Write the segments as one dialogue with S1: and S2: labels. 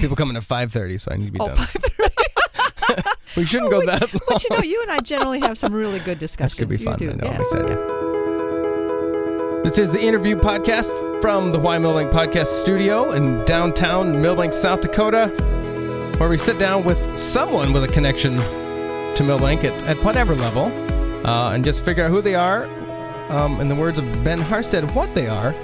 S1: people coming at five thirty, so I need to be
S2: Oh,
S1: done.
S2: 5:30.
S1: We shouldn't go
S2: We-
S1: that long.
S2: But you know, you and I generally have some really good
S1: That's
S2: discussions.
S1: gonna be
S2: you
S1: fun.
S2: do.
S1: I know. I'm
S2: yes.
S1: excited. This is the interview podcast from the Why Millbank Podcast Studio in downtown Millbank, South Dakota, where we sit down with someone with a connection to Millbank at, at whatever level, uh, and just figure out who they are, um, in the words of Ben Harstead, what they are,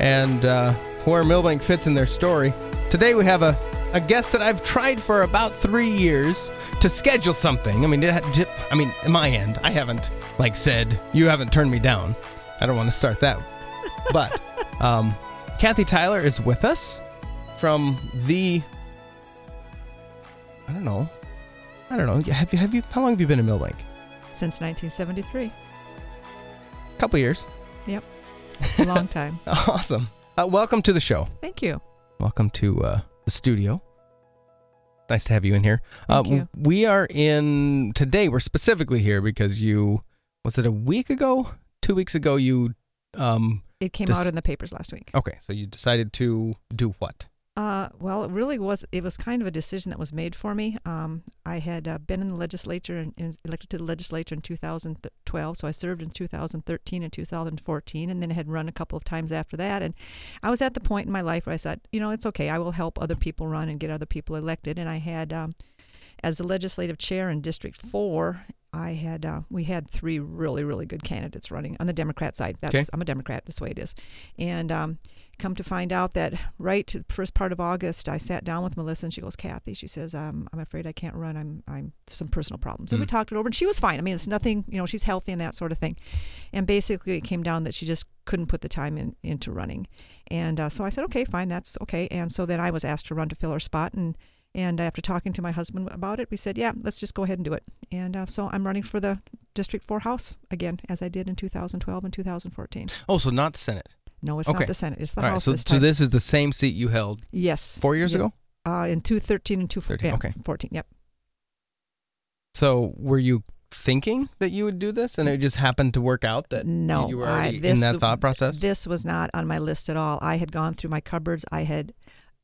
S1: and uh, where Millbank fits in their story. Today we have a, a guest that I've tried for about three years to schedule something. I mean, it, had- I mean, in my end, I haven't like said you haven't turned me down. I don't want to start that, but um, Kathy Tyler is with us from the. I don't know. I don't know. Have you? Have you? How long have you been in Millbank?
S2: Since
S1: A
S2: 1973.
S1: couple years.
S2: Yep. A long time.
S1: Awesome. Uh, welcome to the show.
S2: Thank you.
S1: Welcome to uh, the studio. Nice to have you in here.
S2: Thank
S1: uh,
S2: you.
S1: We are in today. We're specifically here because you was it a week ago, two weeks ago? You um
S2: It came
S1: Dis-
S2: out in the papers last week.
S1: okay? So you decided to do what?
S2: Uh, well, it really was. It was kind of a decision that was made for me. Um, I had uh, been in the legislature and and elected to the legislature in 2012, so I served in 2013 and 2014, and then had run a couple of times after that. And I was at the point in my life where I said, you know, it's okay. I will help other people run and get other people elected. And I had, um, as the legislative chair in District Four, I had uh, we had three really really good candidates running on the Democrat side. That's
S1: Okay.
S2: I'm a Democrat. That's the way it is. And um, come to find out that right to the first part of August, I sat down with Melissa and she goes, Kathy, she says, um, I'm afraid I can't run. I'm I'm some personal problems.
S1: Mm.
S2: And we talked it over and she was fine. I mean, it's nothing. You know, she's healthy and that sort of thing. And basically, it came down that she just couldn't put the time in into running. And uh, so I said, okay, fine, that's okay. And so then I was asked to run to fill her spot and. And after talking to my husband about it, we said, yeah, let's just go ahead and do it. And uh, so I'm running for the District 4 House again, as I did in 2012 and 2014.
S1: Oh, so not Senate.
S2: No, it's
S1: Okay.
S2: not the Senate, it's the
S1: All right.
S2: House
S1: So
S2: this
S1: so
S2: time.
S1: this is the same seat you held
S2: yes.
S1: four years
S2: Yeah.
S1: ago.
S2: Uh, in 2013 and
S1: 13,
S2: 2014.
S1: okay.
S2: 14, yep.
S1: So were you thinking that you would do this, and it just happened to work out that
S2: no,
S1: you were
S2: I-
S1: already in
S2: this-
S1: that thought process?
S2: This was not on my list at all. I had gone through my cupboards. I had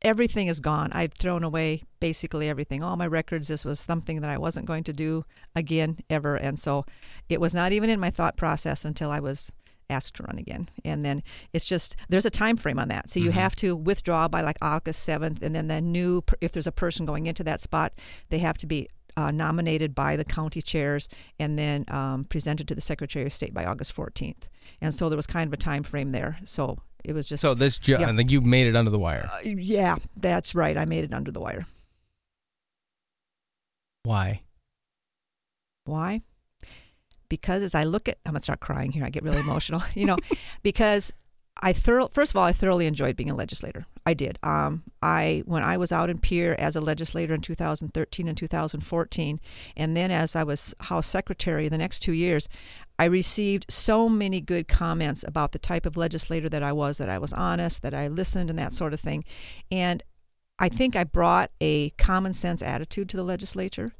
S2: everything is gone. I'd thrown away basically everything, all my records. This was something that I wasn't going to do again ever, and so it was not even in my thought process until I was asked to run again. And then it's just there's a time frame on that. So
S1: Mm-hmm.
S2: you have to withdraw by like August 7th and then the new per- if there's a person going into that spot, they have to be uh, nominated by the county chairs and then um, presented to the Secretary of State by August 14th. And so there was kind of a time frame there. So it was just
S1: so this, ju-
S2: Yeah.
S1: I think you made it under the wire.
S2: uh, yeah, that's right. I made it under the wire.
S1: Why?
S2: Why? Because as I look at, I'm gonna start crying here. I get really emotional, you know, because I thorough. First of all, I thoroughly enjoyed being a legislator. I did. Um, I when I was out in Pier as a legislator in 2013 and 2014, and then as I was House Secretary the next two years, I received so many good comments about the type of legislator that I was, that I was honest, that I listened, and that sort of thing, and I think I brought a common sense attitude to the legislature.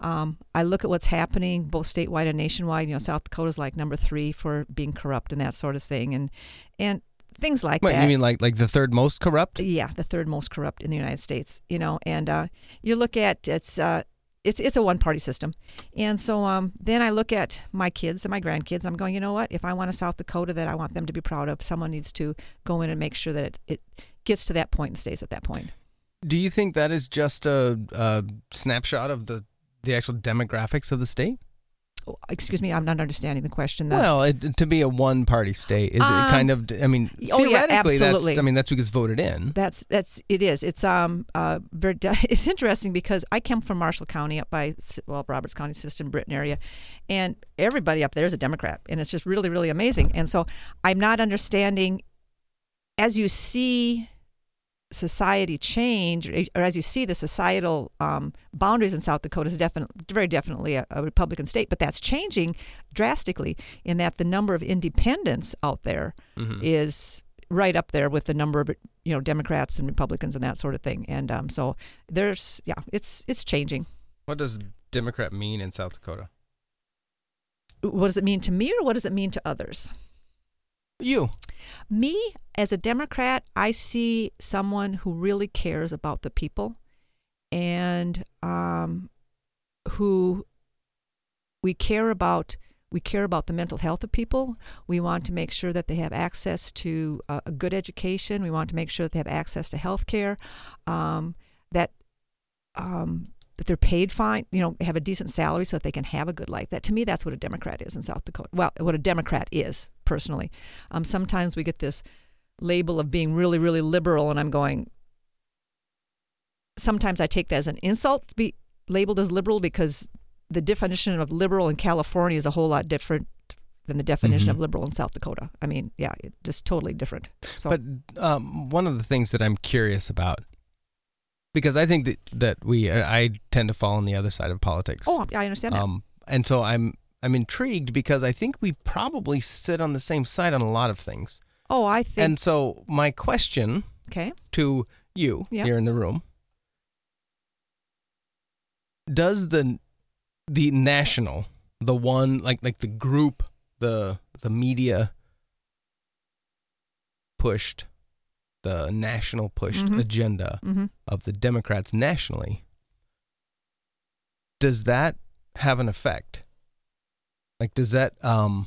S2: Um, I look at what's happening both statewide and nationwide. You know, South Dakota's like number three for being corrupt and that sort of thing, and and things like
S1: Wait,
S2: that.
S1: you mean like like the third most corrupt?
S2: Yeah, the third most corrupt in the United States. You know, and uh, you look at it's uh, it's it's a one party system, and so um, then I look at my kids and my grandkids. I'm going, you know what? If I want a South Dakota that I want them to be proud of, someone needs to go in and make sure that it, it gets to that point and stays at that point.
S1: Do you think that is just a, a snapshot of the the actual demographics of the state?
S2: Oh, excuse me, I'm not understanding the question. though.
S1: Well, it, to be a one party state is it
S2: Um,
S1: kind of. I mean,
S2: oh, yeah,
S1: theoretically, that's.
S2: absolutely.
S1: I mean, that's who gets voted in.
S2: That's that's it is. It's um uh very de- it's interesting because I come from Marshall County up by S- well Roberts County, System, Britton area, and everybody up there is a Democrat, and it's just really really amazing. And so I'm not understanding as you see society change eh, or as you see the societal um, boundaries in south dakota is definitely very definitely a, a republican state but that's changing drastically in that the number of independents out there is
S1: Mm-hmm.
S2: right up there with the number of you know democrats and republicans and that sort of thing and um, so there's yeah it's it's changing
S1: What does Democrat mean in South Dakota?
S2: what does it mean to me or what does it mean to others
S1: You.
S2: me as a democrat i see someone who really cares about the people and um, who we care about. We care about the mental health of people. We want to make sure that they have access to a, a good education. We want to make sure that they have access to health care, um, that um, that they're paid fine, you know, have a decent salary so that they can have a good life. That to me, that's what a Democrat is in South Dakota. Well, what a Democrat is personally. Um, sometimes we get this label of being really, really liberal, and I'm going. Sometimes I take that as an insult to be labeled as liberal because the definition of liberal in California is a whole lot different than the definition
S1: Mhm.
S2: of liberal in South Dakota. I mean, yeah, it, just totally different. So,
S1: But um, one of the things that I'm curious about, because I think that that we uh, I tend to fall on the other side of politics.
S2: oh, I understand that.
S1: um, and so I'm I'm intrigued because I think we probably sit on the same side on a lot of things.
S2: oh, I think
S1: And so my question
S2: okay.
S1: to you
S2: Yeah.
S1: here in the room: Does the the national, the one like like the group, the the media pushed, the national pushed
S2: Mhm.
S1: agenda
S2: hmm
S1: of the Democrats nationally, does that have an effect? Like, does that um?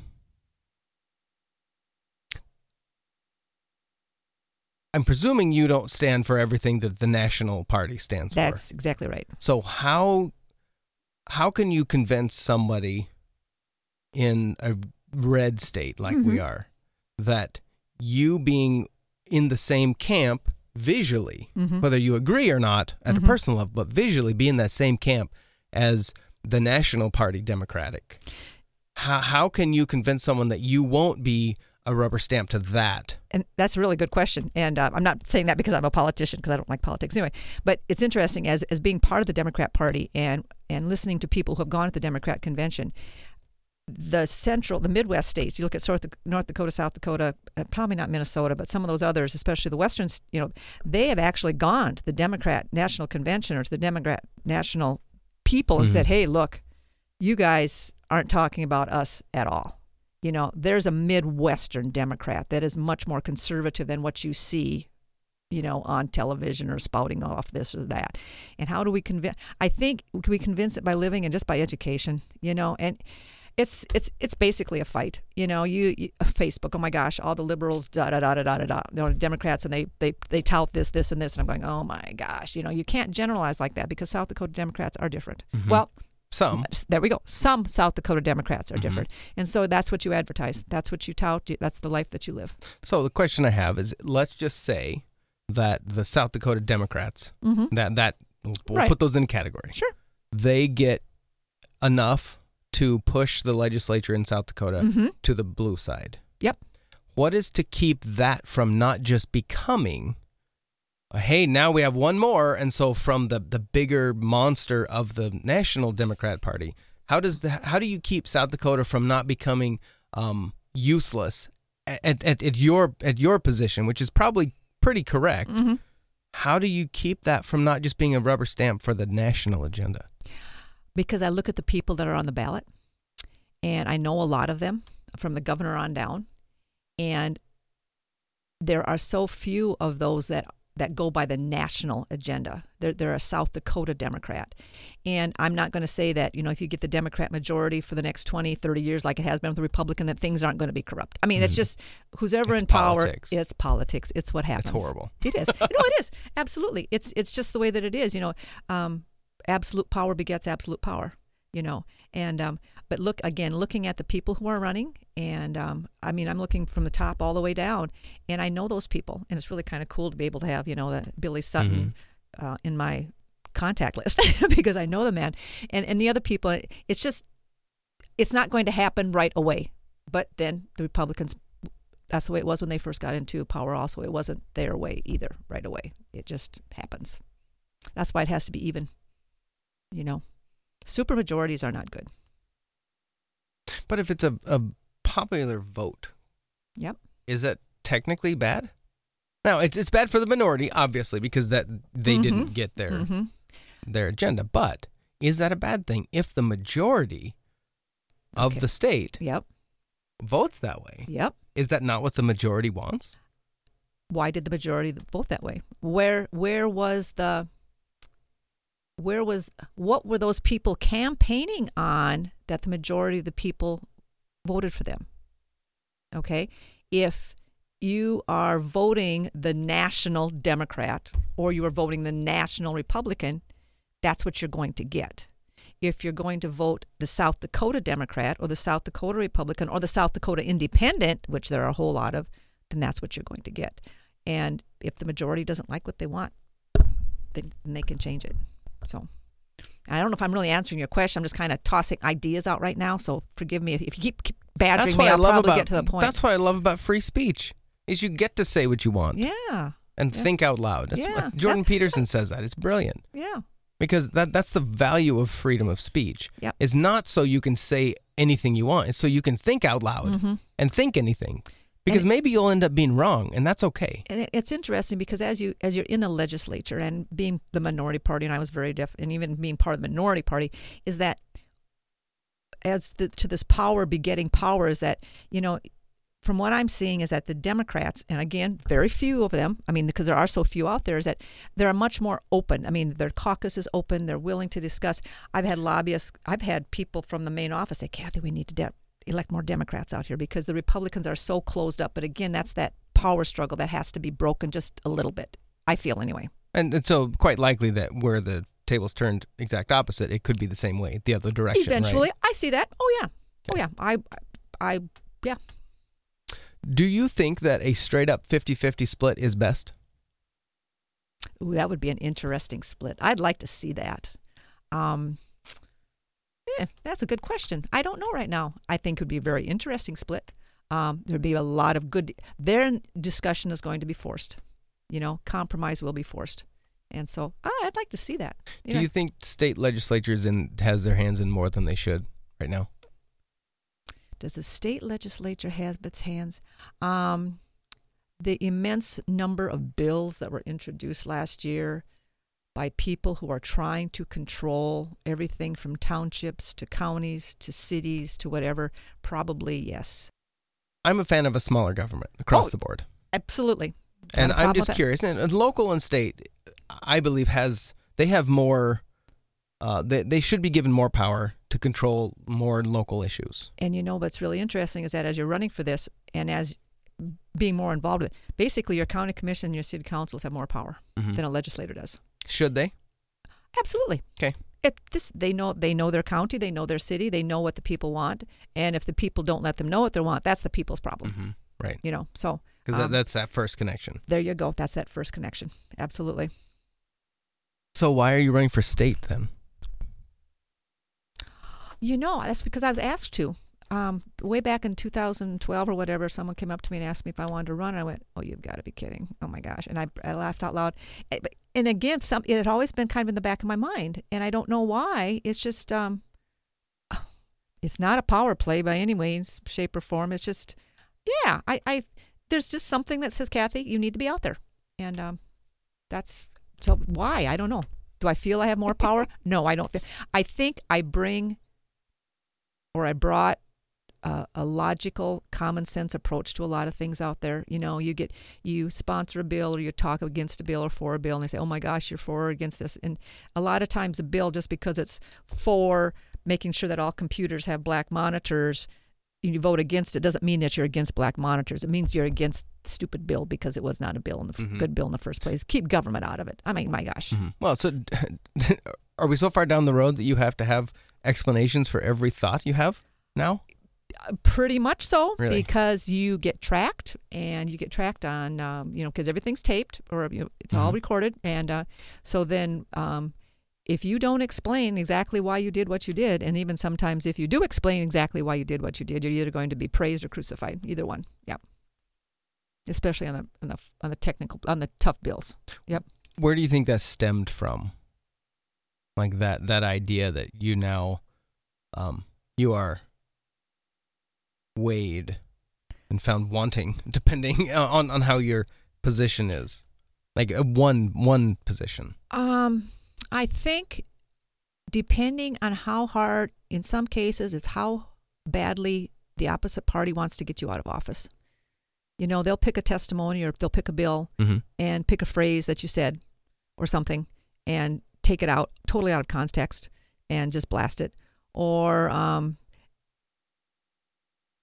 S1: I'm presuming you don't stand for everything that the national party stands
S2: That's exactly right.
S1: for. So how how can you convince somebody in a red state like we
S2: Mhm.
S1: are that you being in the same camp visually
S2: hmm
S1: whether you agree or not at
S2: Mhm.
S1: a personal level, but visually be in that same camp as the National Party Democratic. How, how can you convince someone that you won't be a rubber stamp to that?
S2: and that's a really good question. And uh, I'm not saying that because I'm a politician because I don't like politics anyway. But it's interesting as as being part of the Democrat Party and and listening to people who have gone to the Democrat convention. The central, the Midwest states. You look at South, North Dakota, South Dakota, uh, probably not Minnesota, but some of those others, especially the Western. s- You know, they have actually gone to the Democrat National Convention or to the Democrat National people and
S1: Mhm.
S2: said, "Hey, look, you guys aren't talking about us at all." You know, there's a Midwestern Democrat that is much more conservative than what you see, you know, on television or spouting off this or that. And how do we convince? I think can we convince it by living and just by education, you know, and. It's it's it's basically a fight, you know. You, you Facebook, oh my gosh, all the liberals, da da da da da da, da, you know, Democrats, and they they they tout this this and this, and I'm going, oh my gosh, you know, you can't generalize like that because South Dakota Democrats are different. Well,
S1: Some.
S2: s- there we go. Some South Dakota Democrats are different, and so that's what you advertise. That's what you tout. you- That's the life that you live.
S1: So the question I have is let's just say that the South Dakota Democrats,
S2: Mm-hmm.
S1: that, that we'll we'll
S2: Right.
S1: put those in a category,
S2: Sure.
S1: they get enough to push the legislature in South Dakota
S2: Mhm.
S1: to the blue side.
S2: Yep.
S1: What is to keep that from not just becoming, a, hey, now we have one more, and so from the the bigger monster of the National Democrat Party, how does the how do you keep South Dakota from not becoming um, useless at, at at your at your position, which is probably pretty correct?
S2: Mhm.
S1: How do you keep that from not just being a rubber stamp for the national agenda?
S2: Because I look at the people that are on the ballot, and I know a lot of them from the governor on down, and there are so few of those that that go by the national agenda. They're, they're a South Dakota Democrat. And I'm not going to say that, you know, if you get the Democrat majority for the next 20, 30 years, like it has been with the Republican, that things aren't going to be corrupt. I mean, it's
S1: Mhm.
S2: just who's ever
S1: It's
S2: in power.
S1: politics.
S2: It's politics. It's what happens.
S1: It's horrible.
S2: It is. no, it is. Absolutely. It's it's just the way that it is. You know, um, absolute power begets absolute power. You know, and um, but look again, looking at the people who are running, and um, I mean, I'm looking from the top all the way down, and I know those people, and it's really kind of cool to be able to have you know that Billy Sutton uh, in my contact list because I know the man, and and the other people. It's just it's not going to happen right away, but then the Republicans that's the way it was when they first got into power also it wasn't their way either right away it just happens that's why it has to be even you know super majorities are not good
S1: But if it's a, a popular vote,
S2: Yep.
S1: is it technically bad? Now it's it's bad for the minority, obviously, because that they
S2: Mhm.
S1: didn't get their
S2: mm-hmm.
S1: their agenda. But is that a bad thing if the majority of
S2: Okay.
S1: the state
S2: yep
S1: votes that way?
S2: yep
S1: Is that not what the majority wants?
S2: why did the majority vote that way where where was the where was what were those people campaigning on that the majority of the people voted for them okay if you are voting the national democrat or you are voting the national republican that's what you're going to get if you're going to vote the south dakota democrat or the south dakota republican or the south dakota independent which there are a whole lot of then that's what you're going to get and if the majority doesn't like what they want then they can change it so I don't know if I'm really answering your question. I'm just kind of tossing ideas out right now. So forgive me if, if you keep, keep badgering
S1: that's
S2: me.
S1: what I
S2: I'll
S1: love
S2: probably
S1: about
S2: get to the point.
S1: That's what I love about free speech is you get to say what you want
S2: yeah,
S1: and
S2: yeah.
S1: think out loud. That's
S2: Yeah.
S1: what Jordan
S2: That-
S1: Peterson says that. It's brilliant
S2: yeah,
S1: because that that's the value of freedom of speech.
S2: Yep.
S1: It's not so you can say anything you want. It's so you can think out loud
S2: Mm-hmm.
S1: and think anything. Because maybe you'll end up being wrong and that's okay.
S2: and it- it's interesting because as you as you're in the legislature and being the minority party, and I was very deaf, and even being part of the minority party, is that as the, to this power begetting power is that you know from what I'm seeing is that the Democrats, and again, very few of them, I mean, because there are so few out there, is that they're much more open. I mean, their caucus is open, they're willing to discuss. I've had lobbyists, I've had people from the main office say, Kathy, we need to de- elect more Democrats out here because the Republicans are so closed up. But again, that's that power struggle that has to be broken just a little bit, I feel anyway.
S1: And, and so quite likely that where the tables turned exact opposite, it could be the same way, the other direction. right?
S2: Eventually, I see that. Oh, yeah. Oh, yeah. I, I, yeah.
S1: Do you think that a straight up 50-50 split is best?
S2: Ooh, that would be an interesting split. I'd like to see that. Um, eh, that's a good question. I don't know right now. I think it would be a very interesting split. Um, there'd be a lot of good. Their discussion is going to be forced. You know, compromise will be forced, and so ah, I'd like to see that. You
S1: Do
S2: know,
S1: you think state legislatures in has their hands in more than they should right now?
S2: does the state legislature have its hands? Um, the immense number of bills that were introduced last year by people who are trying to control everything from townships to counties to cities to whatever, probably yes.
S1: I'm a fan of a smaller government across
S2: Oh,
S1: the board,
S2: Absolutely. Not
S1: and
S2: a
S1: I'm
S2: problem
S1: just
S2: with that.
S1: curious. And and local and state, I believe has they have more. Uh, they they should be given more power to control more local issues.
S2: And you know what's really interesting is that as you're running for this and as being more involved with it, basically your county commission and your city councils have more power
S1: Mm-hmm.
S2: than a legislator does.
S1: Should they?
S2: Absolutely.
S1: Okay.
S2: it, this they know they know their county, they know their city, they know what the people want, and if the people don't let them know what they want, that's the people's problem.
S1: Mm-hmm. Right,
S2: You know, so
S1: because
S2: um,
S1: that's that first connection.
S2: there you go. That's that first connection. Absolutely.
S1: So why are you running for state then?
S2: You know, that's because I was asked to. Um, way back in 2012 or whatever, someone came up to me and asked me if I wanted to run. And I went, "Oh, you've got to be kidding! Oh my gosh!" And I, I laughed out loud. Eh, but- And again, some it had always been kind of in the back of my mind, and I don't know why. It's just, um, it's not a power play by any means, shape, or form. It's just, yeah, I, I there's just something that says, Kathy, you need to be out there, and um, that's so why I don't know. Do I feel I have more power? no, I don't. Feel, I think I bring or I brought a, a logical, common sense approach to a lot of things out there. You know, you get you sponsor a bill or you talk against a bill or for a bill, and they say, "Oh my gosh, you're for or against this." And a lot of times, a bill just because it's for making sure that all computers have black monitors, you vote against it doesn't mean that you're against black monitors. It means you're against the stupid bill because it was not a bill in the f-
S1: Mhm.
S2: good bill in the first place. Keep government out of it. I mean, my gosh.
S1: Well, so are we so far down the road that you have to have explanations for every thought you have now?
S2: pretty much so
S1: Really?
S2: because you get tracked and you get tracked on um, you know because everything's taped or you know, it's all
S1: Mhm.
S2: recorded and uh, so then um, if you don't explain exactly why you did what you did and even sometimes if you do explain exactly why you did what you did you're either going to be praised or crucified either one yeah especially on the on the on the technical on the tough bills
S1: where do you think that stemmed from like that that idea that you now um you are weighed and found wanting depending on on how your position is like uh, one one position
S2: Um, I think depending on how hard, in some cases, it's how badly the opposite party wants to get you out of office. You know, they'll pick a testimony or they'll pick a bill
S1: mm-hmm.
S2: and pick a phrase that you said or something and take it out totally out of context and just blast it, or um,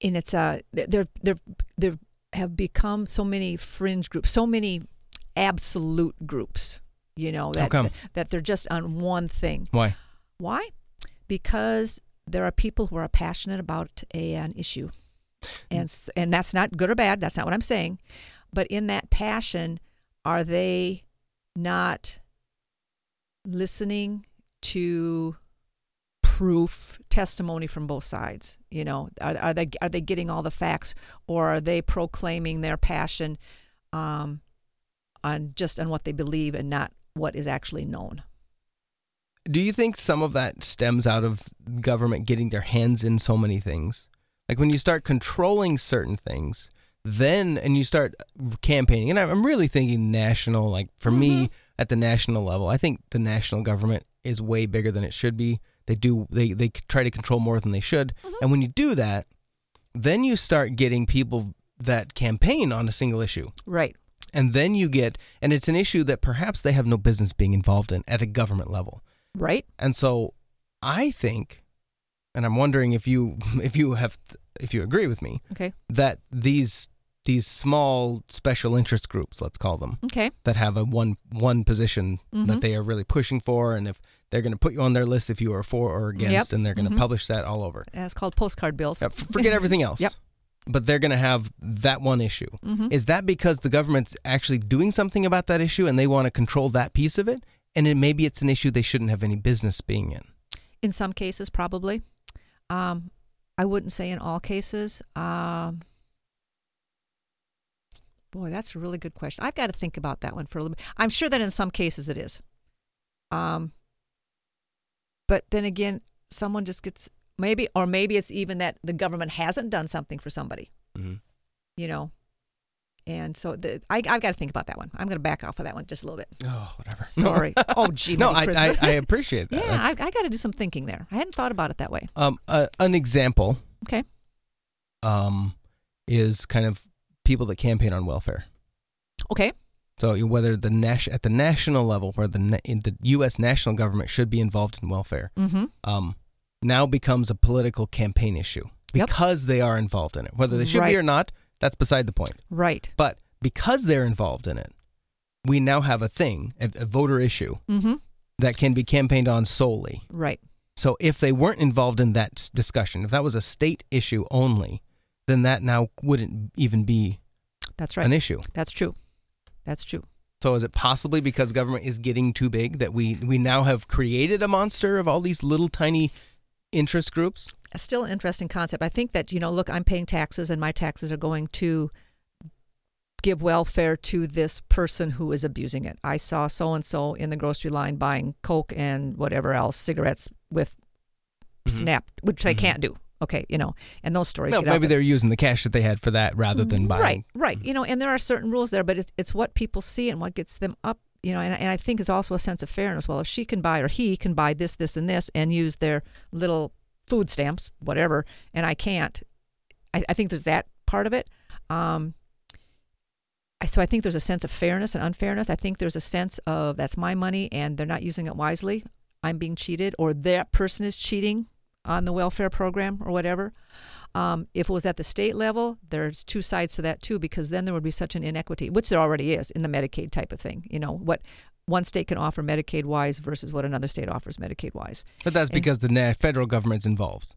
S2: and it's uh th- there there there have become so many fringe groups, so many absolute groups, you know that
S1: come?
S2: that they're just on one thing.
S1: Why?
S2: Why? Because there are people who are passionate about a, an issue, and s- and that's not good or bad. That's not what I'm saying. But in that passion, are they not listening to proof, testimony from both sides? You know, are, are they are they getting all the facts, or are they proclaiming their passion um, on just on what they believe and not what is actually known?
S1: Do you think some of that stems out of government getting their hands in so many things? Like when you start controlling certain things, then and you start campaigning, and I'm- I'm really thinking national. Like for me, at the national level, I think the national government is way bigger than it should be. They do they they c- try to control more than they should, and when you do that, then you start getting people that campaign on a single issue.
S2: Right.
S1: And then you get, and it's an issue that perhaps they have no business being involved in at a government level.
S2: Right.
S1: And so I think, and I'm wondering if you if you have if you agree with me
S2: Okay.
S1: that these these small special interest groups, let's call them,
S2: Okay.
S1: that have a one one position that
S2: Mhm.
S1: they are really pushing for, and if they're going to put you on their list if you are for or against, and they're going to
S2: Mhm.
S1: publish that all over.
S2: That's called postcard bills.
S1: Uh, f- Forget everything else.
S2: Yep.
S1: But they're going to have that one issue.
S2: Mhm.
S1: Is that because the government's actually doing something about that issue and they want to control that piece of it? And it, maybe it's an issue they shouldn't have any business being in.
S2: In some cases, probably. Um, I wouldn't say in all cases. Um, boy, that's a really good question. I've got to think about that one for a little bit. I'm sure that in some cases it is. Um, but then again, someone just gets maybe, or maybe it's even that the government hasn't done something for somebody,
S1: Mhm.
S2: you know. And so the, I, I've got to think about that one. I'm going to back off of that one just a little bit.
S1: Oh, whatever.
S2: Sorry. oh, gee.
S1: no,
S2: Merry
S1: I, I,
S2: Christmas.
S1: I appreciate that.
S2: Yeah, I,
S1: That's-
S2: I got to do some thinking there. I hadn't thought about it that way.
S1: um, uh, an example
S2: Okay.
S1: um, is kind of people that campaign on welfare.
S2: Okay.
S1: So you- whether the nas- at the national level, where the na- in the U.S. national government should be involved in welfare,
S2: Mm-hmm.
S1: um, now becomes a political campaign issue
S2: Yep.
S1: because they are involved in it. Whether they should
S2: Right.
S1: be or not, that's beside the point.
S2: Right.
S1: But because they're involved in it, we now have a thing, a, a voter issue
S2: Mm-hmm.
S1: that can be campaigned on solely.
S2: Right.
S1: So if they weren't involved in that s- discussion, if that was a state issue only, then that now wouldn't even be
S2: That's right.
S1: an issue.
S2: That's true. That's true.
S1: So is it possibly because government is getting too big that we we now have created a monster of all these little tiny interest groups?
S2: Still an interesting concept. I think that you know, look, I'm paying taxes, and my taxes are going to give welfare to this person who is abusing it. I saw so and so in the grocery line buying coke and whatever else, cigarettes with snap, which they
S1: Mhm.
S2: can't do. Okay, you know, and those stories.
S1: No,
S2: get out
S1: maybe
S2: there.
S1: they're using the cash that they had for that rather than buying.
S2: Mm-hmm. Right, right. You know, and there are certain rules there, but it's, it's what people see and what gets them up. You know, and, and I think is also a sense of fairness. Well, if she can buy or he can buy this, this, and this, and use their little food stamps, whatever, and I can't, I, I think there's that part of it. Um, I- so I think there's a sense of fairness and unfairness. I think there's a sense of that's my money and they're not using it wisely. I'm being cheated, or that person is cheating on the welfare program or whatever. Um, if it was at the state level, there's two sides to that too, because then there would be such an inequity, which there already is in the Medicaid type of thing. You know what one state can offer Medicaid wise versus what another state offers Medicaid wise.
S1: But that's
S2: And-
S1: because the na- federal government's involved.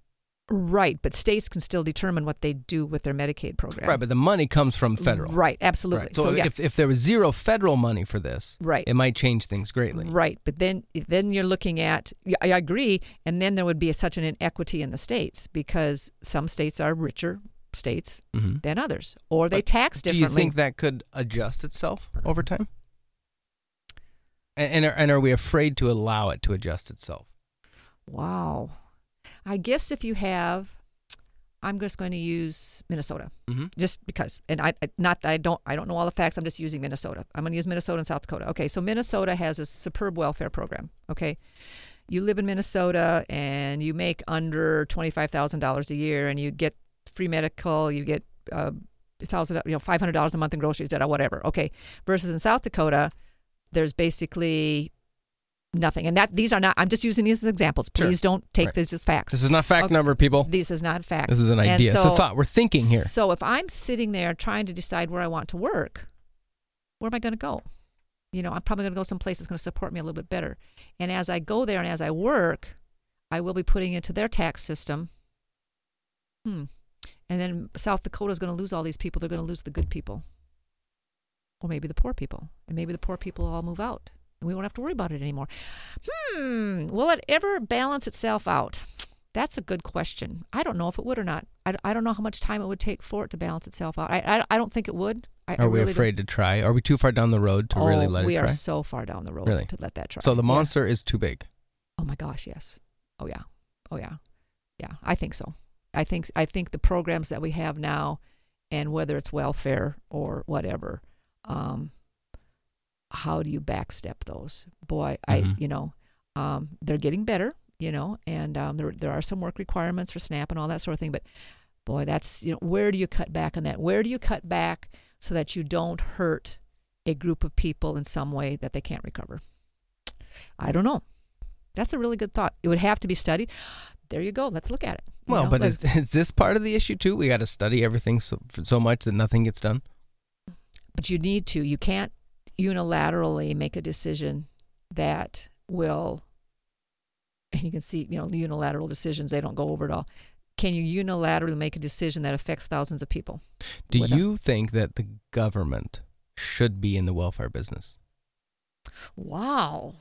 S2: Right, but states can still determine what they do with their Medicaid program.
S1: Right, but the money comes from federal.
S2: Right, absolutely.
S1: Right.
S2: So,
S1: So,
S2: yeah,
S1: if, if there was zero federal money for this,
S2: right.
S1: it might change things greatly.
S2: Right, but then then you're looking at yeah, I agree, and then there would be such an inequity in the states because some states are richer states
S1: Mhm.
S2: than others, or they
S1: But
S2: tax
S1: Do
S2: differently.
S1: you think that could adjust itself over time? A- And are, and are we afraid to allow it to adjust itself?
S2: wow, I guess if you have, I'm just going to use Minnesota
S1: Mhm.
S2: just because, and I I- not that I don't I don't know all the facts. I'm just using Minnesota. I'm going to use Minnesota and South Dakota. Okay, so Minnesota has a superb welfare program. Okay, you live in Minnesota and you make under twenty five thousand dollars a year, and you get free medical, you get uh, thousand, you know, five hundred dollars a month in groceries, da da, whatever. Okay, versus in South Dakota, there's basically nothing. And that these are not. I'm just using these as examples.
S1: Sure.
S2: Please don't take
S1: Right.
S2: this as facts.
S1: This is not fact
S2: Okay.
S1: number, people.
S2: this is not a fact.
S1: This is an
S2: And
S1: idea. it's
S2: so-
S1: a thought. We're thinking here.
S2: So if I'm sitting there trying to decide where I want to work, where am I going to go? You know, I'm probably going to go someplace that's going to support me a little bit better. And as I go there and as I work, I will be putting into their tax system. Hmm. And then South Dakota is going to lose all these people. They're going to lose the good people, or maybe the poor people, and maybe the poor people will all move out, and we won't have to worry about it anymore. Hmm. Will it ever balance itself out? That's a good question. I don't know if it would or not. I, I don't know how much time it would take for it to balance itself out. I, I, I don't think it would. I, I
S1: Are we
S2: really don't-
S1: afraid to try? Are we too far down the road to really
S2: Oh,
S1: let it
S2: we
S1: try?
S2: are so far down the road
S1: Really?
S2: to let that try.
S1: So the
S2: Yeah.
S1: monster is too big.
S2: Oh my gosh, yes. Oh yeah. Oh yeah. Yeah, I think so. I think I think the programs that we have now and whether it's welfare or whatever, um, how do you backstep those? Boy, I
S1: Mhm.
S2: you know, um, they're getting better, you know, and um, there there are some work requirements for SNAP and all that sort of thing, but boy, that's you know, where do you cut back on that? Where do you cut back so that you don't hurt a group of people in some way that they can't recover? I don't know. That's a really good thought. It would have to be studied. There you go. Let's look at it. you
S1: Well,
S2: know?
S1: but
S2: Let's-
S1: is, is this part of the issue too? We got to study everything so, so much that nothing gets done.
S2: but you need to. You can't unilaterally make a decision that will. And you can see, you know, unilateral decisions they don't go over at all. Can you unilaterally make a decision that affects thousands of people?
S1: Do
S2: Without-
S1: you think that the government should be in the welfare business?
S2: Wow.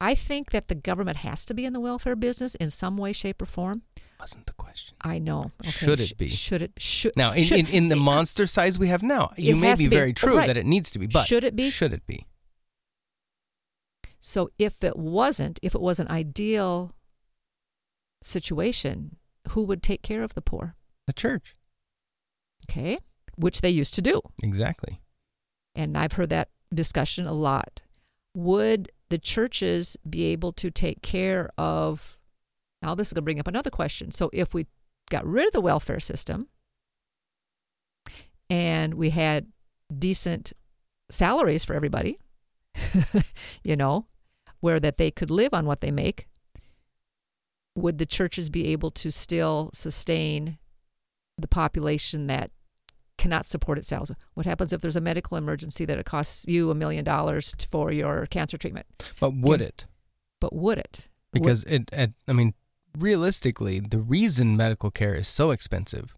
S2: I think that the government has to be in the welfare business in some way, shape, or form.
S1: Wasn't the question.
S2: I know. Okay,
S1: Should it
S2: sh-
S1: be?
S2: Should it? Should
S1: Now, in,
S2: should-
S1: in, in the
S2: it-
S1: monster size we have now, you
S2: It
S1: may
S2: has
S1: be
S2: to be.
S1: very true
S2: Right.
S1: that it needs to be, but
S2: Should it be?
S1: Should it be?
S2: So if it wasn't, if it was an ideal situation, who would take care of the poor?
S1: The church.
S2: Okay. Which they used to do.
S1: Exactly.
S2: And I've heard that discussion a lot. Would the churches be able to take care of? Now, this is going to bring up another question. So if we got rid of the welfare system and we had decent salaries for everybody, you know, where that they could live on what they make, would the churches be able to still sustain the population that cannot support itself? What happens if there's a medical emergency that it costs you a million dollars t- for your cancer treatment?
S1: But would
S2: Can-
S1: it?
S2: But would it? Would-
S1: Because it, it, I mean, realistically, the reason medical care is so expensive,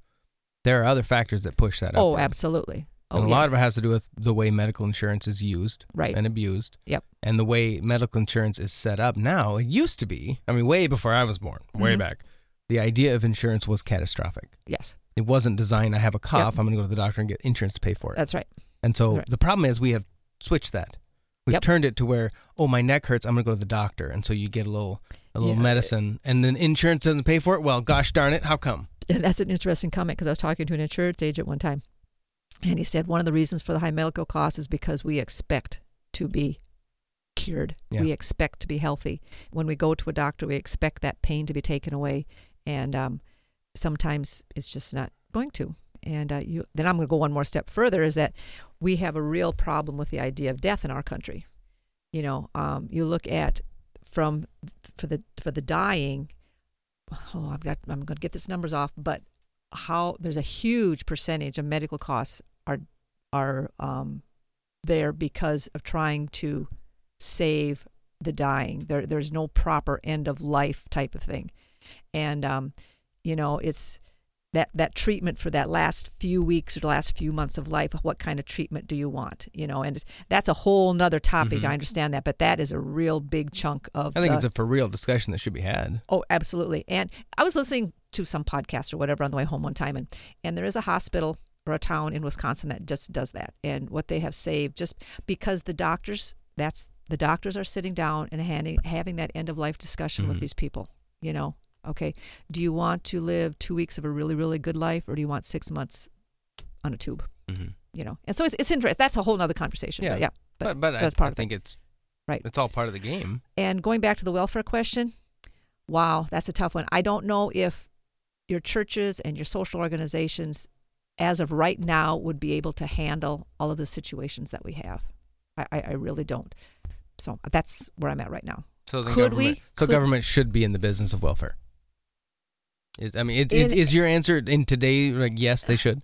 S1: there are other factors that push that up.
S2: oh, absolutely. Oh,
S1: And a lot
S2: yes.
S1: of it has to do with the way medical insurance is used
S2: Right.
S1: and abused.
S2: Yep.
S1: And the way medical insurance is set up now, it used to be, I mean, way before I was born, way
S2: Mhm.
S1: back, the idea of insurance was catastrophic.
S2: yes,
S1: It wasn't designed, I have a cough, I'm going to go to the doctor and get insurance to pay for it.
S2: that's right.
S1: and so
S2: right.
S1: the problem is we have switched that. We've
S2: Yep.
S1: turned it to where, oh, my neck hurts, I'm going to go to the doctor. And so you get a little. A little
S2: Yeah.
S1: medicine, and then insurance doesn't pay for it. Well, gosh darn it! How come?
S2: That's an interesting comment because I was talking to an insurance agent one time, and he said one of the reasons for the high medical costs is because we expect to be cured.
S1: Yeah.
S2: We expect to be healthy. When we go to a doctor, we expect that pain to be taken away, and um, sometimes it's just not going to. And uh, you, then I'm going to go one more step further: is that we have a real problem with the idea of death in our country. You know, um, you look at from for the for the dying. Oh, I've got I'm going to get these numbers off, but how there's a huge percentage of medical costs are are um, there because of trying to save the dying. There there's no proper end of life type of thing, and um, you know it's that that treatment for that last few weeks or the last few months of life what kind of treatment do you want you know and it's, that's a whole nother topic
S1: Mhm.
S2: i understand that but that is a real big chunk of
S1: I think
S2: the-
S1: it's a for real discussion that should be had.
S2: Oh, absolutely. And I was listening to some podcast or whatever on the way home one time, and and there is a hospital or a town in Wisconsin that just does that, and what they have saved just because the doctors that's the doctors are sitting down and handing, having that end of life discussion with
S1: Mhm.
S2: these people. You know, okay, do you want to live two weeks of a really really good life, or do you want six months on a tube?
S1: Mm-hmm.
S2: You know, and so it's it's interesting. That's a whole nother conversation.
S1: Yeah.
S2: But yeah.
S1: But but
S2: that's
S1: I,
S2: part
S1: I
S2: of it.
S1: think it's
S2: Right.
S1: It's all part of the game.
S2: And going back to the welfare question, wow, that's a tough one. I don't know if your churches and your social organizations, as of right now, would be able to handle all of the situations that we have. I, I, I really don't. So that's where I'm at right now.
S1: So then
S2: Could
S1: government,
S2: we?
S1: so
S2: Could-
S1: government should be in the business of welfare. Is I mean, it, it,
S2: In-
S1: is your answer in today like yes, they should?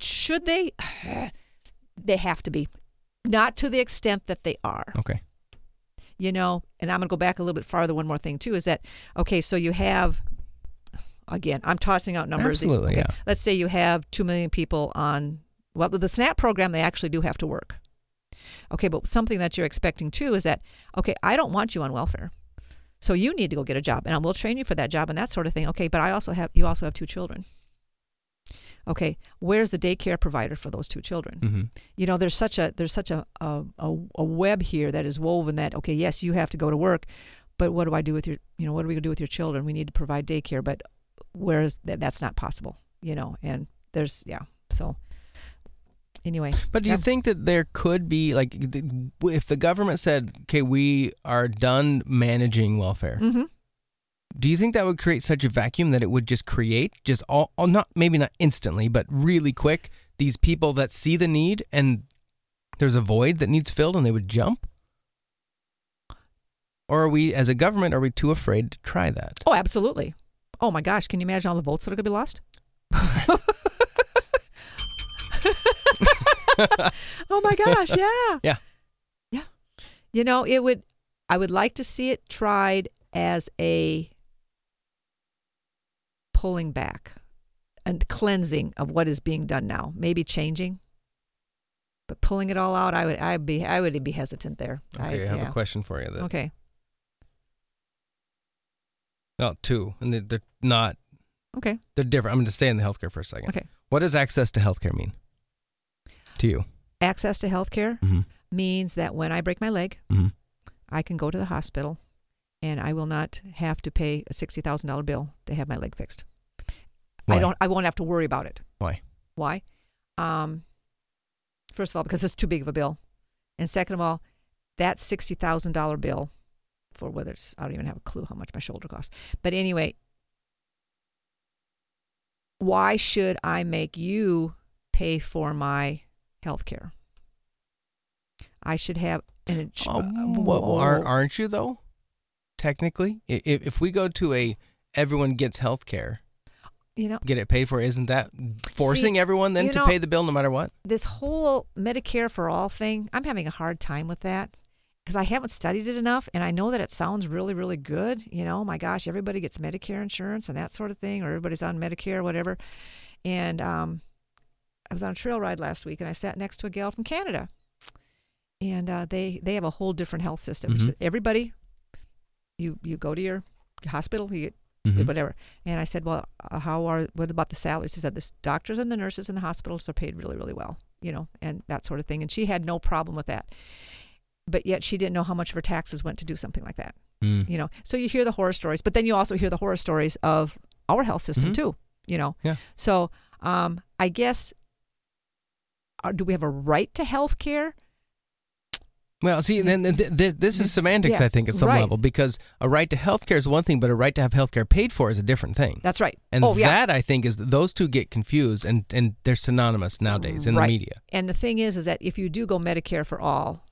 S2: Should they? they have to be. Not to the extent that they are.
S1: Okay.
S2: you know, and I'm going to go back a little bit farther. One more thing, too, is that, okay, so you have, again, I'm tossing out numbers.
S1: Absolutely,
S2: Okay,
S1: yeah.
S2: Let's say you have 2 million people on, well, with the SNAP program, they actually do have to work. Okay, but something that you're expecting, too, is that, okay, I don't want you on welfare. So you need to go get a job, and I will train you for that job and that sort of thing. Okay, but I also have, you also have two children. Okay, where's the daycare provider for those two children?
S1: Mm-hmm.
S2: you know there's such a there's such a, a a a web here that is woven that okay yes you have to go to work but what do i do with your you know what are we going to do with your children we need to provide daycare but whereas that that's not possible you know and there's yeah so anyway
S1: But do you
S2: Yeah.
S1: think that there could be like th- if the government said, "Okay, we are done managing welfare."
S2: hmm
S1: Do you think that would create such a vacuum that it would just create just all, all not maybe not instantly, but really quick these people that see the need and there's a void that needs filled and they would jump? Or are we as a government are we too afraid to try that?
S2: oh absolutely oh my gosh can you imagine all the votes that are going to be lost oh my gosh yeah
S1: Yeah.
S2: yeah you know it would i would like to see it tried as a pulling back and cleansing of what is being done now maybe changing but pulling it all out i would i'd be i would be hesitant there I-
S1: Okay, I, have
S2: yeah.
S1: a question for you. That,
S2: okay
S1: No, two, and they're, they're not.
S2: okay
S1: They're different. I'm going to stay in the healthcare for a second.
S2: okay
S1: What does access to healthcare mean to you?
S2: access to health care
S1: Mm-hmm.
S2: means that when i break my leg
S1: Mm-hmm.
S2: I can go to the hospital and I will not have to pay a $60,000 bill to have my leg fixed.
S1: Why?
S2: I don't I won't have to worry about it.
S1: Why?
S2: Why? Um first of all because it's too big of a bill. And second of all, that $60,000 bill for whether it's I don't even have a clue how much my shoulder costs. But anyway, why should I make you pay for my health care? I should have an ins-
S1: Um, what,
S2: Whoa.
S1: aren't, aren't you though? Technically, if, if we go to a everyone gets health care,
S2: you know
S1: get it paid for, isn't that forcing everyone then
S2: you
S1: to
S2: know-
S1: pay the bill no matter what?
S2: this whole medicare for all thing i'm having a hard time with that because i haven't studied it enough and i know that it sounds really really good you know my gosh everybody gets medicare insurance and that sort of thing or everybody's on medicare whatever and um, i was on a trail ride last week and i sat next to a gal from canada and uh, they they have a whole different health system She
S1: Mhm.
S2: said, everybody you you go to your hospital you get
S1: Mm-hmm.
S2: whatever. And I said, well, uh, how are what about the salaries? She said, the doctors and the nurses in the hospitals are paid really, really well, you know, and that sort of thing. And she had no problem with that, but yet she didn't know how much of her taxes went to do something like that,
S1: Mm.
S2: you know. So you hear the horror stories, but then you also hear the horror stories of our health system
S1: Mhm.
S2: too, you know.
S1: Yeah.
S2: So um, I guess. are- Do we have a right to health care?
S1: Well, see, then th- th- this is semantics,
S2: Mm-hmm. Yeah,
S1: I think, at some
S2: right.
S1: level, because a right to health care is one thing, but a right to have health care paid for is a different thing.
S2: That's right.
S1: And
S2: oh, yeah.
S1: that I think is those two get confused, and, and they're synonymous nowadays in
S2: Right.
S1: the media.
S2: And the thing is, is that if you do go Medicare for all,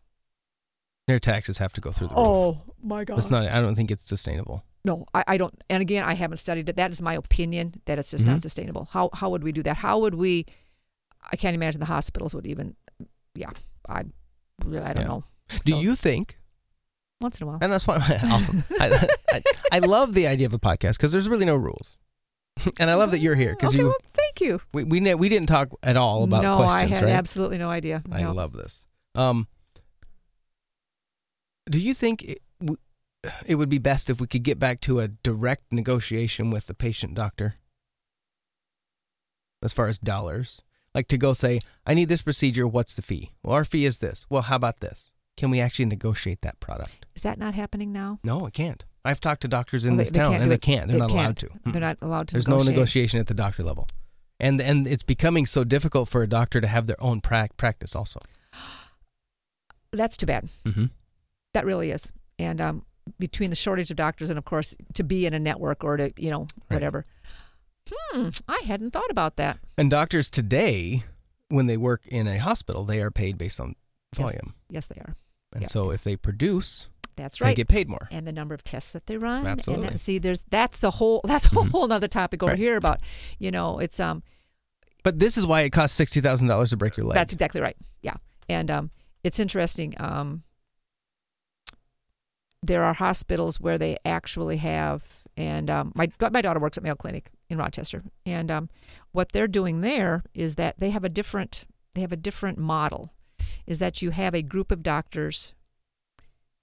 S1: Their taxes have to go through the roof.
S2: oh my God,
S1: It's not. I don't think it's sustainable.
S2: no, I, I don't. And again, I haven't studied it. That is my opinion that it's just
S1: Mhm.
S2: not sustainable. How how would we do that? How would we? I can't imagine the hospitals would even. Yeah, I, I don't
S1: Yeah.
S2: know.
S1: Do
S2: So-
S1: you think?
S2: Once in a while,
S1: And that's why awesome. I, I, I love the idea of a podcast because there's really no rules, and I love that you're here because
S2: okay,
S1: you
S2: Well, thank you.
S1: we, we ne- we didn't talk at all about
S2: no,
S1: questions,
S2: I had
S1: right?
S2: absolutely no idea.
S1: I
S2: No.
S1: love this. Um, do you think it, w- it would be best if we could get back to a direct negotiation with the patient doctor, as far as dollars? Like to go say, I need this procedure. What's the fee? Well, our fee is this. Well, how about this? Can we actually negotiate that product?
S2: Is that not happening now?
S1: No, it can't. I've talked to doctors in
S2: Well, they-
S1: this
S2: they
S1: town,
S2: can't
S1: and
S2: do
S1: they
S2: it.
S1: can't. They're
S2: They
S1: not allowed
S2: can't.
S1: to.
S2: They're
S1: Mm-mm.
S2: not allowed to.
S1: There's
S2: negotiate.
S1: no negotiation at the doctor level, and and it's becoming so difficult for a doctor to have their own prac- practice. Also,
S2: That's too bad.
S1: mm-hmm.
S2: That really is. And um, between the shortage of doctors and of course to be in a network or to you know
S1: Right.
S2: whatever. Hmm, I hadn't thought about that.
S1: and doctors today, when they work in a hospital, they are paid based on
S2: Yes.
S1: volume,
S2: Yes, they are.
S1: And
S2: Yep.
S1: so if they produce,
S2: That's
S1: they
S2: right.
S1: get paid more.
S2: and the number of tests that they run.
S1: Absolutely. Mm-hmm.
S2: And that, see, there's that's the whole that's a whole other topic over
S1: Right.
S2: here about you know it's um
S1: But this is why it costs sixty thousand dollars to break your leg.
S2: that's exactly right yeah and um it's interesting um there are hospitals where they actually have and um, my my daughter works at Mayo Clinic in Rochester and um what they're doing there is that they have a different they have a different model is that you have a group of doctors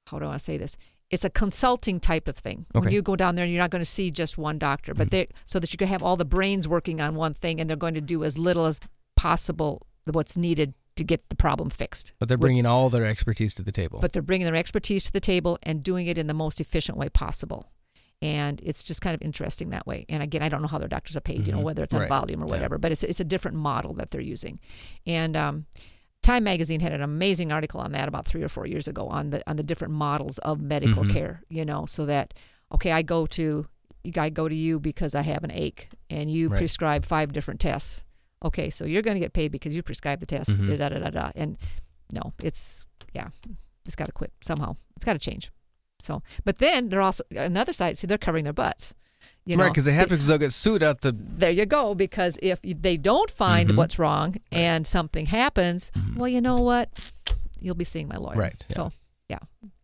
S2: how do I say this? It's a consulting type of thing. When
S1: Okay. Mm-hmm.
S2: you go down there, you're not going to see just one doctor, but they so that you can have all the brains working on one thing, and they're going to do as little as possible what's needed to get the problem fixed.
S1: but they're bringing all their expertise to the table.
S2: But they're bringing their expertise to the table and doing it in the most efficient way possible. And it's just kind of interesting that way. And again, I don't know how their doctors are paid, you know, whether it's on
S1: Mm-hmm. Right.
S2: volume or
S1: Yeah.
S2: whatever, but it's, it's a different model that they're using. And um, Time magazine had an amazing article on that about three or four years ago on the on the different models of medical
S1: Mm-hmm.
S2: care, you know, so that okay, I go to I go to you because I have an ache and you
S1: Right.
S2: prescribe five different tests. Okay, so you're going to get paid because you prescribe the tests.
S1: Mm-hmm.
S2: Da, da, da, da. And no, it's yeah, it's got to quit somehow. It's got to change. So, but then they're also another side. See, they're covering their butts. You
S1: right,
S2: know?
S1: because they have to because they'll get sued out the
S2: there you go. Because if you- they don't find
S1: Mm-hmm.
S2: what's wrong and something happens, well, you know what? You'll be seeing my lawyer.
S1: Right, yeah.
S2: So, yeah.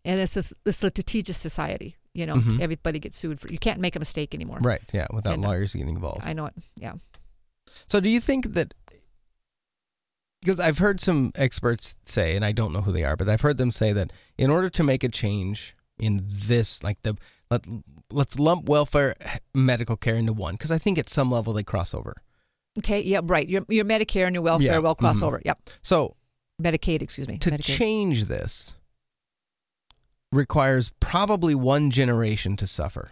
S2: And it's this, this litigious society. You know,
S1: Mm-hmm.
S2: everybody gets sued for. You can't make a mistake anymore.
S1: right, yeah, without
S2: And, uh,
S1: lawyers getting involved.
S2: I know it. Yeah.
S1: So do you think that because I've heard some experts say, and I don't know who they are, but I've heard them say that in order to make a change in this, like the let let's lump welfare medical care into one, because I think at some level they cross over.
S2: Okay. Yeah. Right. Your your Medicare and your welfare
S1: Yeah,
S2: will cross
S1: mhm.
S2: over. Yep.
S1: So
S2: Medicaid. Excuse me.
S1: to
S2: Medicaid.
S1: change this requires probably one generation to suffer.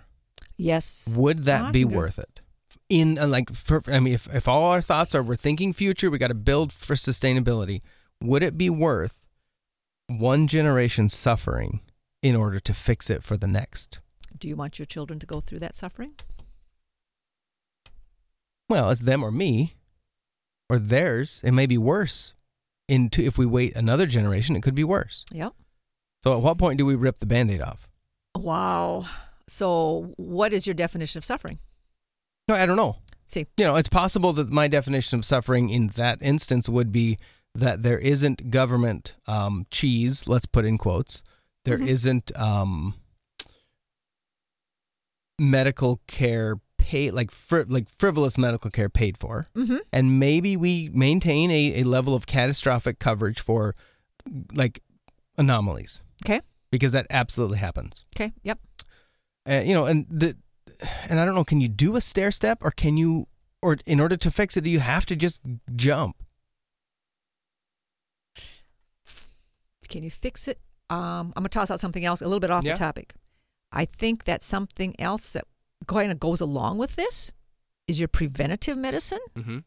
S2: yes.
S1: Would that
S2: I
S1: be
S2: know.
S1: worth it? In uh, like, for, I mean, if if all our thoughts are we're thinking future, we got to build for sustainability. Would it be worth one generation suffering in order to fix it for the next?
S2: Do you want your children to go through that suffering?
S1: Well, it's them or me, or theirs. It may be worse. Into if we wait another generation, it could be worse.
S2: Yep.
S1: So, at what point do we rip the Band-Aid off?
S2: Wow. So, what is your definition of suffering?
S1: No, I don't know.
S2: See,
S1: you know, it's possible that my definition of suffering in that instance would be that there isn't government um, cheese, let's put in quotes. There
S2: Mhm.
S1: not um, medical care paid, like fri- like frivolous medical care paid for,
S2: Mhm.
S1: and maybe we maintain a, a level of catastrophic coverage for like anomalies.
S2: Okay.
S1: because that absolutely happens.
S2: okay, yep.
S1: Uh, you know, and the and I don't know, can you do a stair step or can you or in order to fix it, do you have to just jump?
S2: Can you fix it? Um, I'm going to toss out something else, a little bit off
S1: Yeah.
S2: the topic. I think that something else that kind of goes along with this is your preventative medicine.
S1: Mm-hmm.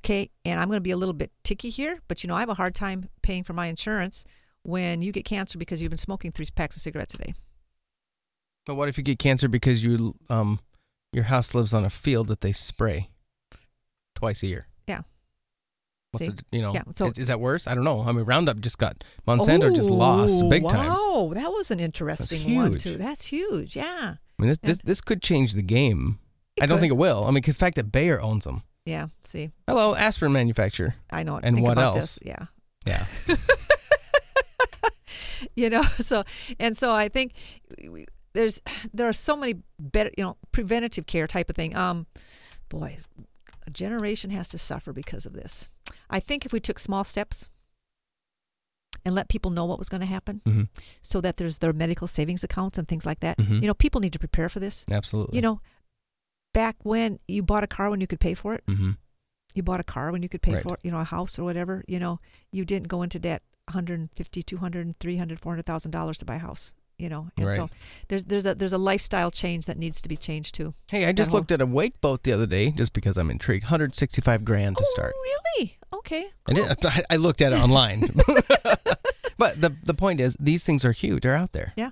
S2: Okay, and I'm going to be a little bit ticky here, but you know, I have a hard time paying for my insurance when you get cancer because you've been smoking three packs of cigarettes a day.
S1: But what if you get cancer because you um your house lives on a field that they spray twice a year?
S2: Yeah.
S1: What's
S2: See?
S1: the, you know?
S2: Yeah, so-
S1: is, is that worse? I don't know. I mean, Roundup just got Monsanto just lost
S2: Oh,
S1: big
S2: wow.
S1: time. I
S2: that was an interesting one
S1: huge.
S2: too. That's huge. Yeah.
S1: mean, this this, this could change the game.
S2: It
S1: I don't
S2: could.
S1: think it will. I mean, 'cause the fact that Bayer owns them.
S2: Yeah. See,
S1: Hello, aspirin manufacturer.
S2: I know. it.
S1: And
S2: Think
S1: what
S2: about
S1: else?
S2: This. Yeah.
S1: Yeah.
S2: you know so and so i think we- there's there are so many better you know preventative care type of thing um boy a generation has to suffer because of this i think if we took small steps and let people know what was going to happen
S1: Mhm.
S2: so that there's their medical savings accounts and things like that
S1: Mhm.
S2: you know people need to prepare for this
S1: Absolutely.
S2: you know back when you bought a car when you could pay for it
S1: Mm-hmm.
S2: you bought a car when you could pay
S1: Right.
S2: for it, you know a house or whatever you know you didn't go into debt 150 200 300 400000 dollars to buy a house you know and so
S1: Right.
S2: there's there's a there's a lifestyle change that needs to be changed too
S1: Hey, I just
S2: whole-
S1: looked at a wake boat the other day, just because I'm intrigued. 165 grand to start.
S2: oh really okay
S1: I,
S2: cool.
S1: did, I, I looked at it uh, online, but the the point is, these things are huge. They're out there.
S2: Yeah.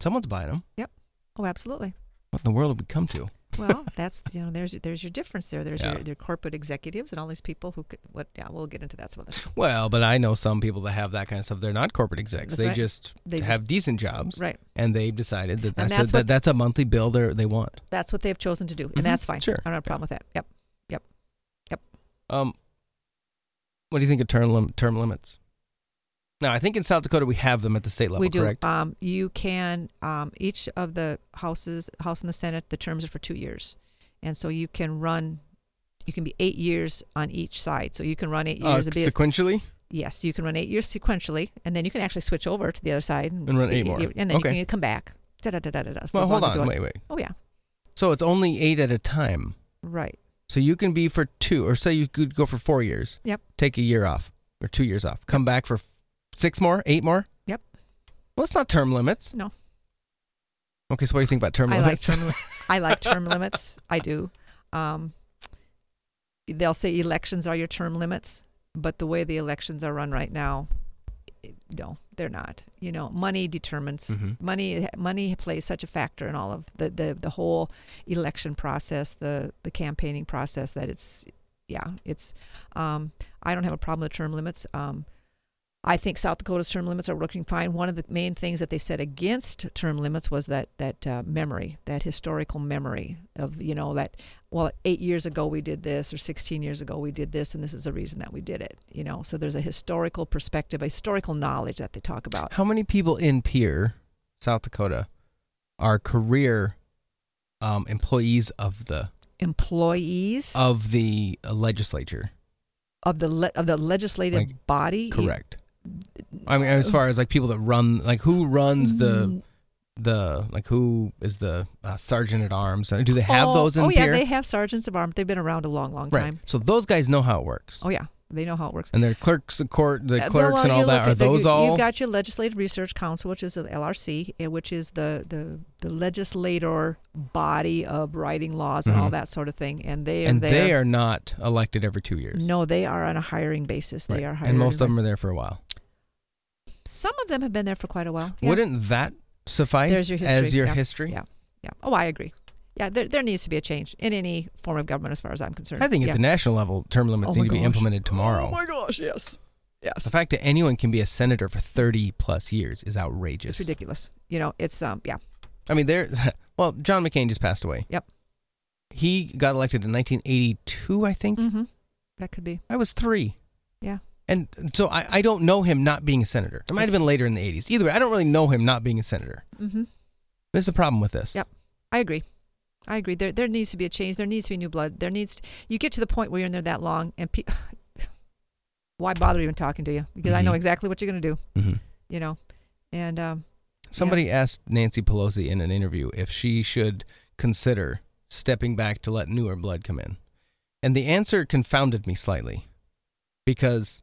S1: Someone's buying them.
S2: oh absolutely
S1: What in the world have we come to?
S2: well, that's you know, there's there's your difference there. There's
S1: Yeah.
S2: your, your corporate executives and all these people who could. What? Yeah, we'll get into that some other. time.
S1: Well, but I know some people that have that kind of stuff. They're not corporate execs.
S2: That's
S1: They
S2: right.
S1: just
S2: They just-
S1: have decent jobs,
S2: Right.
S1: and they've decided that that's,
S2: that's
S1: a, that,
S2: what-
S1: that's a monthly bill they they want.
S2: That's what they have chosen to do,
S1: Mhm,
S2: and that's fine.
S1: sure.
S2: I don't have a problem with that. Yep.
S1: Um, what do you think of term lim- term limits? Now, I think in South Dakota we have them at the state level.
S2: we do.
S1: Correct.
S2: Um, you can um, each of the houses, House and the Senate, the terms are for two years, and so you can run. You can be eight years on each side, so you can run eight
S1: Uh,
S2: years. It'd be a-
S1: sequentially,
S2: yes, you can run eight years sequentially, and then you can actually switch over to the other side
S1: And run eight more.
S2: and then
S1: Okay.
S2: you can come back. Da, da, da, da, da, da, for
S1: well,
S2: as
S1: hold
S2: long as you
S1: on,
S2: want.
S1: wait, wait.
S2: Oh yeah,
S1: So it's only eight at a time.
S2: right.
S1: So you can be for two, or say you could go for four years.
S2: Yep.
S1: Take a year off or two years off. Come back for f- six more, eight more.
S2: Yep.
S1: Well, it's not term limits.
S2: No.
S1: Okay, so what do you think about term
S2: I like
S1: limits?
S2: term limits. I like term limits. I do. Um, they'll say elections are your term limits, but the way the elections are run right now, it- no, they're not. You know, money determines.
S1: Mhm.
S2: Money, money plays such a factor in all of the, the, the whole election process, the the campaigning process. That it's, yeah, it's. Um, I don't have a problem with term limits. Um, I think South Dakota's term limits are working fine. One of the main things that they said against term limits was that that uh, memory, that historical memory of you know that well, eight years ago we did this, or 16 years ago we did this, and this is the reason that we did it. You know, so there's a historical perspective, a historical knowledge that they talk about.
S1: How many people in Pier, South Dakota, are career um, employees of the
S2: Employees
S1: of the uh, legislature?
S2: of the le- of the legislative
S1: Like,
S2: body, you-
S1: Correct. I mean, as far as like people that run, like who runs the
S2: Mm,
S1: the like who is the uh, sergeant at arms? Uh, Do they have
S2: oh,
S1: those in
S2: Oh yeah,
S1: Pier?
S2: they have sergeants of arms. They've been around a long, long
S1: right.
S2: time.
S1: So those guys know how it works.
S2: Oh yeah, they know how it works.
S1: And their clerks, the court, the
S2: Uh,
S1: clerks,
S2: well,
S1: and all
S2: you
S1: that.
S2: look
S1: Are
S2: at the- you-
S1: those all?
S2: You've got your Legislative Research Council, which is the LRC, and eh, which is the the the legislator body of writing laws and all
S1: Mhm.
S2: that sort of thing, and they are
S1: and
S2: there.
S1: they are not elected every two years.
S2: no, they are on a hiring basis. They
S1: Right.
S2: are hiring.
S1: and most of them are there for a while.
S2: Some of them have been there for quite a while. Yeah.
S1: Wouldn't that suffice
S2: There's your
S1: as
S2: history,
S1: your
S2: yeah.
S1: history?
S2: Yeah. yeah. Oh, I agree. Yeah, there, there needs to be a change in any form of government, as far as I'm concerned.
S1: I think at
S2: yeah.
S1: the national level, term limits
S2: Oh
S1: need
S2: my
S1: to be
S2: gosh.
S1: implemented tomorrow.
S2: Oh my gosh! Yes. Yes.
S1: the fact that anyone can be a senator for 30 plus years is outrageous.
S2: It's ridiculous. You know, it's um, yeah,
S1: I mean, there, well, John McCain just passed away.
S2: Yep.
S1: He got elected in 1982, I think.
S2: mm-hmm. that could be.
S1: I was three.
S2: Yeah.
S1: And so I, I don't know him not being a senator. It might have
S2: It's-
S1: been later in the 80s. Either way, I don't really know him not being a senator.
S2: Mm-hmm.
S1: There's a problem with this.
S2: Yep. I agree. I agree. There there needs to be a change. There needs to be new blood. There needs to, you get to the point where you're in there that long and pe- why bother even talking to you? Because I know
S1: Mhm.
S2: exactly what you're going to do,
S1: Mm-hmm.
S2: you know. And um,
S1: Somebody asked Nancy Pelosi in an interview if she should consider stepping back to let newer blood come in. And the answer confounded me slightly because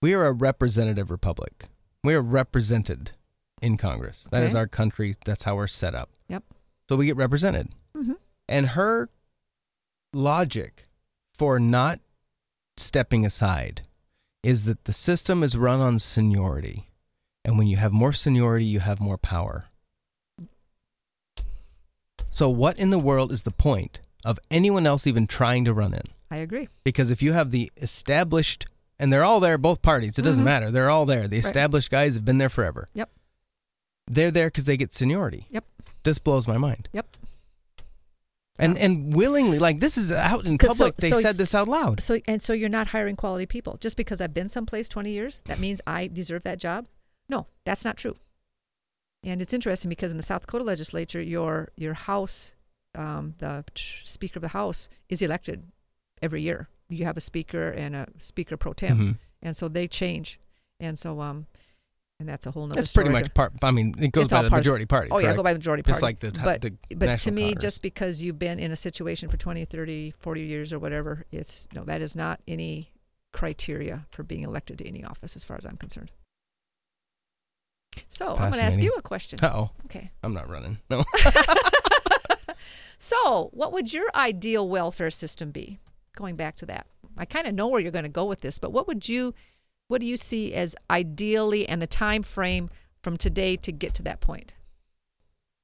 S1: we are a representative republic. We are represented in Congress. That is
S2: Okay.
S1: our country. That's how we're set up.
S2: Yep.
S1: So we get represented.
S2: mhm.
S1: And her logic for not stepping aside is that the system is run on seniority. And when you have more seniority, you have more power. So, what in the world is the point of anyone else even trying to run in?
S2: I agree.
S1: Because if you have the established, and they're all there, both parties, it doesn't
S2: Mhm.
S1: matter. They're all there. The
S2: Right.
S1: established guys have been there forever.
S2: Yep.
S1: They're there because they get seniority.
S2: Yep.
S1: This blows my mind.
S2: Yep.
S1: And and willingly, like this is out in
S2: 'Cause so-
S1: public. they
S2: so
S1: said
S2: it's-
S1: this out loud.
S2: So and so you're not hiring quality people. Just because I've been someplace 20 years, that means I deserve that job? No, that's not true. And it's interesting because in the South Dakota legislature, your your house, um, the speaker of the house is elected every year. You have a speaker and a speaker pro tem,
S1: Mhm.
S2: and so they change. And so um, and that's a whole nother.
S1: That's pretty
S2: story
S1: much part. I mean, it goes
S2: It's
S1: by
S2: all
S1: the
S2: parts-
S1: majority party.
S2: there. Oh yeah, go
S1: correct?
S2: by the majority party.
S1: Just like the,
S2: but
S1: the
S2: but to
S1: National
S2: me
S1: Congress.
S2: just because you've been in a situation for 20 30 40 years or whatever it's no that is not any criteria for being elected to any office as far as i'm concerned so i'm going to ask
S1: Fascinating.
S2: you a question
S1: Uh-oh,
S2: okay
S1: I'm not running. No.
S2: so what would your ideal welfare system be going back to that i kind of know where you're going to go with this but what would you what do you see as ideally and the time frame from today to get to that point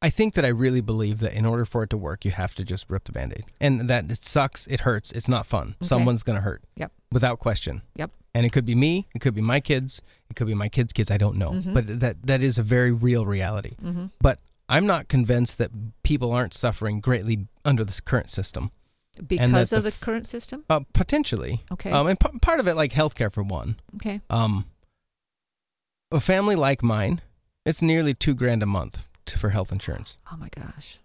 S1: I think that I really believe that in order for it to work, you have to just rip the band aid. And that it sucks, it hurts, it's not fun. Someone's going to hurt.
S2: Yep.
S1: Without question.
S2: Yep.
S1: And it could be me, it could be my kids, it could be my kids' kids, I don't know.
S2: Mm-hmm.
S1: But that that is a very real reality. But I'm not convinced that people aren't suffering greatly under this current system.
S2: because
S1: that
S2: of
S1: the
S2: the,
S1: f-
S2: current system.
S1: Uh, potentially.
S2: Okay.
S1: Um, and p- part of it, like healthcare for one.
S2: Okay.
S1: Um, a family like mine, it's nearly two grand a month t- for health insurance.
S2: Oh my gosh.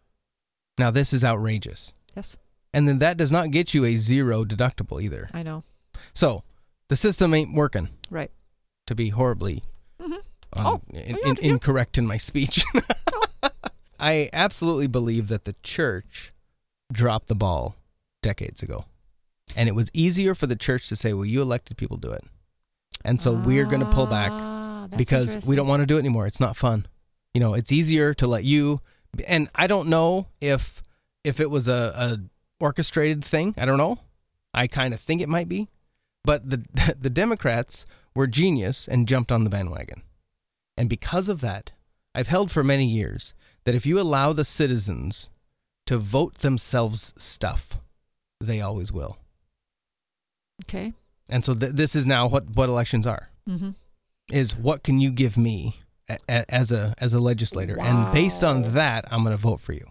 S1: Now this is outrageous,
S2: Yes,
S1: and then that does not get you a zero deductible either.
S2: I know.
S1: So the system ain't working.
S2: Right.
S1: To be horribly
S2: Mhm.
S1: um,
S2: Oh,
S1: in-
S2: yeah,
S1: in-
S2: yeah. Oh.
S1: incorrect in my speech, I absolutely believe that the church dropped the ball decades ago, and it was easier for the church to say, "Well, you elected people to do it," and so we're going to pull back.
S2: Ah, that's
S1: because we don't want to do it anymore. It's not fun. You know, it's easier to let you. And I don't know if if it was a, a orchestrated thing. I don't know. I kind of think it might be, but the the Democrats were genius and jumped on the bandwagon. And because of that, I've held for many years that if you allow the citizens to vote themselves stuff, they always will.
S2: Okay.
S1: And so th- this is now what what elections are
S2: Mm-hmm.
S1: is what can you give me a, a, as a as a legislator and based
S2: Wow.
S1: on that i'm going to vote for you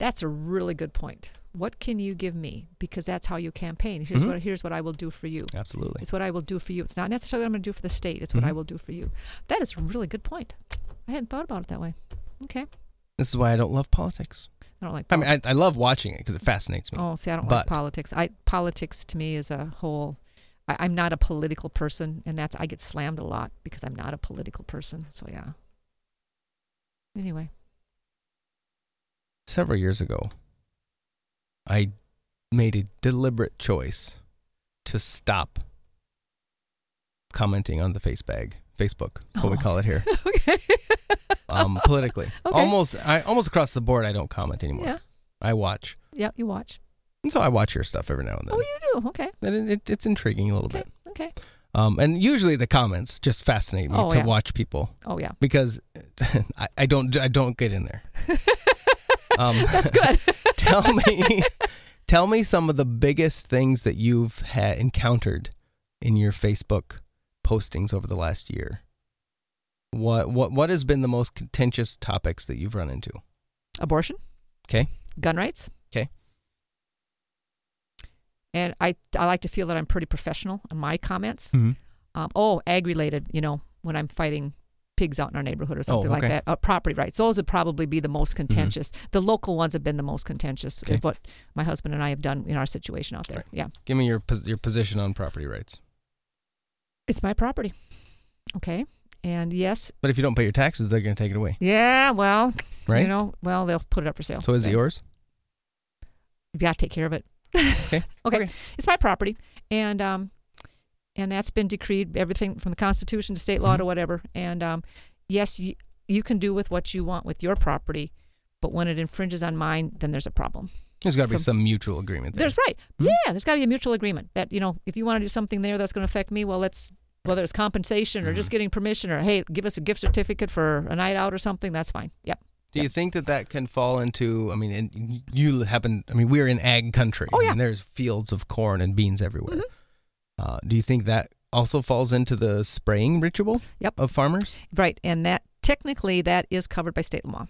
S2: That's a really good point. What can you give me? Because that's how you campaign. Here's
S1: Mhm.
S2: what here's what I will do for you.
S1: absolutely
S2: It's what I will do for you. It's not necessarily what I'm going to do for the state. It's what I
S1: Mhm.
S2: will do for you. That is a really good point. I hadn't thought about it that way. Okay.
S1: this is why i don't love politics
S2: I don't like.
S1: i mean i, I love watching it because it fascinates me
S2: Oh, see, I don't
S1: But-
S2: like politics. I politics to me is a whole. I, I'm not a political person, and that's I get slammed a lot because I'm not a political person. So yeah. Anyway,
S1: several years ago i made a deliberate choice to stop commenting on the face bag facebook what we
S2: Oh.
S1: call it here
S2: okay,
S1: um, politically
S2: Okay.
S1: almost i almost across the board i don't comment anymore
S2: yeah,
S1: i watch
S2: yeah. You watch.
S1: and so i watch your stuff every now and then
S2: Oh, you do. Okay,
S1: and it, it, it's intriguing a little
S2: okay,
S1: bit
S2: okay.
S1: Um, and usually the comments just fascinate me
S2: Oh,
S1: to
S2: yeah.
S1: watch people
S2: Oh yeah,
S1: because I, I don't I don't get in there. Um,
S2: that's good.
S1: tell me, tell me some of the biggest things that you've ha- encountered in your Facebook postings over the last year. What what what has been the most contentious topics that you've run into?
S2: Abortion.
S1: 'Kay.
S2: Gun rights.
S1: 'Kay.
S2: And I I like to feel that I'm pretty professional in my comments.
S1: Mm-hmm.
S2: um, oh ag related you know when i'm fighting pigs out in our neighborhood or something like
S1: Oh, okay. Mm-hmm.
S2: that uh, property rights those would probably be the most contentious the local ones have been the most contentious
S1: Okay.
S2: of what my husband and i have done in our situation out there
S1: Right.
S2: yeah
S1: Give me your pos- your position on property rights.
S2: it's my property okay and yes
S1: But if you don't pay your taxes, they're going to take it away,
S2: yeah well
S1: right?
S2: you know well they'll put it up for sale
S1: so is it
S2: Then
S1: yours?
S2: you gotta take care of it
S1: Okay.
S2: okay.
S1: Okay.
S2: It's my property, and um, and that's been decreed everything from the Constitution to state law to
S1: Mhm.
S2: whatever. And um, yes, you you can do with what you want with your property, but when it infringes on mine, then there's a problem.
S1: There's got to be
S2: So-
S1: some mutual agreement there.
S2: There's right, yeah. Mm-hmm. There's got to be a mutual agreement that you know if you want to do something there that's going to affect me, well, let's whether it's compensation or just getting permission or hey, give us a gift certificate for a night out or something. That's fine. Yep.
S1: Do you think that that can fall into? I mean, and you happen. I mean, we're in ag country.
S2: Oh,
S1: I
S2: yeah. Mm-hmm.
S1: mean, there's fields of corn and beans everywhere. Uh, do you think that also falls into the spraying ritual?
S2: Yep.
S1: Of farmers
S2: Right, and that technically that is covered by state law.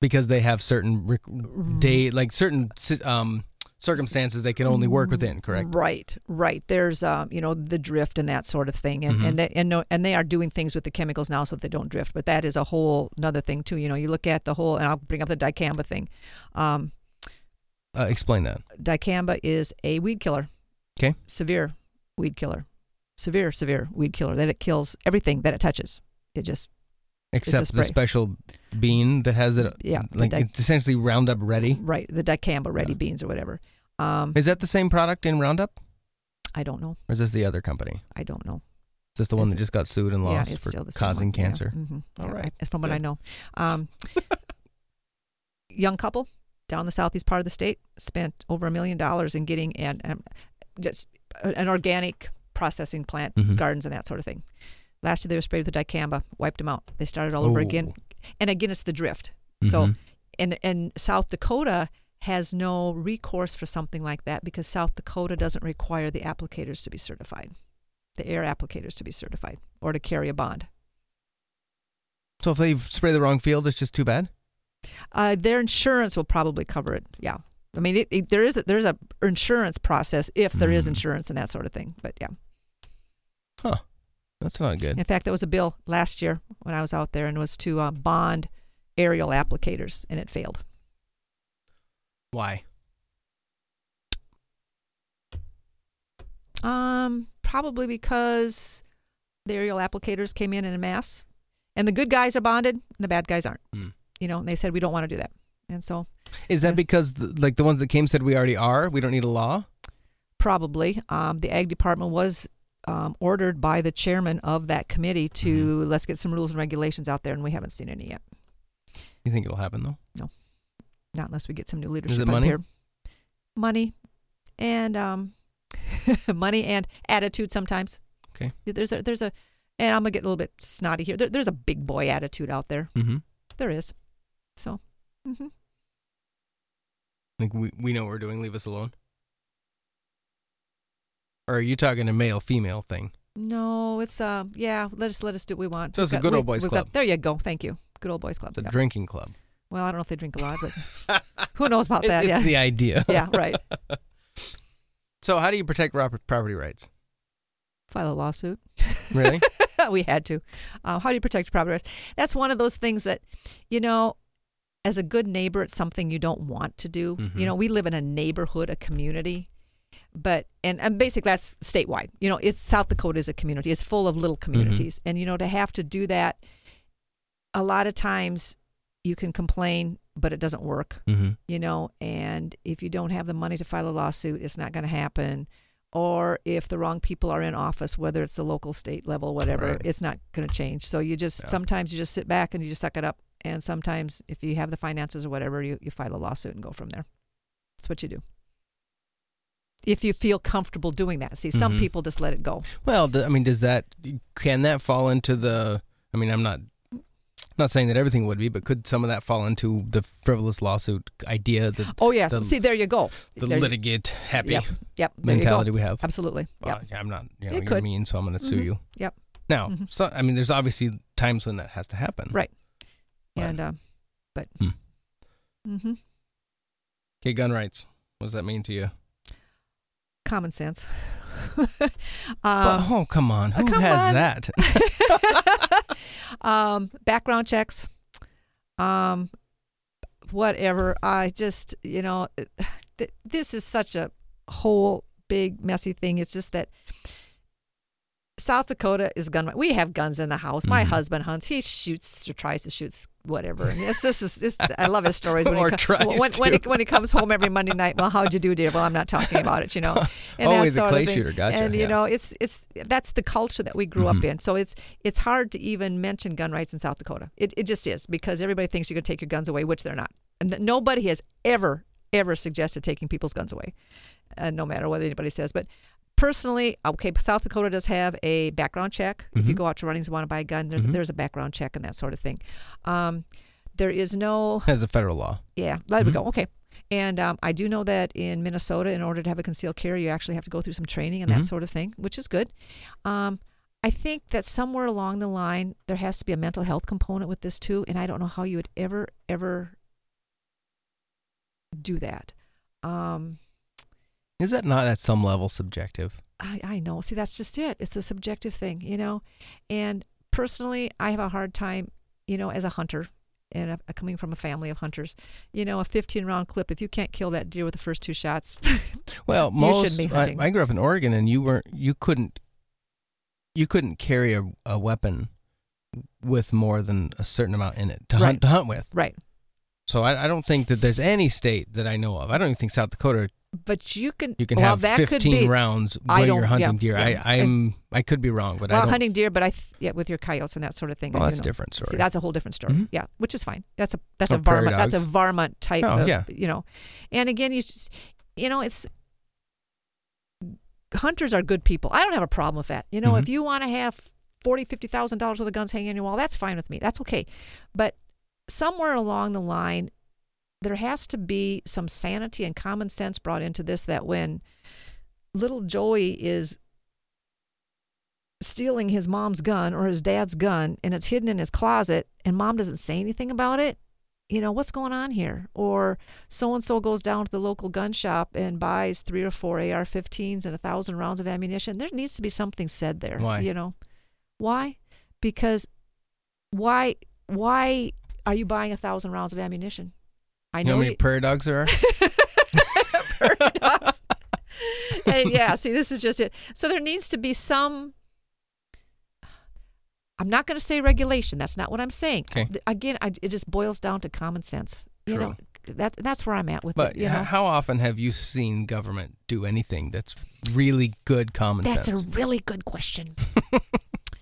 S1: because they have certain ric- day, like certain ci- um, circumstances they can only work within. Correct.
S2: Right, right. There's um, you know, the drift and that sort of thing,
S1: Mm-hmm.
S2: and and they and no, and they are doing things with the chemicals now so that they don't drift. But that is a whole another thing too. You know, you look at the whole, and I'll bring up the dicamba thing. Um, Mm-hmm.
S1: Uh, explain that.
S2: dicamba is a weed killer.
S1: 'Kay.
S2: Severe weed killer, severe, severe weed killer. That it kills everything that it touches. It just
S1: Except the
S2: spray.
S1: special bean that has it.
S2: Yeah, Mm-hmm. the
S1: Like
S2: di-
S1: it's essentially Roundup Ready.
S2: right the dicamba ready
S1: Eh. Yeah.
S2: beans or whatever. Um,
S1: Is that the same product in Roundup,
S2: I don't know.
S1: or is this the other company?
S2: I don't know.
S1: Is this the one
S2: It's-
S1: that just got sued and lost
S2: yeah, it's
S1: for
S2: still the same
S1: causing
S2: one. Yeah.
S1: cancer?
S2: Mhm.
S1: All
S2: Yeah,
S1: right.
S2: I- That's from what I
S1: Good.
S2: know. Um, young couple down the southeast part of the state spent over a million dollars in getting an um, just a- an organic processing plant,
S1: Mhm.
S2: gardens, and that sort of thing. Last year they were sprayed with the dicamba, wiped them out. They started all over
S1: Oh.
S2: again, and again it's the drift. So
S1: Mhm.
S2: and and South Dakota has no recourse for something like that because South Dakota doesn't require the applicators to be certified, the air applicators to be certified or to carry a bond.
S1: So if they spray the wrong field, it's just too bad.
S2: Uh, their insurance will probably cover it. Yeah, I mean, it, it, there is a, there's a insurance process if there is
S1: Mm.
S2: insurance and that sort of thing. But yeah,
S1: Huh. That's not good.
S2: in fact, there was a bill last year when I was out there and was to uh, bond aerial applicators, and it failed.
S1: Why?
S2: Um, probably because the aerial applicators came in in a mass, and the good guys are bonded, and the bad guys aren't.
S1: Mm.
S2: You know, and they said we don't want to do that, and so
S1: Is that because the, like the ones that came said we already are? We don't need a law.
S2: probably um, the ag department was um, ordered by the chairman of that committee to
S1: Mm-hmm.
S2: let's get some rules and regulations out there, and we haven't seen any yet.
S1: You think it'll happen though?
S2: Not unless we get some new leadership
S1: it
S2: up
S1: money?
S2: here. Money, and um, money and attitude sometimes.
S1: Okay.
S2: There's a there's a, and I'm gonna get a little bit snotty here. There, there's a big boy attitude out there.
S1: Mm-hmm.
S2: There is. So, hmm
S1: Like we we know what we're doing. Leave us alone. Or are you talking a male female thing?
S2: no, it's uh, yeah. Let us let us do what we want.
S1: So it's a
S2: got-
S1: good old boys
S2: we've got-
S1: club.
S2: there you go. Thank you. Good old boys club.
S1: It's a
S2: yeah.
S1: drinking club.
S2: Well, I don't know if they drink a lot, but who knows about that?
S1: it's
S2: yeah,
S1: the idea.
S2: yeah, right.
S1: So how do you protect rop- property rights?
S2: File a lawsuit.
S1: Really?
S2: we had to. Uh, how do you protect your property rights? That's one of those things that, you know, as a good neighbor, it's something you don't want to do.
S1: Mhm.
S2: You know, we live in a neighborhood, a community, but and and basically that's statewide. You know, it's South Dakota is a community. It's full of little communities,
S1: Mm-hmm.
S2: and you know, to have to do that, a lot of times you can complain, but it doesn't work
S1: mm-hmm.
S2: you know, and if you don't have the money to file a lawsuit, it's not going to happen. Or if the wrong people are in office, whether it's the local, state level, whatever,
S1: Right.
S2: it's not going to change. So you just
S1: Yeah.
S2: sometimes you just sit back and you just suck it up. And sometimes if you have the finances or whatever, you, you file a lawsuit and go from there. That's what you do. If you feel comfortable doing that. See, some
S1: Mhm.
S2: people just let it go.
S1: Well, d- I mean, does that can that fall into the? I mean, I'm not not saying that everything would be, but could some of that fall into the frivolous lawsuit idea that
S2: Oh, yes.
S1: The-
S2: See, there you go.
S1: the
S2: There you-
S1: litigate happy
S2: Yep. Yep. There you go.
S1: mentality we have?
S2: Absolutely. Yep.
S1: Well, I'm not. You
S2: It
S1: know, you're
S2: could.
S1: mean, so I'm going to sue
S2: Mhm.
S1: you.
S2: Yep.
S1: Now,
S2: Mhm.
S1: so, I mean, there's obviously times when that has to happen.
S2: Right.
S1: Fine.
S2: And, uh, but,
S1: Hmm.
S2: hmm
S1: Okay, gun rights. What does that mean to you?
S2: common sense.
S1: But-
S2: um,
S1: oh, come on.
S2: uh,
S1: Who
S2: come
S1: has
S2: on.
S1: that?
S2: um, background checks, um, whatever. I just, you know, th- this is such a whole big messy thing. It's just that South Dakota is gun. We have guns in the house. My
S1: Mhm.
S2: husband hunts. He shoots or tries to shoot whatever. And it's this is it's, I love his stories when,
S1: Or
S2: he, co-
S1: tries
S2: when, when
S1: to.
S2: he when he comes home every Monday night. Well, how'd you do, dear? Well, I'm not talking about it. You know, and
S1: Always
S2: that
S1: a
S2: sort
S1: clay
S2: of thing.
S1: shooter. Gotcha.
S2: And you
S1: yeah.
S2: know, it's it's that's the culture that we grew
S1: Mhm.
S2: up in. So it's it's hard to even mention gun rights in South Dakota. It it just is because everybody thinks you're going to take your guns away, which they're not. And th- nobody has ever ever suggested taking people's guns away, uh, no matter what anybody says. But personally, okay, South Dakota does have a background check. If you
S1: Mhm.
S2: go out to runnings and want to buy a gun, there's
S1: Mhm.
S2: there's a background check and that sort of thing. Um, there is no
S1: That's a federal law.
S2: yeah, there
S1: Mhm.
S2: we go. Okay. And um, I do know that in Minnesota, in order to have a concealed carry, you actually have to go through some training and
S1: Mhm.
S2: that sort of thing, which is good. Um, I think that somewhere along the line, there has to be a mental health component with this too. And I don't know how you would ever, ever do that. Um,
S1: Is that not at some level subjective?
S2: I, I know. See, that's just it. It's a subjective thing, you know. And personally, I have a hard time, you know, as a hunter and a, coming from a family of hunters, you know, a 15 round clip, if you can't kill that deer with the first two shots,
S1: Well,
S2: You should
S1: most
S2: be
S1: I,
S2: hunting.
S1: I grew up in Oregon, and you weren't you couldn't you couldn't carry a, a weapon with more than a certain amount in it to hunt
S2: Right.
S1: to hunt with.
S2: right.
S1: So I, I don't think that there's any state that I know of. I don't even think South Dakota
S2: But you can,
S1: you can
S2: well,
S1: have
S2: that could
S1: 15
S2: be,
S1: rounds
S2: I
S1: when you're
S2: don't-
S1: hunting
S2: yeah,
S1: deer.
S2: yeah.
S1: I I'm I could be wrong, but I
S2: well,
S1: don't.
S2: hunting deer, but I, th- yeah, with your coyotes and that sort of thing.
S1: well,
S2: I do
S1: that's
S2: know.
S1: different story.
S2: See, that's a whole different story.
S1: Mhm.
S2: Yeah, which is fine. That's a that's
S1: Or
S2: a
S1: prairie
S2: varmint that's a
S1: dogs.
S2: varmint type
S1: Oh,
S2: of
S1: yeah.
S2: you know. And again, you just you know, it's hunters are good people. I don't have a problem with that. You know,
S1: Mhm.
S2: if you want to have forty, fifty thousand dollars worth of guns hanging on your wall, that's fine with me. That's okay. But somewhere along the line, there has to be some sanity and common sense brought into this that when little Joey is stealing his mom's gun or his dad's gun and it's hidden in his closet and mom doesn't say anything about it, you know, what's going on here? Or so and so goes down to the local gun shop and buys three or four AR 15s and a thousand rounds of ammunition. There needs to be something said there.
S1: Why?
S2: You know, why? Because why, why are you buying a thousand rounds of ammunition? I
S1: You know how
S2: know
S1: many
S2: you-
S1: prairie dogs there are?
S2: and yeah, see, this is just it. So there needs to be some. I'm not going to say regulation. That's not what I'm saying.
S1: Okay.
S2: Th- Again, I, it just boils down to common sense. You know, that that's where I'm at with
S1: But
S2: it. You
S1: h-
S2: know,
S1: how often have you seen government do anything that's really good common
S2: that's
S1: sense?
S2: a really good question.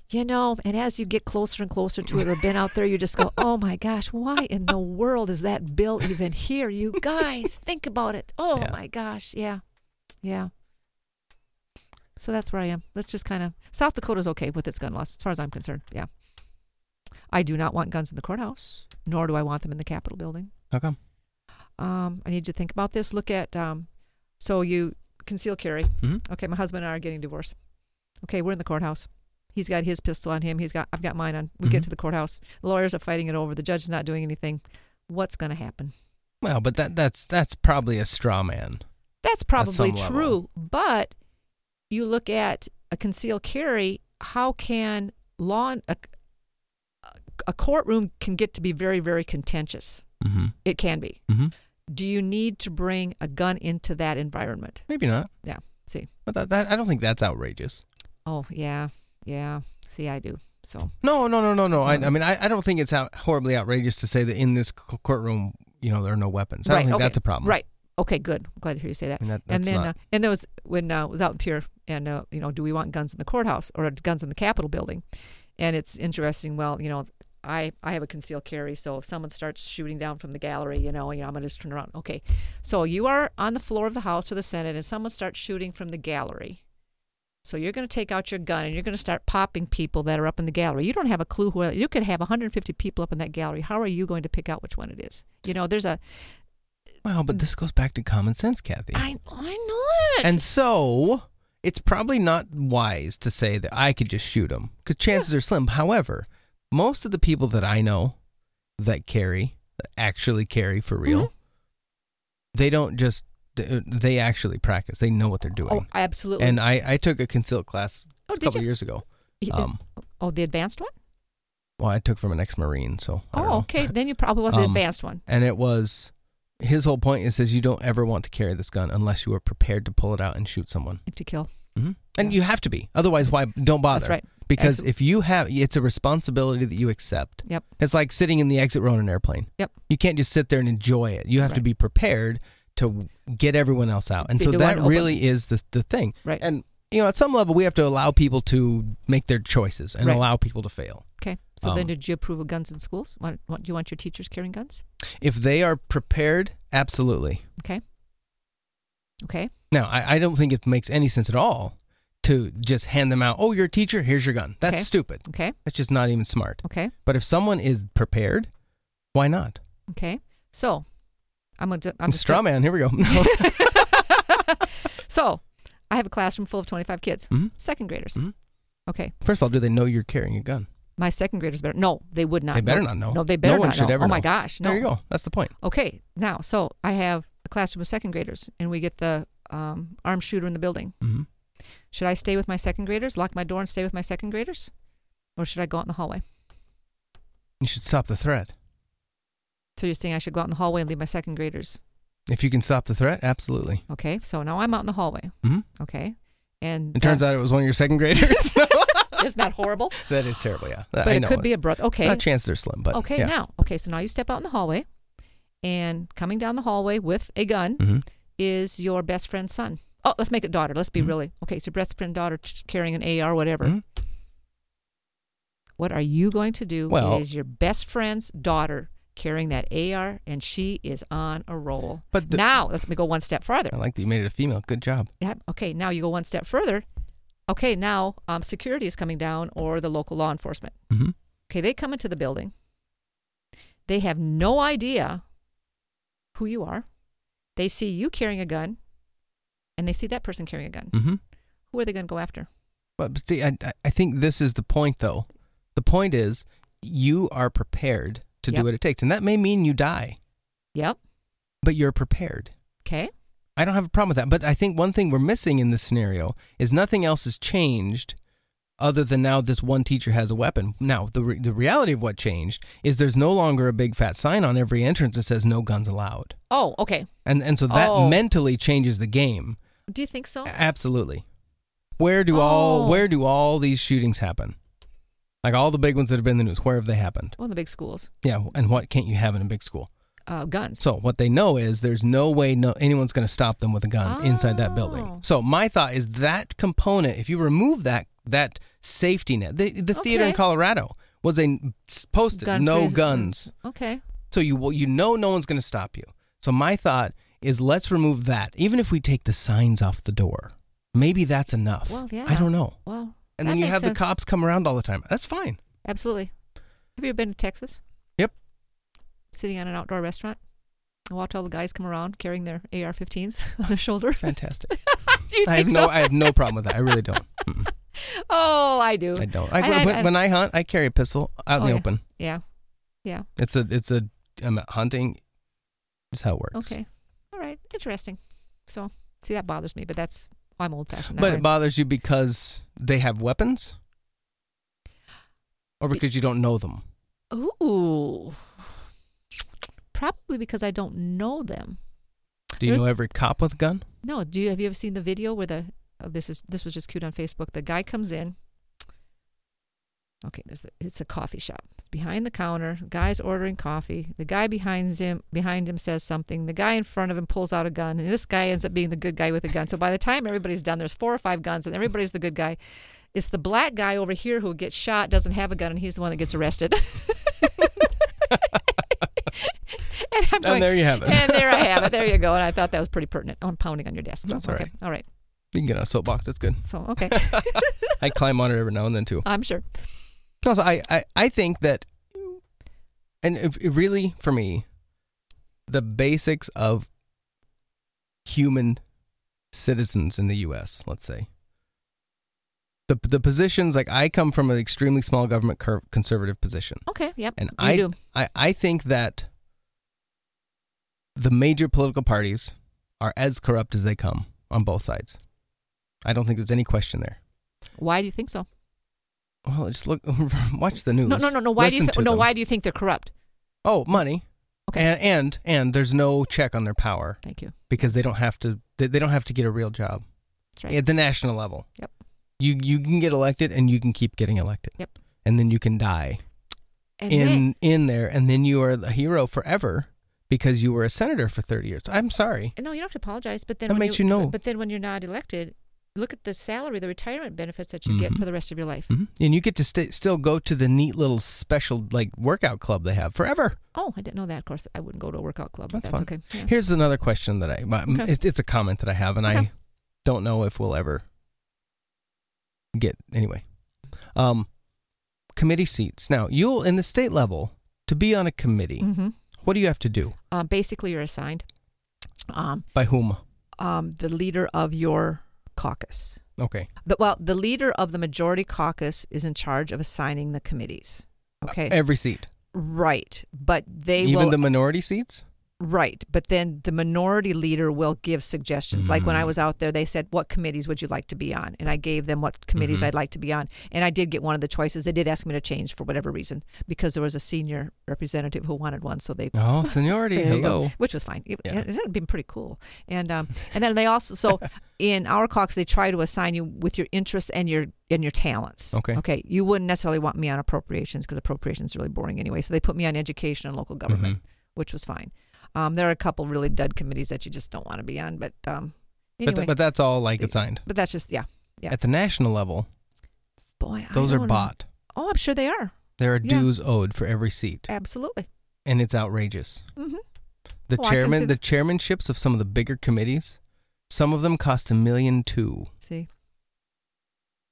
S2: you know, and as you get closer and closer to it or been out there, you just go, "Oh my gosh, why in the world is that bill even here? You guys, think about it. Oh
S1: Yeah.
S2: my gosh, yeah, yeah." So that's where I am. Let's just kind of South Dakota's okay with its gun laws, as far as I'm concerned. Yeah, I do not want guns in the courthouse, nor do I want them in the Capitol building
S1: how come?
S2: um, I need you to think about this. Look at, um, so you conceal carry.
S1: Mhm.
S2: Okay, my husband and I are getting divorced. Okay, we're in the courthouse. He's got his pistol on him. He's got, I've got mine on. We
S1: Mhm.
S2: get to the courthouse. The lawyers are fighting it over. The judge is not doing anything. What's going to happen?
S1: Well, but that that's that's probably a straw man.
S2: That's probably
S1: some level.
S2: true, but you look at a concealed carry. How can law a, a courtroom can get to be very, very contentious?
S1: Mm-hmm.
S2: It can be.
S1: Mm-hmm.
S2: Do you need to bring a gun into that environment?
S1: Maybe not.
S2: Yeah. See.
S1: But that, that I don't think that's outrageous.
S2: Oh yeah, yeah. See, I do. So
S1: No, no, no, no, no. I,
S2: Um,
S1: I mean, I, I don't think it's out, horribly outrageous to say that in this c- courtroom, you know, there are no weapons. I
S2: right,
S1: don't think
S2: okay.
S1: that's a problem.
S2: Right. Okay. Good. I'm glad to hear you say that.
S1: I mean, that, that's
S2: and then,
S1: not.
S2: uh, and there was when uh, was out in Pierre, and uh, you know, do we want guns in the courthouse or guns in the Capitol building? And it's interesting. Well, you know, I I have a concealed carry, so if someone starts shooting down from the gallery, you know, you know, I'm gonna just turn around. Okay, so you are on the floor of the House or the Senate, and someone starts shooting from the gallery. So you're going to take out your gun and you're going to start popping people that are up in the gallery. You don't have a clue who. You could have 150 people up in that gallery. How are you going to pick out which one it is? You know, there's a.
S1: well, but this goes back to common sense, Kathy.
S2: I I know it.
S1: And so it's probably not wise to say that I could just shoot them because chances are slim. However, most of the people that I know that carry, that actually carry for real,
S2: Mhm.
S1: they don't just, they- they actually practice. They know what they're doing.
S2: oh, absolutely.
S1: And I, I took a concealed class
S2: oh,
S1: a
S2: did
S1: couple
S2: you?
S1: years ago.
S2: You-
S1: Um,
S2: oh, the advanced one.
S1: well, I took from an ex-marine, so I don't
S2: Oh,
S1: know.
S2: okay. Then you probably was the
S1: Um,
S2: advanced one.
S1: And it was his whole point is says you don't ever want to carry this gun unless you are prepared to pull it out and shoot someone.
S2: To kill.
S1: hmm And
S2: Mm-hmm. Yeah.
S1: you have to be, otherwise, why don't bother?
S2: That's right.
S1: Because
S2: Absolute-
S1: if you have, it's a responsibility that you accept.
S2: Yep.
S1: It's like sitting in the exit row on an airplane.
S2: Yep.
S1: You can't just sit there and enjoy it. You have to
S2: Right.
S1: be prepared to get everyone else out. And
S2: Be
S1: so
S2: the
S1: that
S2: one open.
S1: really is the the thing.
S2: Right.
S1: And you know, at some level, we have to allow people to make their choices and
S2: Right.
S1: allow people to fail.
S2: Okay. So
S1: um,
S2: then, did you approve of guns in schools? Want, want you want your teachers carrying guns?
S1: If they are prepared, absolutely.
S2: Okay. Okay.
S1: Now, I, I don't think it makes any sense at all to just hand them out. Oh, you're a teacher. Here's your gun. That's
S2: Okay.
S1: stupid.
S2: Okay.
S1: That's just not even smart.
S2: Okay.
S1: But if someone is prepared, why not?
S2: Okay. So, I'm gonna. I'm
S1: I'm
S2: just
S1: straw
S2: gonna-
S1: man. Here we go. No.
S2: So, I have a classroom full of 25 kids,
S1: Mhm.
S2: second graders.
S1: Mhm.
S2: Okay.
S1: First of all, do they know you're carrying a gun?
S2: My second graders better. No, they would not.
S1: They better
S2: know.
S1: not know.
S2: No, they better
S1: No one
S2: not
S1: should
S2: know.
S1: ever
S2: oh my
S1: know.
S2: gosh. No.
S1: There you go. That's the point.
S2: Okay, now, so I have a classroom of second graders, and we get the um, armed shooter in the building.
S1: hmm
S2: Should I stay with my second graders, lock my door, and stay with my second graders, or should I go out in the hallway?
S1: You should stop the threat.
S2: So you're saying I should go out in the hallway and leave my second graders?
S1: If you can stop the threat, absolutely.
S2: Okay, so now I'm out in the hallway.
S1: Mhm.
S2: Okay, and
S1: It turns out it was one of your second graders.
S2: isn't that horrible?
S1: that is terrible. Yeah,
S2: But
S1: I
S2: it
S1: know.
S2: could be a brother. Okay,
S1: Uh, chances are slim, but
S2: okay,
S1: yeah.
S2: now, okay, so now you step out in the hallway, and coming down the hallway with a gun
S1: Mhm.
S2: is your best friend's son. Oh, let's make it daughter. Let's be
S1: Mhm.
S2: really okay. So best friend daughter ch- carrying an AR, whatever.
S1: Mhm.
S2: What are you going to do?
S1: Well-
S2: it is your best friend's daughter carrying that AR, and she is on a roll.
S1: But the-
S2: now let's go one step farther.
S1: I like that you made it a female. Good job.
S2: Yeah, okay, now you go one step further. Okay, now um, security is coming down, or the local law enforcement.
S1: Mm-hmm.
S2: Okay, they come into the building. They have no idea who you are. They see you carrying a gun, and they see that person carrying a gun.
S1: Mm-hmm.
S2: Who are they going to go after?
S1: But but see, I, I- I think this is the point, though. The point is you are prepared to
S2: Yep.
S1: do what it takes. And that may mean you die,
S2: Yep.
S1: but you're prepared.
S2: Okay.
S1: I don't have a problem with that. But I think one thing we're missing in this scenario is nothing else has changed other than now this one teacher has a weapon. Now, the, re- the reality of what changed is there's no longer a big fat sign on every entrance that says no guns allowed.
S2: Oh, okay.
S1: And, and so that
S2: Oh.
S1: mentally changes the game.
S2: Do you think so?
S1: Absolutely. Where do all
S2: Oh.
S1: where do all these shootings happen? Like all the big ones that have been in the news, where have they happened?
S2: One of the big schools,
S1: Yeah, and what can't you have in a big school?
S2: uh, guns.
S1: So what they know is there's no way no anyone's going to stop them with a gun inside that
S2: Oh.
S1: building. So my thought is that component, if you remove that that safety net, the, the theater in
S2: Okay.
S1: Colorado was a posted no
S2: free-
S1: guns.
S2: Okay.
S1: So you well, you know no one's going to stop you. So my thought is let's remove that. Even if we take the signs off the door, maybe that's enough.
S2: Well, yeah.
S1: I don't know.
S2: Well,
S1: And
S2: that
S1: then you
S2: makes
S1: have
S2: sense.
S1: the cops come around all the time. That's fine.
S2: Absolutely. Have you ever been to Texas?
S1: Yep.
S2: Sitting at an outdoor restaurant, and watch all the guys come around carrying their AR-15s on their shoulder.
S1: Fantastic.
S2: Do you
S1: I have
S2: think
S1: no
S2: so?
S1: I have no problem with that. I really don't. Mm-mm.
S2: oh, I do.
S1: I don't. I,
S2: And I-
S1: when,
S2: I-
S1: when I hunt, I carry a pistol out in
S2: Oh,
S1: the
S2: yeah.
S1: open.
S2: yeah.
S1: It's a it's a I'm out hunting. Is how it works.
S2: Okay. All right. Interesting. So, see, that bothers me, but that's I'm old-fashioned. that
S1: But
S2: way.
S1: it bothers you because they have weapons, or
S2: Be-
S1: because you don't know them.
S2: Ooh. Probably because I don't know them.
S1: Do you
S2: There's-
S1: know every cop with a gun?
S2: No, do you have you ever seen the video where the oh, this is this was just cute on Facebook. The guy comes in. Okay, there's a, it's a coffee shop. It's behind the counter. The guy's ordering coffee. The guy behind him behind him says something. The guy in front of him pulls out a gun, and this guy ends up being the good guy with a gun. So by the time everybody's done, there's four or five guns, and everybody's the good guy. It's the black guy over here who gets shot, doesn't have a gun, and he's the one that gets arrested. and I'm going,
S1: and there you have it.
S2: and there I have it. There you go. And I thought that was pretty pertinent. Oh, I'm pounding on your desk.
S1: That's all
S2: okay.
S1: right.
S2: All right.
S1: you can get on a soapbox. That's good.
S2: So okay,
S1: I climb on it every now and then too.
S2: I'm sure.
S1: No, so I, I, I think that, and it, it really, for me, the basics of human citizens in the U.S., let's say, the, the positions, like I come from an extremely small government cur- conservative position.
S2: Okay. Yep.
S1: And
S2: you
S1: I,
S2: do.
S1: I, I think that the major political parties are as corrupt as they come on both sides. I don't think there's any question there.
S2: Why do you think so?
S1: Well, just look, watch the news.
S2: No, no, no, no. Why do
S1: Listen
S2: you th-
S1: to
S2: no?
S1: them.
S2: Why do you think they're corrupt?
S1: Oh, money.
S2: Okay.
S1: And, and and there's no check on their power
S2: Thank you.
S1: because they don't have to they, they don't have to get a real job
S2: That's right.
S1: at the national level.
S2: Yep.
S1: You you can get elected and you can keep getting elected.
S2: Yep.
S1: And then you can die
S2: And
S1: in in there and then you are the hero forever because you were a senator for 30 years. I'm sorry.
S2: then- no, you don't have to apologize. But then
S1: That
S2: when
S1: makes you know.
S2: But, but then when you're not elected, look at the salary, the retirement benefits that you get
S1: Mhm.
S2: for the rest of your life.
S1: Mhm. And you get to st- still go to the neat little special like workout club they have forever.
S2: Oh, I didn't know that. Of course, I wouldn't go to a workout club. But
S1: Mm-hmm. That's
S2: that's, okay. Yeah.
S1: Here's another question that I, my, m-
S2: Okay.
S1: it's, it's a comment that I have, and I
S2: Okay.
S1: don't know if we'll ever get anyway. Um, committee seats. Now, you'll in the state level to be on a committee.
S2: hmm
S1: What do you have to do?
S2: Um, basically, you're assigned um,
S1: By whom?
S2: um, the leader of your caucus.
S1: Okay.
S2: The, well, the leader of the majority caucus is in charge of assigning the committees. Okay,
S1: Every seat,
S2: right. But they
S1: even
S2: will
S1: the minority seats.
S2: right. But then the minority leader will give suggestions. Like when I
S1: Mm.
S2: was out there, they said, "What committees would you like to be on?" And I gave them what committees
S1: Mhm.
S2: I'd like to be on. And I did get one of the choices. They did ask me to change for whatever reason because there was a senior representative who wanted one, so they
S1: Oh, seniority.
S2: There you go.
S1: Hello.
S2: which was fine. It,
S1: Yeah.
S2: it had been pretty cool. And um, and then they also so in our caucus they try to assign you with your interests and your and your talents.
S1: Okay.
S2: Okay. You wouldn't necessarily want me on appropriations because appropriations is really boring anyway. So they put me on education and local government,
S1: Mhm.
S2: which was fine. Um, there are a couple really dud committees that you just don't want to be on, but um,
S1: But,
S2: anyway.
S1: th- but that's all like
S2: The-
S1: assigned
S2: but that's just yeah. Yeah.
S1: at the national level.
S2: Boy, I
S1: Those are
S2: don't know.
S1: bought.
S2: Oh, I'm sure they are.
S1: There are
S2: Yeah.
S1: dues owed for every seat,
S2: Absolutely.
S1: and it's outrageous.
S2: hmm
S1: The
S2: Oh, I can
S1: chairman,
S2: see
S1: the chairmanships of some of the bigger committees, some of them cost a million two
S2: See.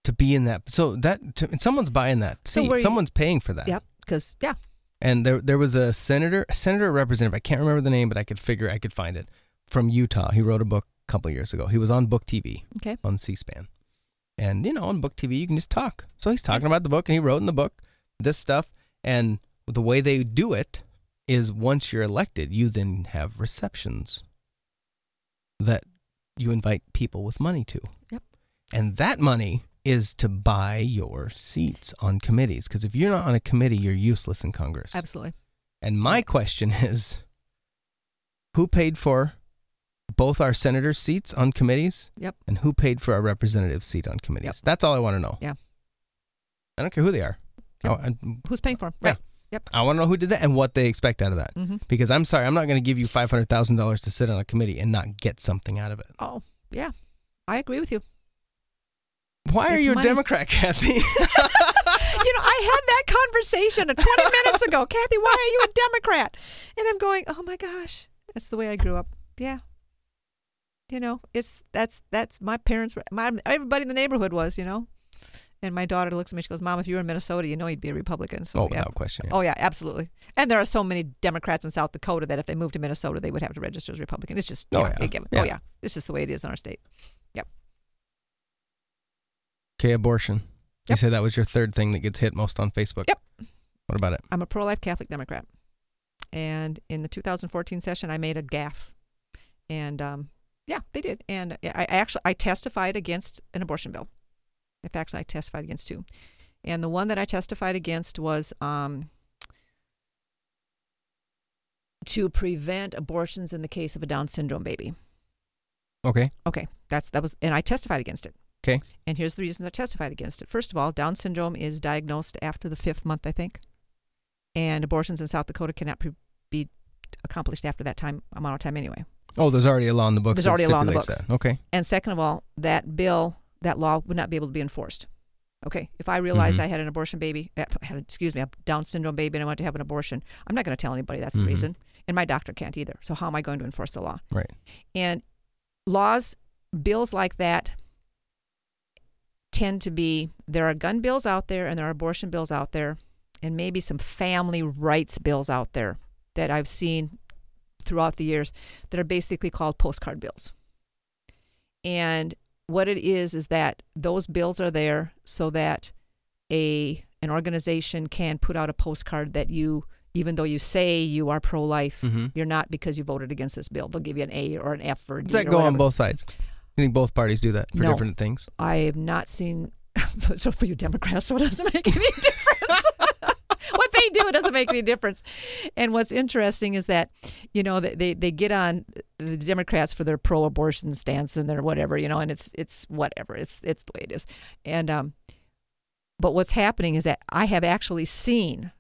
S1: to be in that. So that to, and somemeone's buying that
S2: So
S1: seat.
S2: where you-
S1: someone's paying for that.
S2: Yep. Because yeah,
S1: and there there was a senator, a senator or representative. I can't remember the name, but I could figure I could find it from Utah. He wrote a book a couple years ago. He was on Book TV
S2: Okay.
S1: on C-SPAN, and you know on Book TV you can just talk. So he's talking about the book, and he wrote in the book this stuff, and the way they do it is once you're elected, you then have receptions that you invite people with money to.
S2: Yep.
S1: And that money is to buy your seats on committees. Because if you're not on a committee, you're useless in Congress.
S2: Absolutely.
S1: And my question is who paid for both our senators' seats on committees?
S2: Yep.
S1: And who paid for our representative seat on committees?
S2: Yep.
S1: That's all I want to know.
S2: Yeah.
S1: I don't care who they are.
S2: Yep.
S1: Oh, I, I-
S2: Who's paying for them?
S1: Yeah.
S2: Right. Yep.
S1: I want to know who did that and what they expect out of that.
S2: Mm-hmm.
S1: Because I'm sorry, I'm not going to give you $500,000 to sit on a committee and not get something out of it.
S2: Oh, yeah. I agree with you.
S1: Why are
S2: It's
S1: you a
S2: money.
S1: Democrat, Kathy?
S2: you know, I had that conversation 20 minutes ago. Kathy, why are you a Democrat? And I'm going, oh my gosh, that's the way I grew up. Yeah. You know, it's that's that's my parents, were, my everybody in the neighborhood was, you know. And my daughter looks at me, she goes, Mom, if you were in Minnesota, you know you'd be a Republican. So,
S1: oh,
S2: yeah.
S1: without question.
S2: Oh, yeah, absolutely. And there are so many Democrats in South Dakota that if they moved to Minnesota, they would have to register as Republican. It's just,
S1: Oh,
S2: yeah,
S1: yeah.
S2: they give it.
S1: Yeah.
S2: Oh, yeah. It's just the way it is in our state.
S1: Okay, abortion. You
S2: Yep.
S1: said that was your third thing that gets hit most on Facebook.
S2: Yep.
S1: What about it?
S2: I'm a pro-life Catholic Democrat, and in the 2014 session, I made a gaffe, and um, yeah, they did. And I I actually I testified against an abortion bill. In fact, I testified against two, and the one that I testified against was um, to prevent abortions in the case of a Down syndrome baby.
S1: Okay.
S2: Okay, that's that was, and I testified against it.
S1: Okay.
S2: And here's the reasons I testified against it. First of all, Down syndrome is diagnosed after the fifth month, I think, and abortions in South Dakota cannot pre- be accomplished after that time amount of time anyway.
S1: Oh, there's already a law in the books.
S2: There's
S1: that
S2: already a law in the
S1: stipulates
S2: books.
S1: that. Okay.
S2: And second of all, that bill, that law would not be able to be enforced. Okay, if I realized
S1: Mhm.
S2: I had an abortion baby, uh, had, excuse me, a Down syndrome baby, and I wanted to have an abortion, I'm not going to tell anybody that's
S1: Mhm.
S2: the reason, and my doctor can't either. So how am I going to enforce the law?
S1: Right.
S2: And laws, bills like that tend to be there are gun bills out there and there are abortion bills out there and maybe some family rights bills out there that I've seen throughout the years that are basically called postcard bills. And what it is is that those bills are there so that a an organization can put out a postcard that you even though you say you are pro-life
S1: Mm-hmm.
S2: you're not because you voted against this bill. They'll give you an A or an F or a D.
S1: Does that
S2: or
S1: go on
S2: whatever.
S1: both sides? You think both parties do that for
S2: No.
S1: different things?
S2: I have not seen. so for you Democrats, so it doesn't make any difference. what they do, it doesn't make any difference. And what's interesting is that, you know, they- they they get on the Democrats for their pro-abortion stance and their whatever, you know, and it's it's whatever. It's it's the way it is. And um, but what's happening is that I have actually seen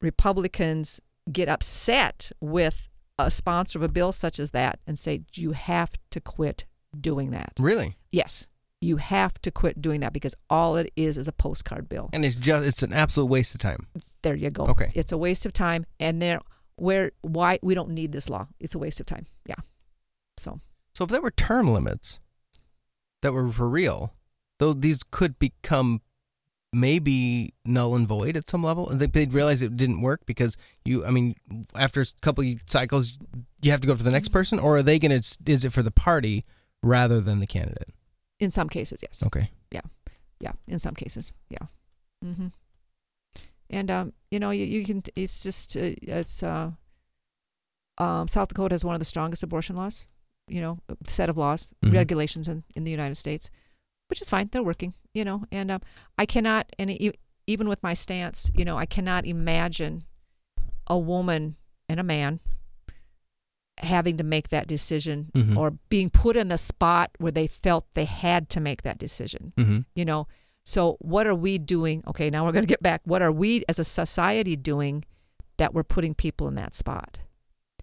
S2: Republicans get upset with a sponsor of a bill such as that and say, you have to quit doing that.
S1: Really?
S2: Yes. You have to quit doing that because all it is is a postcard bill.
S1: And it's just it's an absolute waste of time.
S2: There you go.
S1: Okay.
S2: It's a waste of time and there where why we don't need this law. It's a waste of time. Yeah. So
S1: So if there were term limits that were for real, though these could become maybe null and void at some level, and they- they'd realize it didn't work because you, I mean, after a couple of cycles, you have to go for the
S2: Mm-hmm.
S1: next person, or are they going to? Is it for the party rather than the candidate?
S2: in some cases, yes.
S1: Okay.
S2: Yeah. In some cases. Yeah. Mm-hmm. And um, you know, you, you can it's just uh, it's uh um, South Dakota has one of the strongest abortion laws, you know, uh, set of laws,
S1: Mhm.
S2: regulations in, in the United States, which is fine. They're working, you know, and um, I cannot, and e- even with my stance, you know, I cannot imagine a woman and a man having to make that decision
S1: Mhm.
S2: or being put in the spot where they felt they had to make that decision,
S1: Mm-hmm.
S2: you know. So, what are we doing? Okay, now we're going to get back. What are we as a society doing that we're putting people in that spot?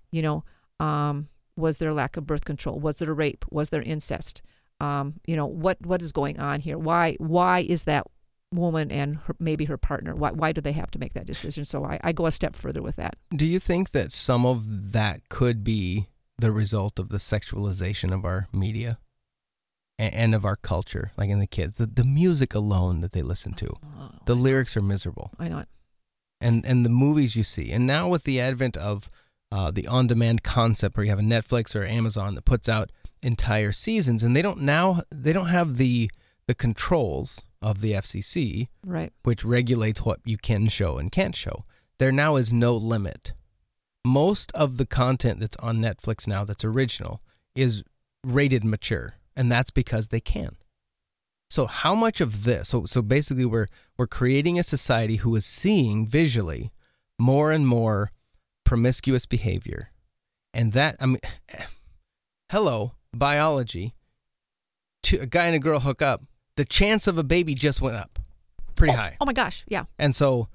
S2: you know um, was there lack of birth control was there rape was there incest um, you know what what is going on here why why is that woman and her, maybe her partner why, why do they have to make that decision so I, I go a step further with that
S1: Do you think that some of that could be the result of the sexualization of our media a- and of our culture, like in the kids? The, the music alone that they listen to, the lyrics are miserable.
S2: i know it
S1: and and the movies you see. And now with the advent of uh, the on-demand concept, where you have a Netflix or Amazon that puts out entire seasons, and they don't now they don't have the the controls of the FCC,
S2: Right.
S1: which regulates what you can show and can't show. There now is no limit. Most of the content that's on Netflix now that's original is rated mature, and that's because they can. So how much of this? So so basically, we're we're creating a society who is seeing visually more and more promiscuous behavior, and that I mean, hello biology. Two, a guy and a girl hook up. The chance of a baby just went up, pretty
S2: oh,
S1: high.
S2: Oh my gosh. Yeah.
S1: And so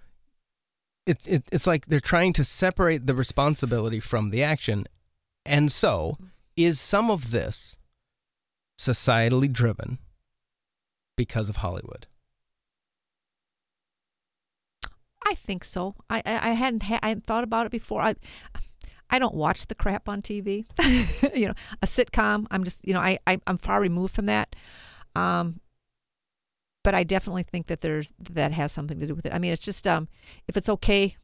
S1: it, it it's like they're trying to separate the responsibility from the action. And so is some of this societally driven because of Hollywood?
S2: I think so. I I, I hadn't ha- I hadn't thought about it before. I I don't watch the crap on TV. you know, a sitcom. I'm just you know I, I I'm far removed from that. Um, but I definitely think that there's that has something to do with it. I mean, it's just um, if it's okay,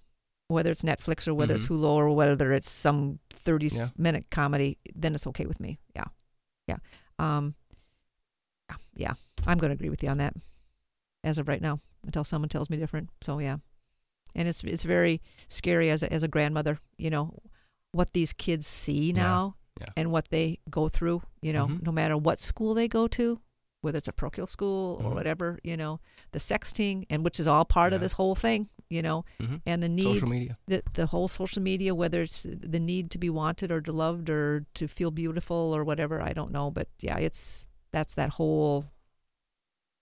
S2: whether it's Netflix or whether it's Hulu or whether it's some thirty
S1: Yeah.
S2: minute comedy, then it's okay with me. Yeah, yeah. Um, yeah, yeah. I'm going to agree with you on that. As of right now, until someone tells me different. So yeah and it's it's very scary as a, as a grandmother you know what these kids see
S1: Yeah,
S2: now
S1: yeah.
S2: and what they go through you know
S1: Mhm.
S2: no matter what school they go to whether it's a parochial school or
S1: Mhm.
S2: whatever you know the sexting and which is all part of
S1: Yeah.
S2: this whole thing you know
S1: Mhm.
S2: and the need
S1: Social media.
S2: the, the whole social media whether it's the need to be wanted or to loved or to feel beautiful or whatever i don't know but yeah it's that's that whole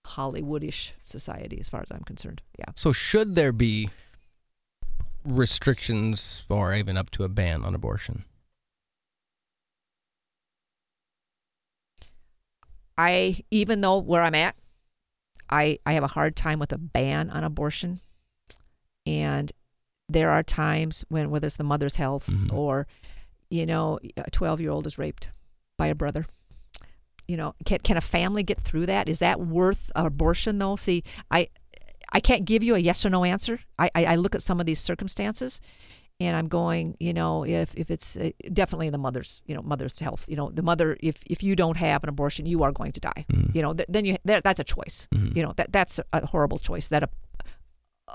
S2: hollywoodish society as far as i'm concerned yeah
S1: So should there be restrictions or even up to a ban on abortion?
S2: I even though where I'm at, I I have a hard time with a ban on abortion. And there are times when whether it's the mother's health
S1: Mhm.
S2: or you know, a 12-year-old is raped by a brother. You know, can can a family get through that? Is that worth an abortion though? See, I I can't give you a yes or no answer. I, I, I look at some of these circumstances and I'm going, you know, if, if it's uh, definitely the mother's, you know, mother's health, you know, the mother, if, if you don't have an abortion, you are going to die,
S1: Mhm.
S2: you know, th- then you, that, that's a choice,
S1: Mhm.
S2: you know, that, that's a horrible choice that a,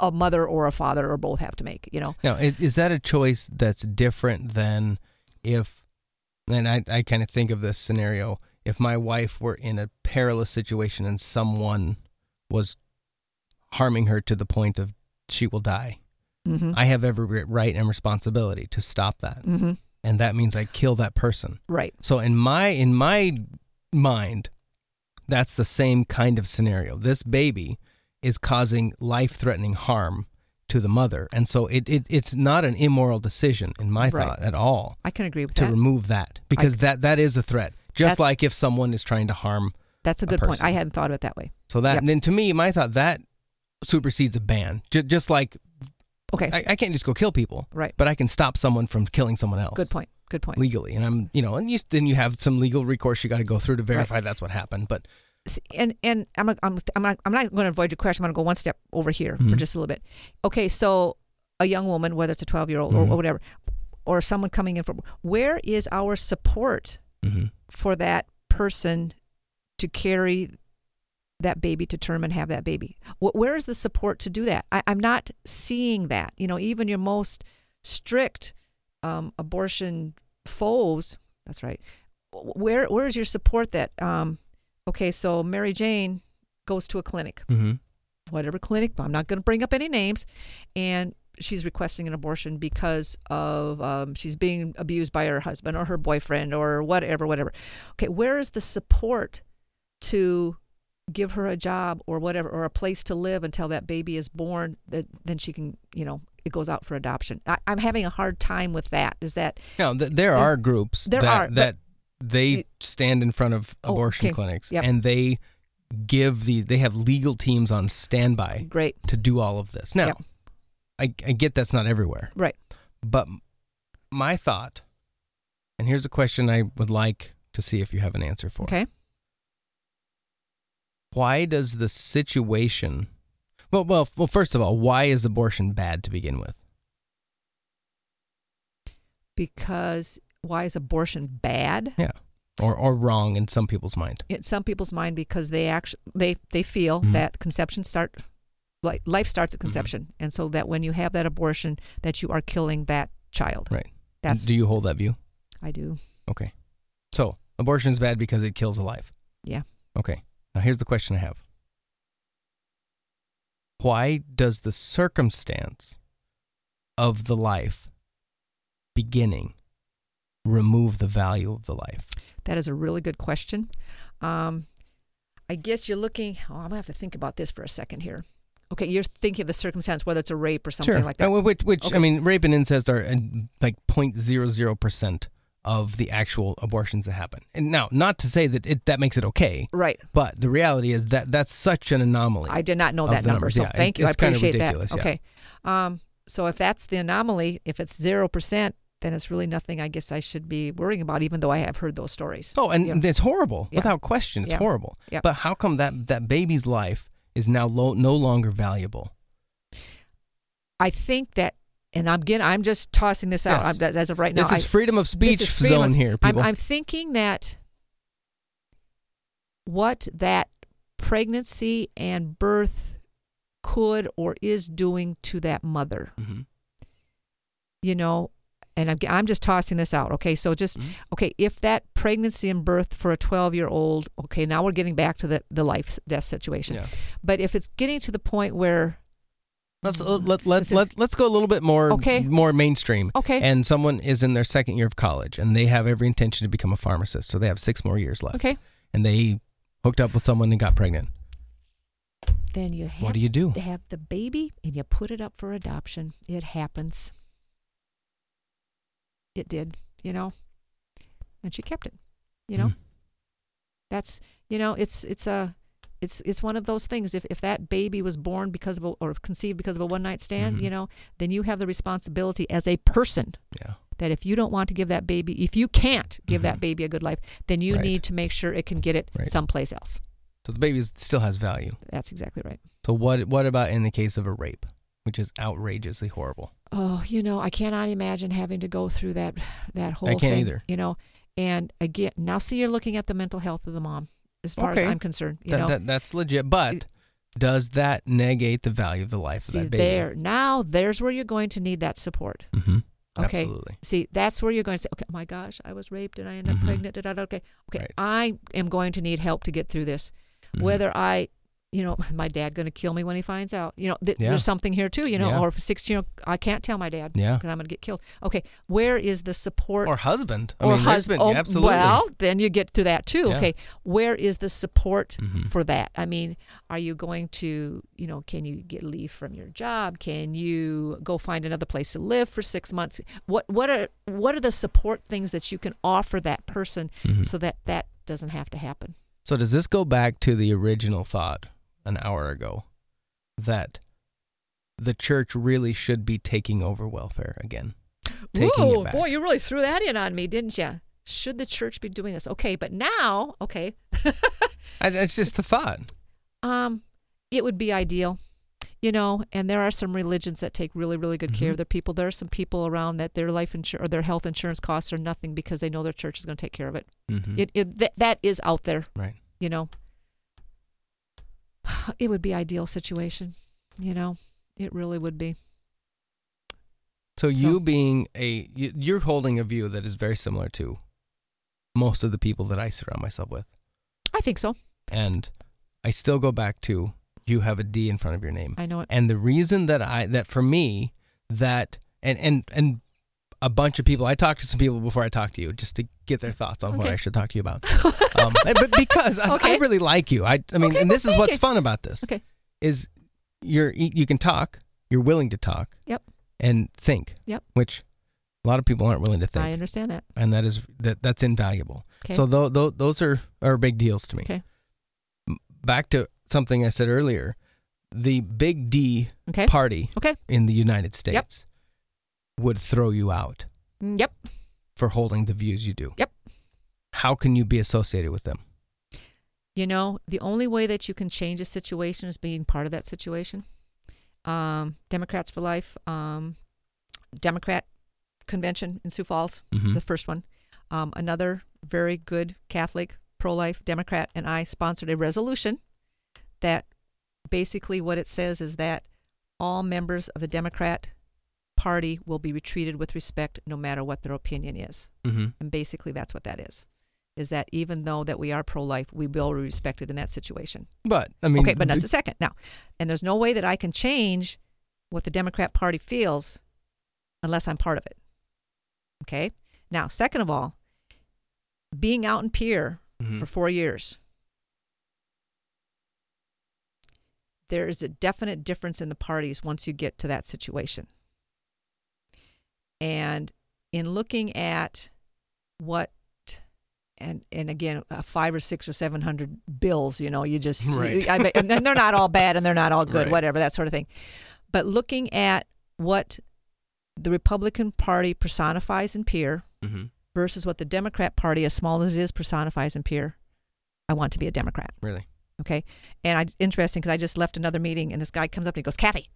S2: a mother or a father or both have to make, you know?
S1: Now, i- is that a choice that's different than if, and I, I kind of think of this scenario if my wife were in a perilous situation and someone was harming her to the point of she will die,
S2: Mm-hmm.
S1: I have every ri- right and responsibility to stop that.
S2: mm-hmm.
S1: And that means I kill that person.
S2: Right.
S1: So in my in my mind, that's the same kind of scenario. This baby is causing life-threatening harm to the mother, and so it, it it's not an immoral decision in my
S2: Right.
S1: thought at all
S2: I can agree with
S1: to
S2: that.
S1: remove that because that that is a threat. Just
S2: That's-
S1: like if someone is trying to harm,
S2: that's a
S1: a
S2: good point.
S1: person.
S2: I hadn't thought of it that way.
S1: so that
S2: Yep.
S1: and then to me, my thought that supersedes a ban. J- just like
S2: Okay.
S1: I, I can't just go kill people,
S2: right.
S1: but I can stop someone from killing someone else.
S2: Good point. Good point.
S1: legally and i'm you know and you, then you have some legal recourse you got to go through to verify that's what happened but
S2: See, and and I'm not- I'm I'm not, I'm not going to avoid your question. I'm going to go one step over here for
S1: Mhm.
S2: just a little bit. Okay, so a young woman, whether it's a 12 year old
S1: Mhm.
S2: or whatever, or someone coming in from where is our support for that person to carry that baby to term and have that baby? Wh- Where is the support to do that? I, I'm not seeing that. You know, even your most strict um, abortion foes. That's right. wh- Where where is your support that? Um, okay, so Mary Jane goes to a clinic
S1: Mm-hmm.
S2: whatever clinic, but I'm not going to bring up any names. And she's requesting an abortion because of um, she's being abused by her husband or her boyfriend or whatever, whatever. Okay, where is the support to give her a job or whatever or a place to live until that baby is born? That then she can, you know, it goes out for adoption. I, I'm having a hard time with that. Is that
S1: Now, th- there are groups
S2: There
S1: that,
S2: are, but-
S1: that they
S2: You-
S1: stand in front of
S2: Oh,
S1: abortion
S2: okay.
S1: clinics
S2: Yep.
S1: and they give the they have legal teams on standby
S2: great?
S1: to do all of this. Now,
S2: Yep.
S1: I, I get that's not everywhere,
S2: Right.
S1: but m- my thought, and here's a question I would like to see if you have an answer for.
S2: Okay.
S1: Why does the situation? Well, well, well. First of all, why is abortion bad to begin with?
S2: because why is abortion bad?
S1: Yeah, or or wrong in some people's mind.
S2: In some people's mind, because they actually they they feel
S1: Mhm.
S2: that conception start li- life starts at
S1: Mm-hmm.
S2: conception, and so that when you have that abortion, that you are killing that child.
S1: Right.
S2: That's
S1: Do you hold that view?
S2: I do.
S1: Okay. So abortion is bad because it kills a life.
S2: Yeah.
S1: Okay. Now here's the question I have. Why does the circumstance of the life beginning remove the value of the life?
S2: That is a really good question. Um, I guess you're looking. Oh, I'm gonna have to think about this for a second here. Okay, you're thinking of the circumstance, whether it's a rape or something like that.
S1: Uh, wh- Which, which I
S2: Okay.
S1: mean, rape and incest are uh, like 0.00% of the actual abortions that happen. And now, not to say that it, that makes it okay,
S2: Right.
S1: but the reality is that that's such an anomaly.
S2: I did not know
S1: of
S2: that
S1: the
S2: number.
S1: numbers.
S2: So
S1: Yeah, it-
S2: thank you. I
S1: it's kind of
S2: appreciate that.
S1: ridiculous, yeah.
S2: Okay. Um, so if that's the anomaly, if it's zero percent, then it's really nothing. I guess I should be worrying about, even though I have heard those stories.
S1: Oh, and
S2: Yeah.
S1: it's horrible,
S2: Yeah.
S1: without question. It's
S2: Yeah.
S1: horrible.
S2: Yeah.
S1: But how come that that baby's life is now lo- no longer valuable?
S2: I think that, and I'm again, I'm just tossing this out
S1: Yes.
S2: I'm- that- as of right now.
S1: this
S2: I,
S1: is freedom of speech
S2: this is freedom of
S1: zone
S2: s-
S1: here, people.
S2: I'm, I'm thinking that what that pregnancy and birth could or is doing to that mother.
S1: Mhm.
S2: you know, and I'm, I'm just tossing this out. Okay. So just,
S1: Mhm.
S2: okay, if that pregnancy and birth for a 12 year old, okay, now we're getting back to the, the life death situation.
S1: Yeah.
S2: But if it's getting to the point where,
S1: Let's uh, let, let,
S2: Listen.
S1: let, let's go a little bit more
S2: Okay.
S1: more mainstream.
S2: Okay.
S1: And someone is in their second year of college and they have every intention to become a pharmacist, so they have 6 more years left.
S2: okay,
S1: And they hooked up with someone and got pregnant.
S2: then you have,
S1: What do you do?
S2: to have the baby and you put it up for adoption. It happens. It did, you know, and she kept it, you know.
S1: Mm.
S2: that's you know it's it's a it's it's one of those things if if that baby was born because of a, or conceived because of a one night stand
S1: Mhm.
S2: you know then you have the responsibility as a person
S1: Yeah.
S2: that if you don't want to give that baby if you can't give
S1: Mhm.
S2: that baby a good life then you
S1: Right.
S2: need to make sure it can get it
S1: Right.
S2: someplace else
S1: So the baby is- still has value.
S2: that's exactly right
S1: So what what about in the case of a rape, which is outrageously horrible?
S2: oh you know i cannot imagine having to go through that that whole
S1: can't
S2: thing
S1: either.
S2: you know and again now see you're looking at the mental health of the mom as far
S1: Okay.
S2: as i'm concerned you
S1: That,
S2: know
S1: that that's legit, but does that negate the value of the life
S2: see
S1: of that baby?
S2: there now there's where you're going to need that support
S1: Mm-hmm.
S2: Okay.
S1: Absolutely.
S2: See, that's where you're going to say, okay, my gosh, I was raped and I ended
S1: Mhm.
S2: up pregnant. Da, da, da, okay, okay,
S1: Right.
S2: I am going to need help to get through this.
S1: Mhm.
S2: Whether I, you know, my dad going to kill me when he finds out. You know, th-
S1: Yeah.
S2: there's something here too. You know,
S1: Yeah.
S2: or if a 16 year old, I can't tell my dad
S1: Yeah.
S2: because I'm going to get killed. Okay, where is the support
S1: or husband. I
S2: or
S1: mean,
S2: hus-
S1: husband.
S2: oh,
S1: yeah, absolutely.
S2: Well, then you get to that too.
S1: Yeah.
S2: Okay, where is the support
S1: Mhm.
S2: for that? I mean, are you going to, you know, can you get leave from your job? Can you go find another place to live for six months? What what are what are the support things that you can offer that person
S1: Mhm.
S2: so that that doesn't have to happen?
S1: so does this go back to the original thought an hour ago that the church really should be taking over welfare again? Taking
S2: Whoa,
S1: it back.
S2: boy, you really threw that in on me, didn't you? Should the church be doing this? Okay, but now, okay,
S1: I, it's just a thought.
S2: Um, it would be ideal, you know. And there are some religions that take really, really good care of their people. There are some people around that their life insurance or their health insurance costs are nothing because they know their church is going to take care of it.
S1: Mhm.
S2: It, it that that is out there,
S1: right.
S2: you know. It would be ideal situation, you know. It really would be.
S1: So you being a you- you're holding a view that is very similar to most of the people that I surround myself with,
S2: I think so.
S1: and I still go back to you have a D in front of your name.
S2: I know it.
S1: And the reason that I that for me that and and and a bunch of people I talked to some people before I talked to you just to get their thoughts on what
S2: Okay.
S1: I should talk to you about. um, but because I, I
S2: Okay.
S1: really like you, I I mean,
S2: Okay,
S1: and
S2: well,
S1: this is what's
S2: thank you.
S1: fun about this
S2: Okay.
S1: is you're you can talk, you're willing to talk,
S2: Yep.
S1: and think,
S2: Yep.
S1: which a lot of people aren't willing to think,
S2: I understand that.
S1: and that is that that's invaluable.
S2: Okay.
S1: So though th- those are are big deals to me.
S2: Okay.
S1: M- Back to something I said earlier, the big D
S2: Okay.
S1: party
S2: Okay.
S1: in the United States would throw you out
S2: Mm, Yep.
S1: for holding the views you do.
S2: Yep.
S1: How can you be associated with them?
S2: You know, the only way that you can change a situation is being part of that situation. um, Democrats for Life, um, Democrat convention in Sioux Falls,
S1: Mhm.
S2: the first one. Um, another very good Catholic, pro life Democrat, and I sponsored a resolution that basically what it says is that all members of the Democrat Party will be treated with respect no matter what their opinion is.
S1: Mm-hmm.
S2: And basically, that's what that is. Is that even though that we are pro-life, we will be respected in that situation.
S1: But I mean,
S2: okay, but
S1: it-
S2: just a second now, and there's no way that I can change what the Democrat Party feels unless I'm part of it. Okay. Now, second of all, being out in peer
S1: Mhm.
S2: for four years, there is a definite difference in the parties once you get to that situation. And in looking at what and and again uh, five or six or seven hundred bills you know you just
S1: Right.
S2: I bet, and then they're not all bad and they're not all good
S1: Right.
S2: whatever that sort of thing but looking at what the republican party personifies in peer
S1: Mhm.
S2: versus what the democrat party as small as it is personifies in peer i want to be a democrat
S1: really,
S2: Okay. And I interesting because I just left another meeting and this guy comes up and he goes, Kathy,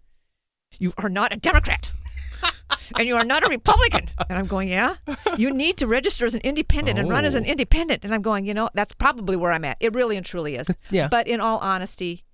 S2: you are not a Democrat. and you are not a Republican. And I'm going, Yeah. You need to register as an independent and run as an
S1: Oh.
S2: independent. And I'm going, you know, that's probably where I'm at. It really and truly is.
S1: yeah.
S2: But in all honesty,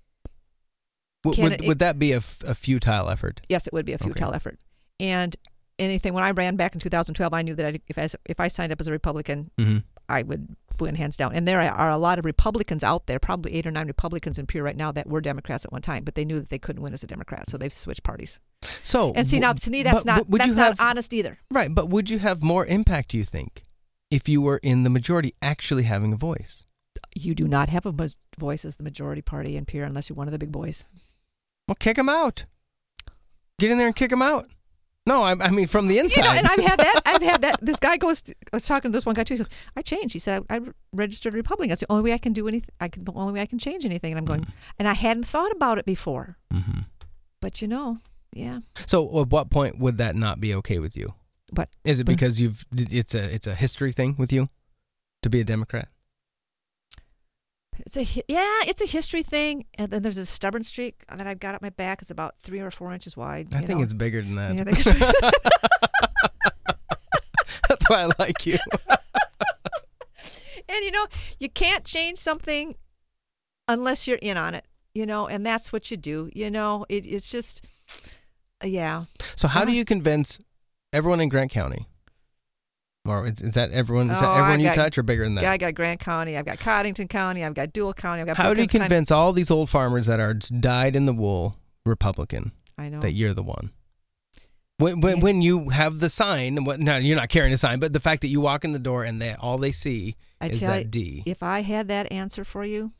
S1: W-
S2: can
S1: would,
S2: it-
S1: would that be a, f- a futile effort?
S2: yes, it would be a
S1: Okay.
S2: futile effort. And anything when I ran back in 2012, I knew that I, if I, if I signed up as a Republican,
S1: Mm-hmm.
S2: I would win hands down. And there are a lot of Republicans out there, probably eight or nine Republicans in Peer right now that were Democrats at one time, but they knew that they couldn't win as a Democrat, so they've switched parties.
S1: So
S2: And see,
S1: w-
S2: now to me, that's
S1: but
S2: not
S1: w- would
S2: that's
S1: you
S2: not
S1: have,
S2: honest either.
S1: right? But would you have more impact? Do you think if you were in the majority, actually having a voice?
S2: You do not have a mo- voice as the majority party in Peer unless you're one of the big boys.
S1: Well, kick them out. Get in there and kick them out. No, I, I mean from the inside.
S2: You know, and I've had that. I've had that. This guy goes. to- I was talking to this one guy too. He says, "I changed." He said, "I registered Republican. That's the only way I can do anything. I can the only way I can change anything." And I'm
S1: Mm.
S2: going, and I hadn't thought about it before.
S1: hmm
S2: But you know, yeah.
S1: So, at what point would that not be okay with you?
S2: But
S1: Is it
S2: But-
S1: because you've it's a it's a history thing with you to be a Democrat?
S2: It's a hi- yeah, it's a history thing, and then there's a stubborn streak that I've got up my back. It's about three or four inches wide.
S1: I
S2: you
S1: think
S2: know.
S1: it's bigger than that.
S2: Yeah, I think it's-
S1: That's why I like you.
S2: and you know you can't change something unless you're in on it. You know, and that's what you do. You know, it, it's just yeah.
S1: So, how do
S2: Yeah.
S1: you convince everyone in Grant County? Or is, is that everyone? Is
S2: Oh,
S1: that
S2: I
S1: everyone you
S2: got-
S1: touch, or bigger than that?
S2: Yeah, I got Grant County, I've got Coddington County, I've got Dual County, I've got
S1: how do you
S2: Brookings County.
S1: convince all these old farmers that are dyed in the wool Republican
S2: I know.
S1: that you're the one? When, when,
S2: Yeah.
S1: when you have the sign, and what, no, you're not carrying a sign, but the fact that you walk in the door and they all they see
S2: I
S1: is
S2: tell
S1: that
S2: you,
S1: D.
S2: if I had that answer for you,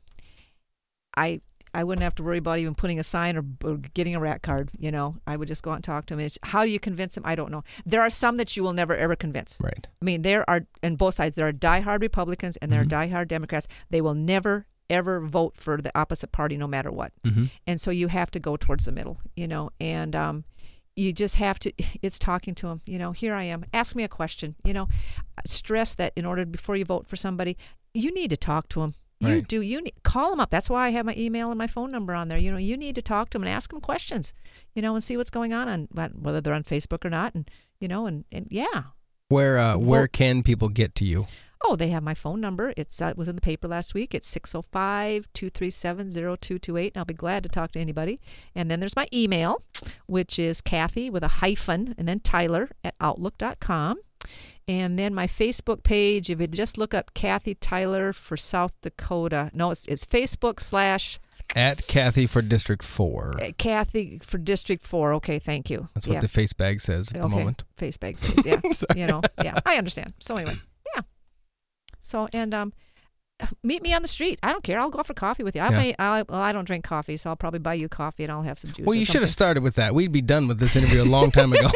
S2: I I wouldn't have to worry about even putting a sign or, or getting a rat card. You know, I would just go out and talk to him. It's, how do you convince him? I don't know. There are some that you will never ever convince.
S1: Right.
S2: I mean, there are and both sides. There are diehard Republicans and there are
S1: Mm-hmm.
S2: diehard Democrats. They will never ever vote for the opposite party, no matter what.
S1: Mm-hmm.
S2: And so you have to go towards the middle. You know, and um, you just have to. It's talking to them. You know, here I am. Ask me a question. You know, stress that in order before you vote for somebody, you need to talk to them. You
S1: Right.
S2: do. You need, call them up. That's why I have my email and my phone number on there. You know, you need to talk to them and ask them questions. You know, and see what's going on on on- whether they're on Facebook or not. And you know, and and yeah,
S1: Where uh, where
S2: Vote.
S1: can people get to you?
S2: Oh, they have my phone number. It's uh, it was in the paper last week. It's 605-237-0228. And I'll be glad to talk to anybody. And then there's my email, which is Kathy with a hyphen and then Tyler at outlook.com. And then my Facebook page, if you just look up Kathy Tyler for South Dakota. No, it's it's Facebook slash
S1: At Kathy for District Four.
S2: uh, Kathy for District 4. Okay, thank you.
S1: That's what
S2: yeah.
S1: the face bag says at the
S2: okay.
S1: moment.
S2: Facebook says, yeah.
S1: Sorry.
S2: you know yeah i understand so anyway yeah so and um meet me on the street i don't care i'll go out for coffee with you i
S1: Yeah.
S2: may i well i don't drink coffee so i'll probably buy you coffee and i'll have some juice
S1: Well,
S2: or
S1: you should have
S2: something.
S1: started with that. We'd be done with this interview a long time ago.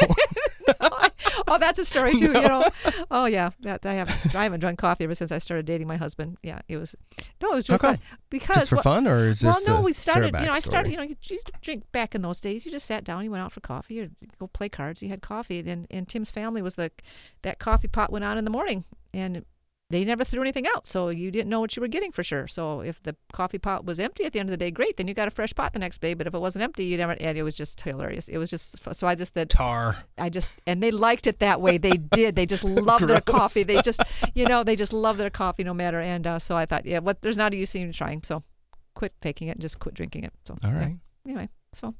S2: oh that's a story too you know oh yeah that i haven't i haven't drunk coffee ever since i started dating my husband yeah it was no it was
S1: How
S2: really
S1: come?
S2: fun because
S1: Just for
S2: well,
S1: fun, or is
S2: well,
S1: this?
S2: no,
S1: a-
S2: we
S1: is there
S2: started.
S1: a
S2: You know, I started.
S1: backstory?
S2: You know, you, you drink back in those days. You just sat down. You went out for coffee, or go play cards. You had coffee. Then, and Tim's family was the that coffee pot went on in the morning, and they never threw anything out, so you didn't know what you were getting for sure. So if the coffee pot was empty at the end of the day, great, then you got a fresh pot the next day. But if it wasn't empty, you never. And it was just hilarious. It was just f- so I just that
S1: Tar.
S2: I just and they liked it that way. They did. They just love their
S1: Gross.
S2: coffee. They just you know they just love their coffee no matter. And uh, so I thought, yeah, what there's not a use in trying. So quit faking it and just quit drinking it. So
S1: All
S2: yeah.
S1: right.
S2: Anyway, so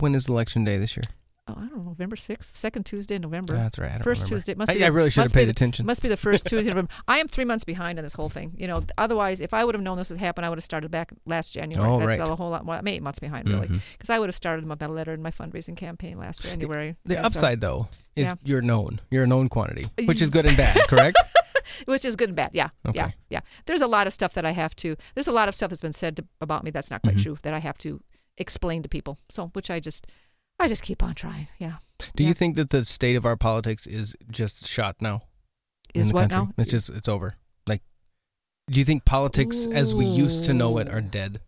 S1: When is election day this year?
S2: oh, I don't know, November sixth, second Tuesday in November.
S1: That's right. Uh, I don't
S2: First
S1: remember.
S2: Tuesday. Must
S1: I,
S2: be the-
S1: I really should have
S2: must be
S1: paid
S2: the-
S1: attention.
S2: Must be the first Tuesday in November. I am three months behind on this whole thing. You know, th- otherwise, if I would have known this would happen, I would have started back last January.
S1: Oh,
S2: That's
S1: right.
S2: a whole lot. Well, I'm eight months behind, really,
S1: Mhm.
S2: because I would have started my letter and my fundraising campaign last January.
S1: The
S2: And so-
S1: upside, though, is
S2: Yeah.
S1: you're known. You're a known quantity,
S2: Uh,
S1: which
S2: y-
S1: is good and bad, correct?
S2: which is good and bad. Yeah, yeah,
S1: Okay.
S2: yeah. There's a lot of stuff that I have to. There's a lot of stuff that's been said to, about me that's not quite
S1: Mhm.
S2: true that I have to explain to people. So, which I just, I just keep on trying. Yeah.
S1: Do
S2: Yeah.
S1: you think that the state of our politics is just shot now? in
S2: Is
S1: the
S2: what
S1: country?
S2: now?
S1: It's just it's over. Like, do you think politics as we used to know it are dead?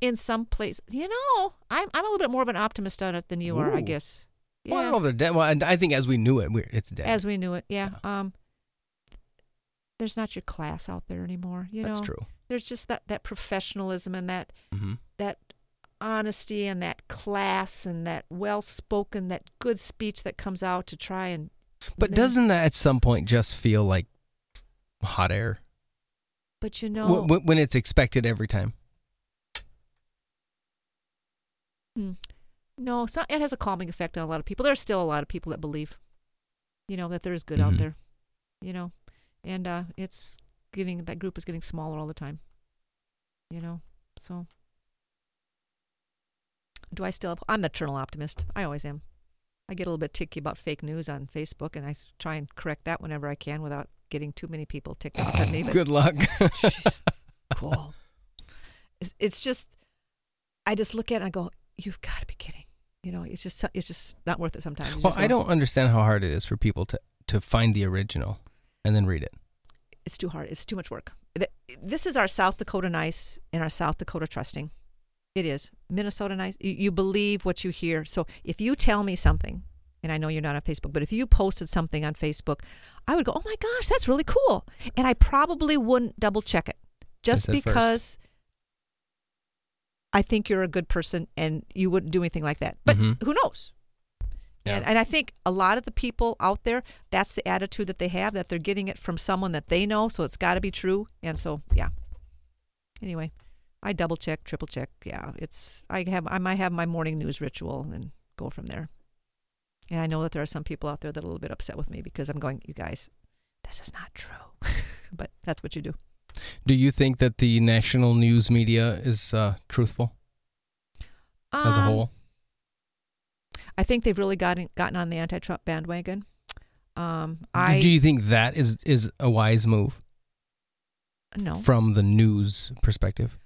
S2: in some place. You know, I'm I'm a little bit more of an optimist on it than you are, I
S1: Ooh.
S2: guess. Yeah.
S1: Well, I don't know if they're dead. Well, and I think as we knew it, we're, it's dead.
S2: as we knew it. Yeah. Um there's not your class out there anymore, you
S1: That's
S2: know.
S1: true.
S2: There's just that that professionalism and that
S1: hmm
S2: that honesty and that class and that well spoken that good speech that comes out to try and
S1: But
S2: Maybe.
S1: doesn't that at some point just feel like hot air
S2: but you
S1: Wh-
S2: know
S1: wh- when it's expected every time?
S2: no it's not, it has a calming effect on a lot of people there's still a lot of people that believe you know that there is good
S1: Mhm.
S2: out there you know and uh it's getting that group is getting smaller all the time you know so do i still have, i'm an eternal optimist i always am i get a little bit ticky about fake news on facebook and i s- try and correct that whenever i can without getting too many people ticked off at me but
S1: Good luck.
S2: Jeez. cool. It's, it's just, I just look at it and I go, you've got to be kidding. You know, it's just, it's just not worth it sometimes. You
S1: Well,
S2: just
S1: I
S2: go,
S1: don't understand how hard it is for people to to find the original and then read it.
S2: It's too hard. It's too much work. Th- This is our South Dakota nice and our South Dakota trusting. It is Minnesota nice. You, you believe what you hear. So if you tell me something, and I know you're not on Facebook, but if you posted something on Facebook, I would go, "Oh my gosh, that's really cool," and I probably wouldn't double check it, just
S1: said first.
S2: because I think you're a good person and you wouldn't do anything like that. But
S1: Mhm.
S2: who knows? And, and I think a lot of the people out there, that's the attitude that they have, that they're getting it from someone that they know. So it's got to be true. And so, yeah. Anyway, I double check, triple check. Yeah, it's, I have, I might have my morning news ritual and go from there. And I know that there are some people out there that are a little bit upset with me because I'm going, you guys, this is not true. but that's what you do.
S1: Do you think that the national news media is uh, truthful as a
S2: Um,
S1: whole?
S2: I think they've really gotten, gotten on the anti Trump bandwagon. Um,
S1: Do-
S2: I,
S1: do you think that is is a wise move
S2: no.
S1: from the news perspective?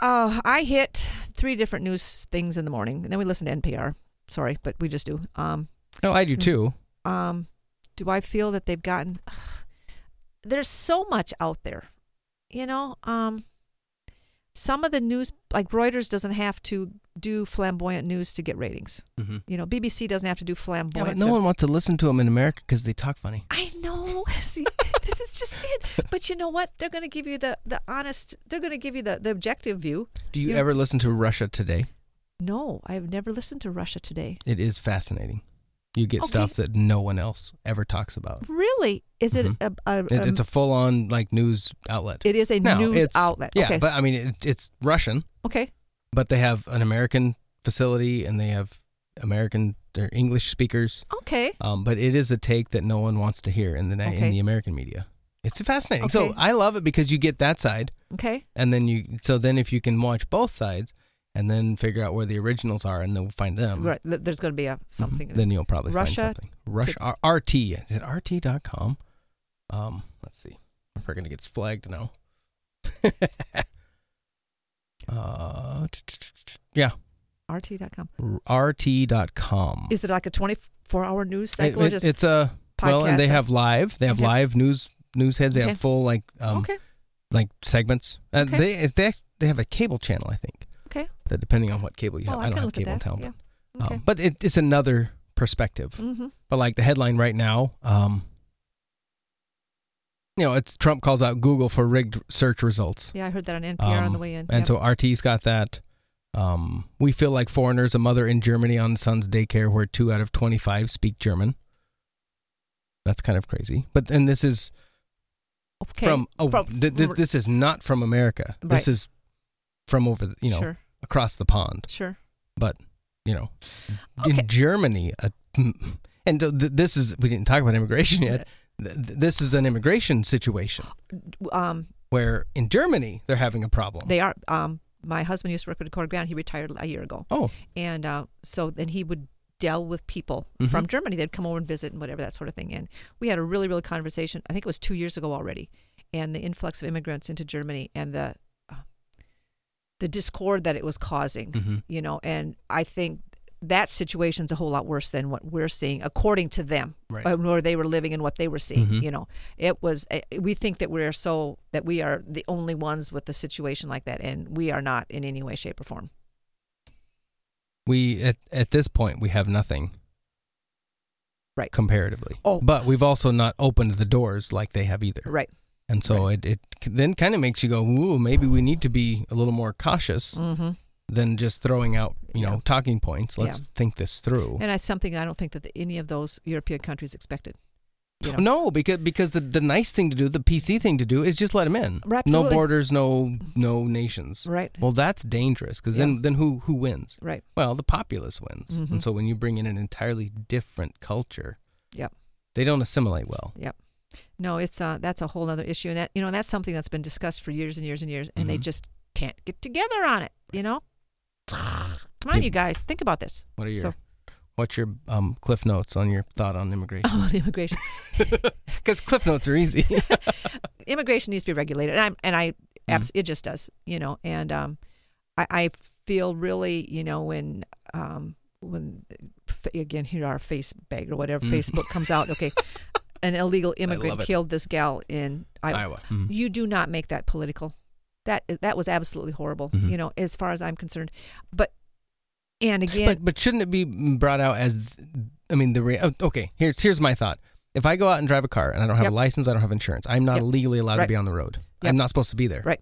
S2: Uh, I hit three different news things in the morning, and then we listen to NPR. Sorry, but we just do. Um,
S1: No, I do
S2: Mm.
S1: too.
S2: um, do I feel that they've gotten? There's so much out there, you know. Um, some of the news, like Reuters, doesn't have to do flamboyant news to get ratings.
S1: Mm-hmm.
S2: You know, BBC doesn't have to do flamboyant.
S1: Yeah, but no
S2: stuff.
S1: one wants to listen to them in America because they talk funny.
S2: I know. See, this is just it. But you know what? They're going to give you the the honest. They're going to give you the the objective view.
S1: Do you
S2: You know-
S1: ever listen to Russia Today?
S2: No, I have never listened to Russia Today.
S1: It is fascinating. You get
S2: Okay.
S1: stuff that no one else ever talks about.
S2: Really? Is it
S1: Mhm.
S2: a, a,
S1: It,
S2: um,
S1: it's a full on like news outlet.
S2: it is a
S1: No,
S2: news
S1: it's-
S2: outlet.
S1: Yeah,
S2: okay.
S1: but I mean it, it's Russian,
S2: okay.
S1: but they have an American facility and they have American they're English speakers.
S2: Okay.
S1: Um, but it is a take that no one wants to hear in the in
S2: Okay.
S1: the American media. It's fascinating. So
S2: Okay.
S1: I love it because you get that side,
S2: Okay.
S1: and then you so then if you can watch both sides, and then figure out where the originals are, and then find them.
S2: right. th- There's going to be a
S1: mhm,
S2: something.
S1: Um, Then you'll probably
S2: Russia
S1: find something. Russia R- RT is it RT.com? Um, let's see. We're gonna get flagged now. uh, t- t- t- yeah, um,
S2: RT.com.
S1: RT.com.
S2: Is it like a 24 hour news
S1: It-
S2: cycle? or
S1: it-
S2: just
S1: it's a well, and
S2: podcast
S1: they
S2: or-
S1: have live. They have
S2: Okay.
S1: live news news heads. They have
S2: Okay.
S1: full like um
S2: okay.
S1: like segments. Uh,
S2: Okay.
S1: They they they have a cable channel, I think.
S2: Okay.
S1: That depending on what cable you
S2: Well,
S1: have, I,
S2: I
S1: don't
S2: can
S1: have
S2: look at
S1: cable
S2: that.
S1: in town,
S2: yeah.
S1: but,
S2: Okay. Mm.
S1: um, but it, it's another perspective.
S2: mm-hmm.
S1: But like the headline right now, um, you know, it's Trump calls out Google for rigged search results.
S2: Yeah, I heard that on NPR on
S1: Um,
S2: the way in.
S1: And
S2: Yep.
S1: so RT's got that. Um, we feel like foreigners, a mother in Germany on son's daycare where two out of 25 speak German. That's kind of crazy. But, and this is
S2: okay.
S1: from, oh,
S2: From-
S1: th- th- this is not from America. This
S2: Right.
S1: is from over, the, you know,
S2: sure,
S1: across the pond.
S2: sure.
S1: But, you know,
S2: Okay.
S1: in Germany, a, and th- th- this is, we didn't talk about immigration yet. Th- th- this is an immigration situation
S2: Um,
S1: where in Germany they're having a problem.
S2: they are. Um, my husband used to work with Dakota Ground. He retired a year ago,
S1: oh,
S2: and uh, so then he would deal with people
S1: Mhm.
S2: from Germany. They'd come over and visit and whatever that sort of thing. And we had a really, really conversation. I think it was two years ago already, and the influx of immigrants into Germany and the uh, the discord that it was causing.
S1: Mhm.
S2: You know, and I think that situation's a whole lot worse than what we're seeing, according to them,
S1: Right.
S2: uh, where they were living and what they were seeing.
S1: Mhm.
S2: You know, it was. uh, We think that we're so that we are the only ones with a situation like that, and we are not in any way, shape, or form.
S1: we at, at this point we have nothing
S2: Right.
S1: comparatively
S2: Oh.
S1: but we've also not opened the doors like they have either
S2: Right.
S1: and so it, it c- then kind of makes you go ooh maybe we need to be a little more cautious
S2: Mm-hmm.
S1: than just throwing out you know
S2: Yeah.
S1: talking points let's
S2: Yeah.
S1: think this through
S2: And that's something I don't think that the, any of those European countries expected. You know,
S1: no because because the, the nice thing to do the pc thing to do is just let them in
S2: Right,
S1: no
S2: absolutely.
S1: borders no no nations
S2: right?
S1: well that's dangerous because then then who who wins
S2: Right.
S1: Well, the populace wins.
S2: Mhm.
S1: And so when you bring in an entirely different culture,
S2: Yep.
S1: they don't assimilate well.
S2: No, it's uh, that's a whole other issue, and that you know, that's something that's been discussed for years and years and years, and they
S1: Mhm.
S2: just can't get together on it. You know, come on,
S1: Good.
S2: you guys, think about this.
S1: What are your
S2: So-
S1: what's your um, cliff notes on your thought on immigration?
S2: Oh, immigration.
S1: Because cliff notes are easy.
S2: immigration needs to be regulated, and I'm and I
S1: Mm-hmm.
S2: abs- it just does, you know. And um, I, I feel really, you know, when um, when f- again here our face bag or whatever
S1: Mm.
S2: Facebook comes out, okay, an illegal immigrant
S1: it.
S2: killed this gal in I,
S1: Iowa. Mhm.
S2: you do not make that political. That that was absolutely horrible,
S1: Mhm.
S2: you know, as far as I'm concerned. But and again,
S1: But but shouldn't it be brought out as th- I mean the re- oh, okay here's here's my thought. If I go out and drive a car and I don't have
S2: Yep.
S1: a license, I don't have insurance. I'm not
S2: Yep.
S1: legally allowed to
S2: Right.
S1: be on the road.
S2: Yep.
S1: I'm not supposed to be there.
S2: Right.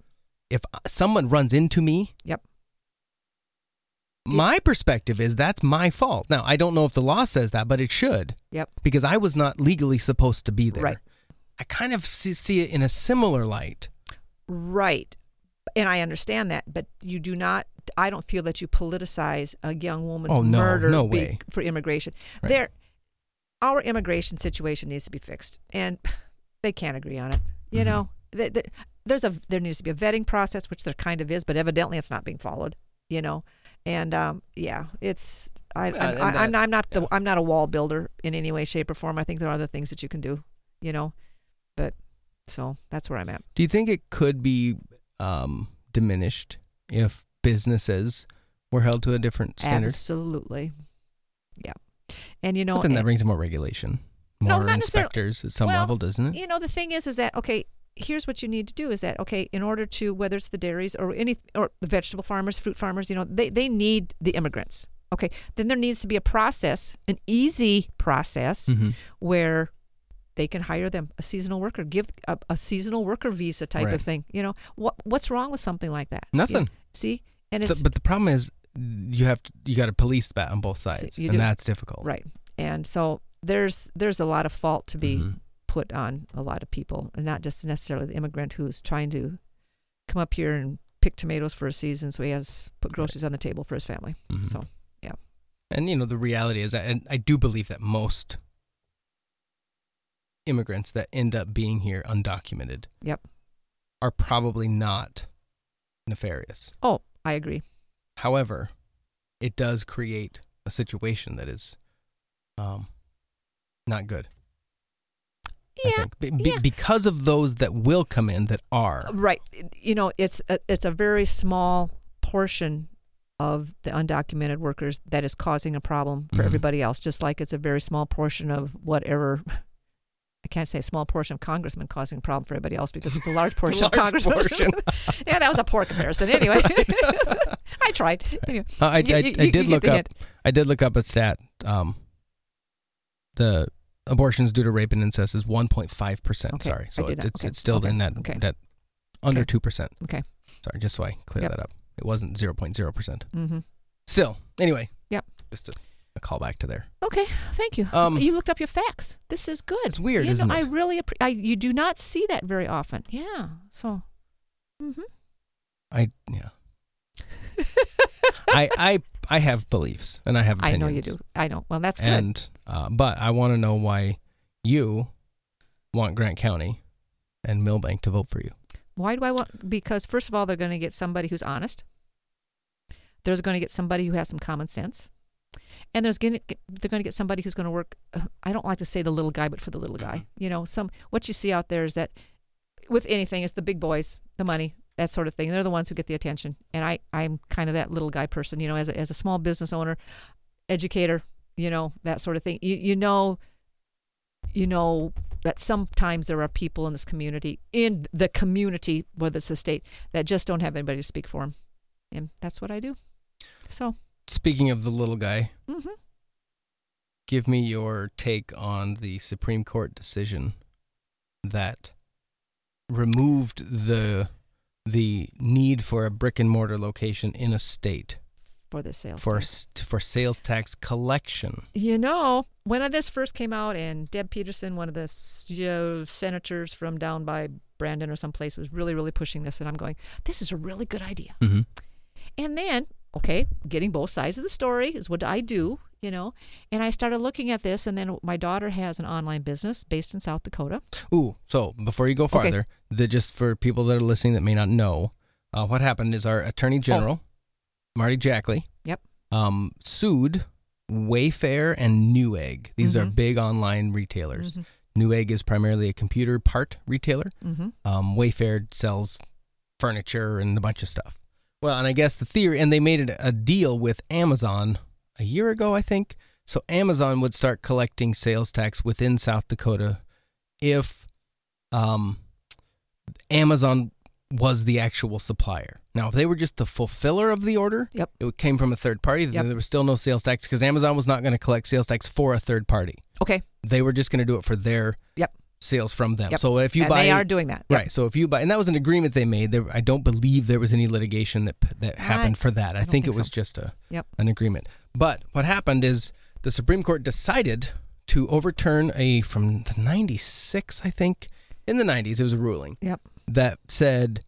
S1: If uh, someone runs into me,
S2: yep,
S1: my perspective is that's my fault. Now, I don't know if the law says that, but it should.
S2: Yep.
S1: Because I was not legally supposed to be there.
S2: Right.
S1: I kind of see, see it in a similar light.
S2: right. And I understand that, but you do not. I don't feel that you politicize a young woman's
S1: Oh, no,
S2: murder
S1: no
S2: be-
S1: way.
S2: for immigration.
S1: Right.
S2: There, our immigration situation needs to be fixed, and they can't agree on it. You
S1: Mhm.
S2: know, th th- there's a there needs to be a vetting process, which there kind of is, but evidently it's not being followed. You know, and um, yeah, it's I,
S1: Well,
S2: I'm,
S1: and
S2: I, I'm,
S1: that-
S2: I'm not the
S1: yeah.
S2: I'm not a wall builder in any way, shape, or form. I think there are other things that you can do. You know, but so that's where I'm at.
S1: Do you think it could be um, diminished if businesses were held to a different standard?
S2: Absolutely, yeah. And you know, eh,
S1: But then that
S2: and-
S1: brings in more regulation, more
S2: No, not necessarily.
S1: inspectors at some
S2: Well,
S1: level, doesn't it?
S2: you know the thing is is that okay here's what you need to do is that okay in order to whether it's the dairies or any or the vegetable farmers fruit farmers you know they, they need the immigrants okay then there needs to be a process an easy process
S1: Mhm.
S2: where they can hire them a seasonal worker give a, a seasonal worker visa type
S1: Right.
S2: of thing you know what what's wrong with something like that You-
S1: Nothing.
S2: see and
S1: Th-
S2: it's
S1: but the problem is you have to, you got to police that on both sides,
S2: you
S1: and
S2: do.
S1: that's difficult.
S2: right and so there's there's a lot of fault to be
S1: Mhm.
S2: put on a lot of people, and not just necessarily the immigrant who's trying to come up here and pick tomatoes for a season so he has put groceries on the table for his family.
S1: Mhm.
S2: So
S1: And you know, the reality is, I, I do believe that most immigrants that end up being here undocumented,
S2: Yep.
S1: are probably not nefarious.
S2: oh, I agree.
S1: However, it does create a situation that is um, not good. I
S2: Yeah,
S1: think. Be- be-
S2: yeah.
S1: because of those that will come in that are
S2: right. You know, it's a, it's a very small portion of the undocumented workers that is causing a problem for
S1: Mhm.
S2: everybody else. Just like it's a very small portion of whatever. I can't say small portion of congressmen causing a problem for everybody else because it's a large portion
S1: large
S2: of congressmen.
S1: portion.
S2: yeah, that was a poor comparison. Anyway, I tried. Anyway.
S1: Uh, I,
S2: You-
S1: I,
S2: you-
S1: I did
S2: you get
S1: look
S2: the
S1: up.
S2: hint.
S1: I did look up a stat. Um, the abortions due to rape and incest is 1.5 percent.
S2: Okay,
S1: Sorry,
S2: I
S1: so
S2: did
S1: it,
S2: not-
S1: it's
S2: okay,
S1: it's still
S2: okay,
S1: in that
S2: okay.
S1: that under
S2: Okay.
S1: two percent.
S2: Okay.
S1: Sorry, just so I clear
S2: Yep.
S1: that up. It wasn't 0.0 percent.
S2: hmm
S1: Still, anyway.
S2: Yep.
S1: Just a, a call back to there.
S2: Okay, thank you.
S1: Um,
S2: you looked up your facts. This is good.
S1: It's weird,
S2: You know,
S1: isn't
S2: I
S1: it?
S2: really, appre- I you do not see that very often. Yeah. So. Mm-hmm.
S1: I yeah. I I I have beliefs and I have
S2: I
S1: opinions.
S2: know you do. I know. Well, that's good.
S1: And uh, but I want to know why you want Grant County and Millbank to vote for you.
S2: Why do I want? Because first of all, they're going to get somebody who's honest. They're going to get somebody who has some common sense, and there's going to they're going to get somebody who's going to work. uh, I don't like to say the little guy, but for the little
S1: Uh-huh.
S2: guy, you know, some what you see out there is that with anything, it's the big boys, the money, that sort of thing. They're the ones who get the attention, and I I'm kind of that little guy person, you know, as a, as a small business owner, educator, you know, that sort of thing. You you know you know that sometimes there are people in this community, in the community, whether it's the state, that just don't have anybody to speak for them, and that's what I do. So,
S1: Speaking of the little guy,
S2: hmm
S1: give me your take on the Supreme Court decision that removed the the need for a brick and mortar location in a state
S2: for the sales
S1: for
S2: tax.
S1: s- for sales tax collection.
S2: You know, when this first came out, and Deb Peterson, one of the s- you know, senators from down by Brandon or someplace, was really, really pushing this, and I'm going, this is a really good idea.
S1: Mm-hmm.
S2: And then, okay, getting both sides of the story is what I do, you know. And I started looking at this, and then my daughter has an online business based in South Dakota.
S1: Ooh, so before you go farther, the, just for people that are listening that may not know, uh, what happened is our
S2: Oh.
S1: Attorney General, Marty Jackley,
S2: Yep.
S1: um, sued Wayfair and Newegg. These are
S2: Mhm.
S1: big online retailers.
S2: Mhm.
S1: Newegg is primarily a computer part retailer.
S2: Mm-hmm.
S1: Um, Wayfair sells furniture and a bunch of stuff. Well, and I guess the theory, and they made it a deal with Amazon a year ago, I think. So Amazon would start collecting sales tax within South Dakota if um, Amazon was the actual supplier. Now, if they were just the fulfiller of the order,
S2: Yep.
S1: it came from a third party, then
S2: Yep.
S1: there was still no sales tax because Amazon was not going to collect sales tax for a third party.
S2: Okay.
S1: They were just going to do it for their
S2: Yep.
S1: sales from them.
S2: Yep.
S1: So if you
S2: and
S1: buy
S2: they are doing that. Yep.
S1: Right. So if you buy, and that was an agreement they made. There, I don't believe there was any litigation that that happened for that. I,
S2: I don't
S1: think,
S2: think
S1: it was
S2: so.
S1: just a
S2: Yep.
S1: an agreement. But what happened is the Supreme Court decided to overturn a from the '96, I think, in the '90s, it was a ruling
S2: Yep.
S1: that said,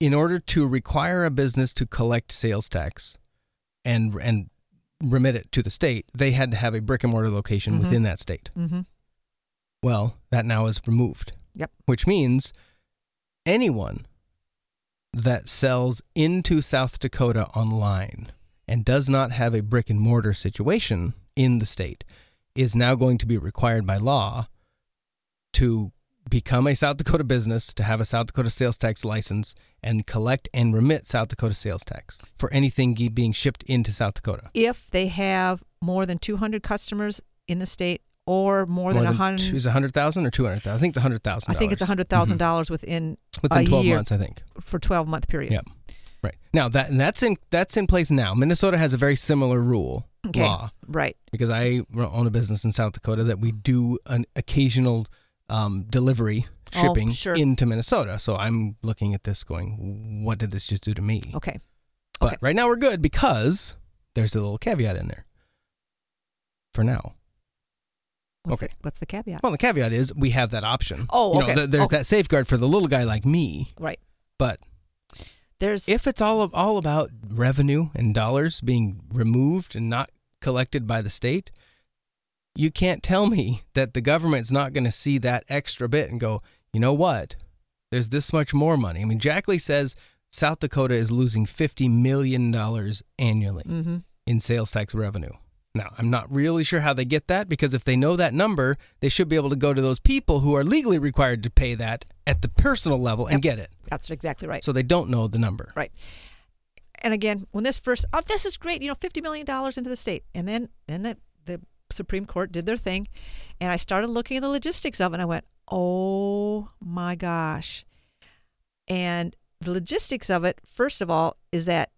S1: in order to require a business to collect sales tax, and and remit it to the state, they had to have a brick and mortar location
S2: Mhm.
S1: within that state.
S2: Mm-hmm.
S1: Well, that now is removed.
S2: Yep.
S1: Which means anyone that sells into South Dakota online and does not have a brick and mortar situation in the state is now going to be required by law to become a South Dakota business, to have a South Dakota sales tax license, and collect and remit South Dakota sales tax for anything ge- being shipped into South Dakota.
S2: If they have more than 200 customers in the state or more, than, a
S1: two-
S2: 100,
S1: is it 100,000 or 200,000? I think it's 100,000.
S2: I think it's $100,000
S1: dollars
S2: dollars within
S1: Mm-hmm. within
S2: a
S1: 12
S2: year.
S1: months, I think.
S2: for 12 month period.
S1: Yep. Right now that and that's in that's in place now. Minnesota has a very similar rule
S2: Okay.
S1: law
S2: Right.
S1: because I own a business in South Dakota that we do an occasional um, delivery
S2: Oh,
S1: shipping
S2: sure.
S1: into Minnesota. So I'm looking at this going, what did this just do to me?
S2: Okay.
S1: But
S2: okay.
S1: right now we're good because there's a little caveat in there. For now,
S2: What's
S1: Okay.
S2: The, what's the caveat?
S1: well, the caveat is we have that option.
S2: Oh,
S1: you know,
S2: okay.
S1: th- there's
S2: Okay.
S1: that safeguard for the little guy like me.
S2: Right.
S1: But
S2: There's
S1: if it's all all about revenue and dollars being removed and not collected by the state, you can't tell me that the government's not going to see that extra bit and go, you know what? There's this much more money. I mean, Jackley says South Dakota is losing fifty million dollars annually
S2: hmm
S1: in sales tax revenue. Now, I'm not really sure how they get that because if they know that number, they should be able to go to those people who are legally required to pay that at the personal level and
S2: Yep.
S1: get it.
S2: That's exactly right.
S1: So they don't know the number.
S2: Right. And again, when this first, oh, this is great, you know, $50 million into the state. And then, then the, the Supreme Court did their thing. And I started looking at the logistics of it. And I went, oh my gosh. And the logistics of it, first of all, is that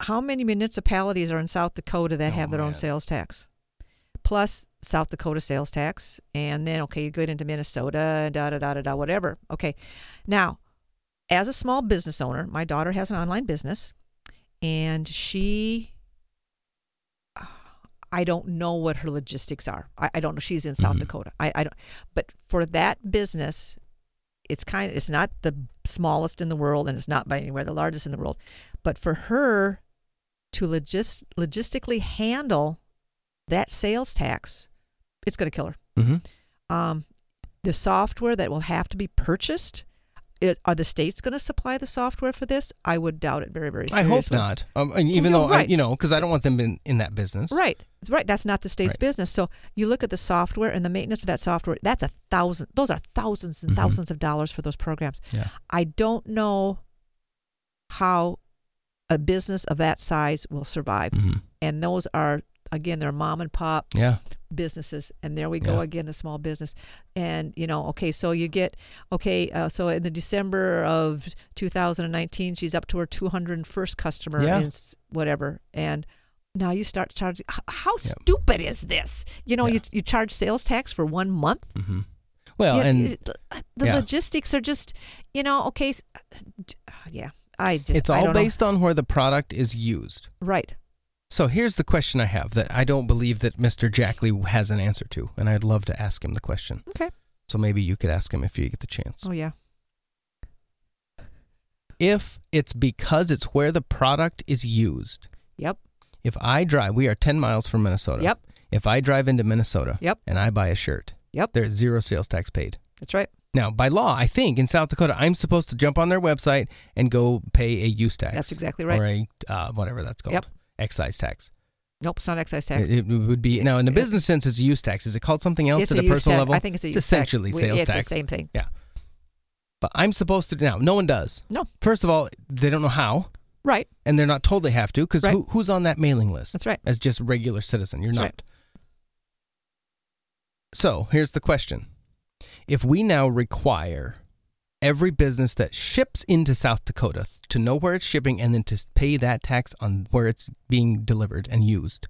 S2: how many municipalities are in South Dakota that
S1: Oh,
S2: have their
S1: man.
S2: own sales tax? plus South Dakota sales tax, and then okay, you get into Minnesota, and da da da da da, whatever. Okay, now as a small business owner, my daughter has an online business, and she, I don't know what her logistics are. I, I don't know. She's in South
S1: Mhm.
S2: Dakota. I, I don't, but for that business, it's kind of it's not the smallest in the world, and it's not by anywhere the largest in the world, but for her to logist logistically handle that sales tax, it's going to kill her.
S1: Mm-hmm.
S2: Um, the software that will have to be purchased, it, are the states going to supply the software for this? I would doubt it very, very
S1: I
S2: seriously.
S1: hope not. Um, and even
S2: No,
S1: though I,
S2: right.
S1: you know, because I don't want them in, in that business.
S2: Right, right. That's not the state's
S1: Right.
S2: business. So you look at the software and the maintenance for that software. That's a thousand. Those are thousands and
S1: Mhm.
S2: thousands of dollars for those programs.
S1: Yeah.
S2: I don't know how a business of that size will survive.
S1: Mhm.
S2: And those are again, they're mom and pop
S1: Yeah.
S2: businesses and there we go
S1: Yeah.
S2: again the small business and you know okay so you get okay uh, so in the december of 2019 she's up to her 201st customer
S1: Yeah.
S2: and s- whatever and now you start charging h- how
S1: Yeah.
S2: stupid is this you know you, you charge sales tax for one month
S1: hmm Well,
S2: You-
S1: and
S2: it- the
S1: yeah.
S2: logistics are just you know okay s- d- uh, yeah i just
S1: it's
S2: I
S1: all
S2: don't know.
S1: based on where the product is used.
S2: right
S1: So here's the question I have that I don't believe that Mr. Jackley has an answer to, and I'd love to ask him the question.
S2: okay
S1: So maybe you could ask him if you get the chance.
S2: oh yeah
S1: If it's because it's where the product is used.
S2: yep
S1: If I drive, we are 10 miles from Minnesota.
S2: yep
S1: If I drive into Minnesota
S2: Yep.
S1: and I buy a shirt,
S2: Yep.
S1: there's zero sales tax paid.
S2: that's right
S1: Now, by law, I think in South Dakota, I'm supposed to jump on their website and go pay a use tax.
S2: That's exactly right.
S1: Or a uh, whatever that's called.
S2: Yep.
S1: Excise tax.
S2: nope it's not excise tax
S1: It, it would be now in the business sense, it's a use tax. Is it called something else
S2: It's
S1: at
S2: a
S1: a
S2: use
S1: personal
S2: tax.
S1: level?
S2: I think it's a
S1: It's
S2: use
S1: essentially
S2: tax. We-
S1: sales
S2: it's
S1: tax.
S2: the same thing.
S1: But I'm supposed to now. No one does.
S2: No.
S1: First of all, they don't know how,
S2: Right.
S1: and they're not told they have to because
S2: Right.
S1: who, who's on that mailing list?
S2: That's right.
S1: as just regular citizen. You're
S2: That's
S1: not.
S2: right.
S1: So here's the question: If we now require every business that ships into South Dakota to know where it's shipping and then to pay that tax on where it's being delivered and used,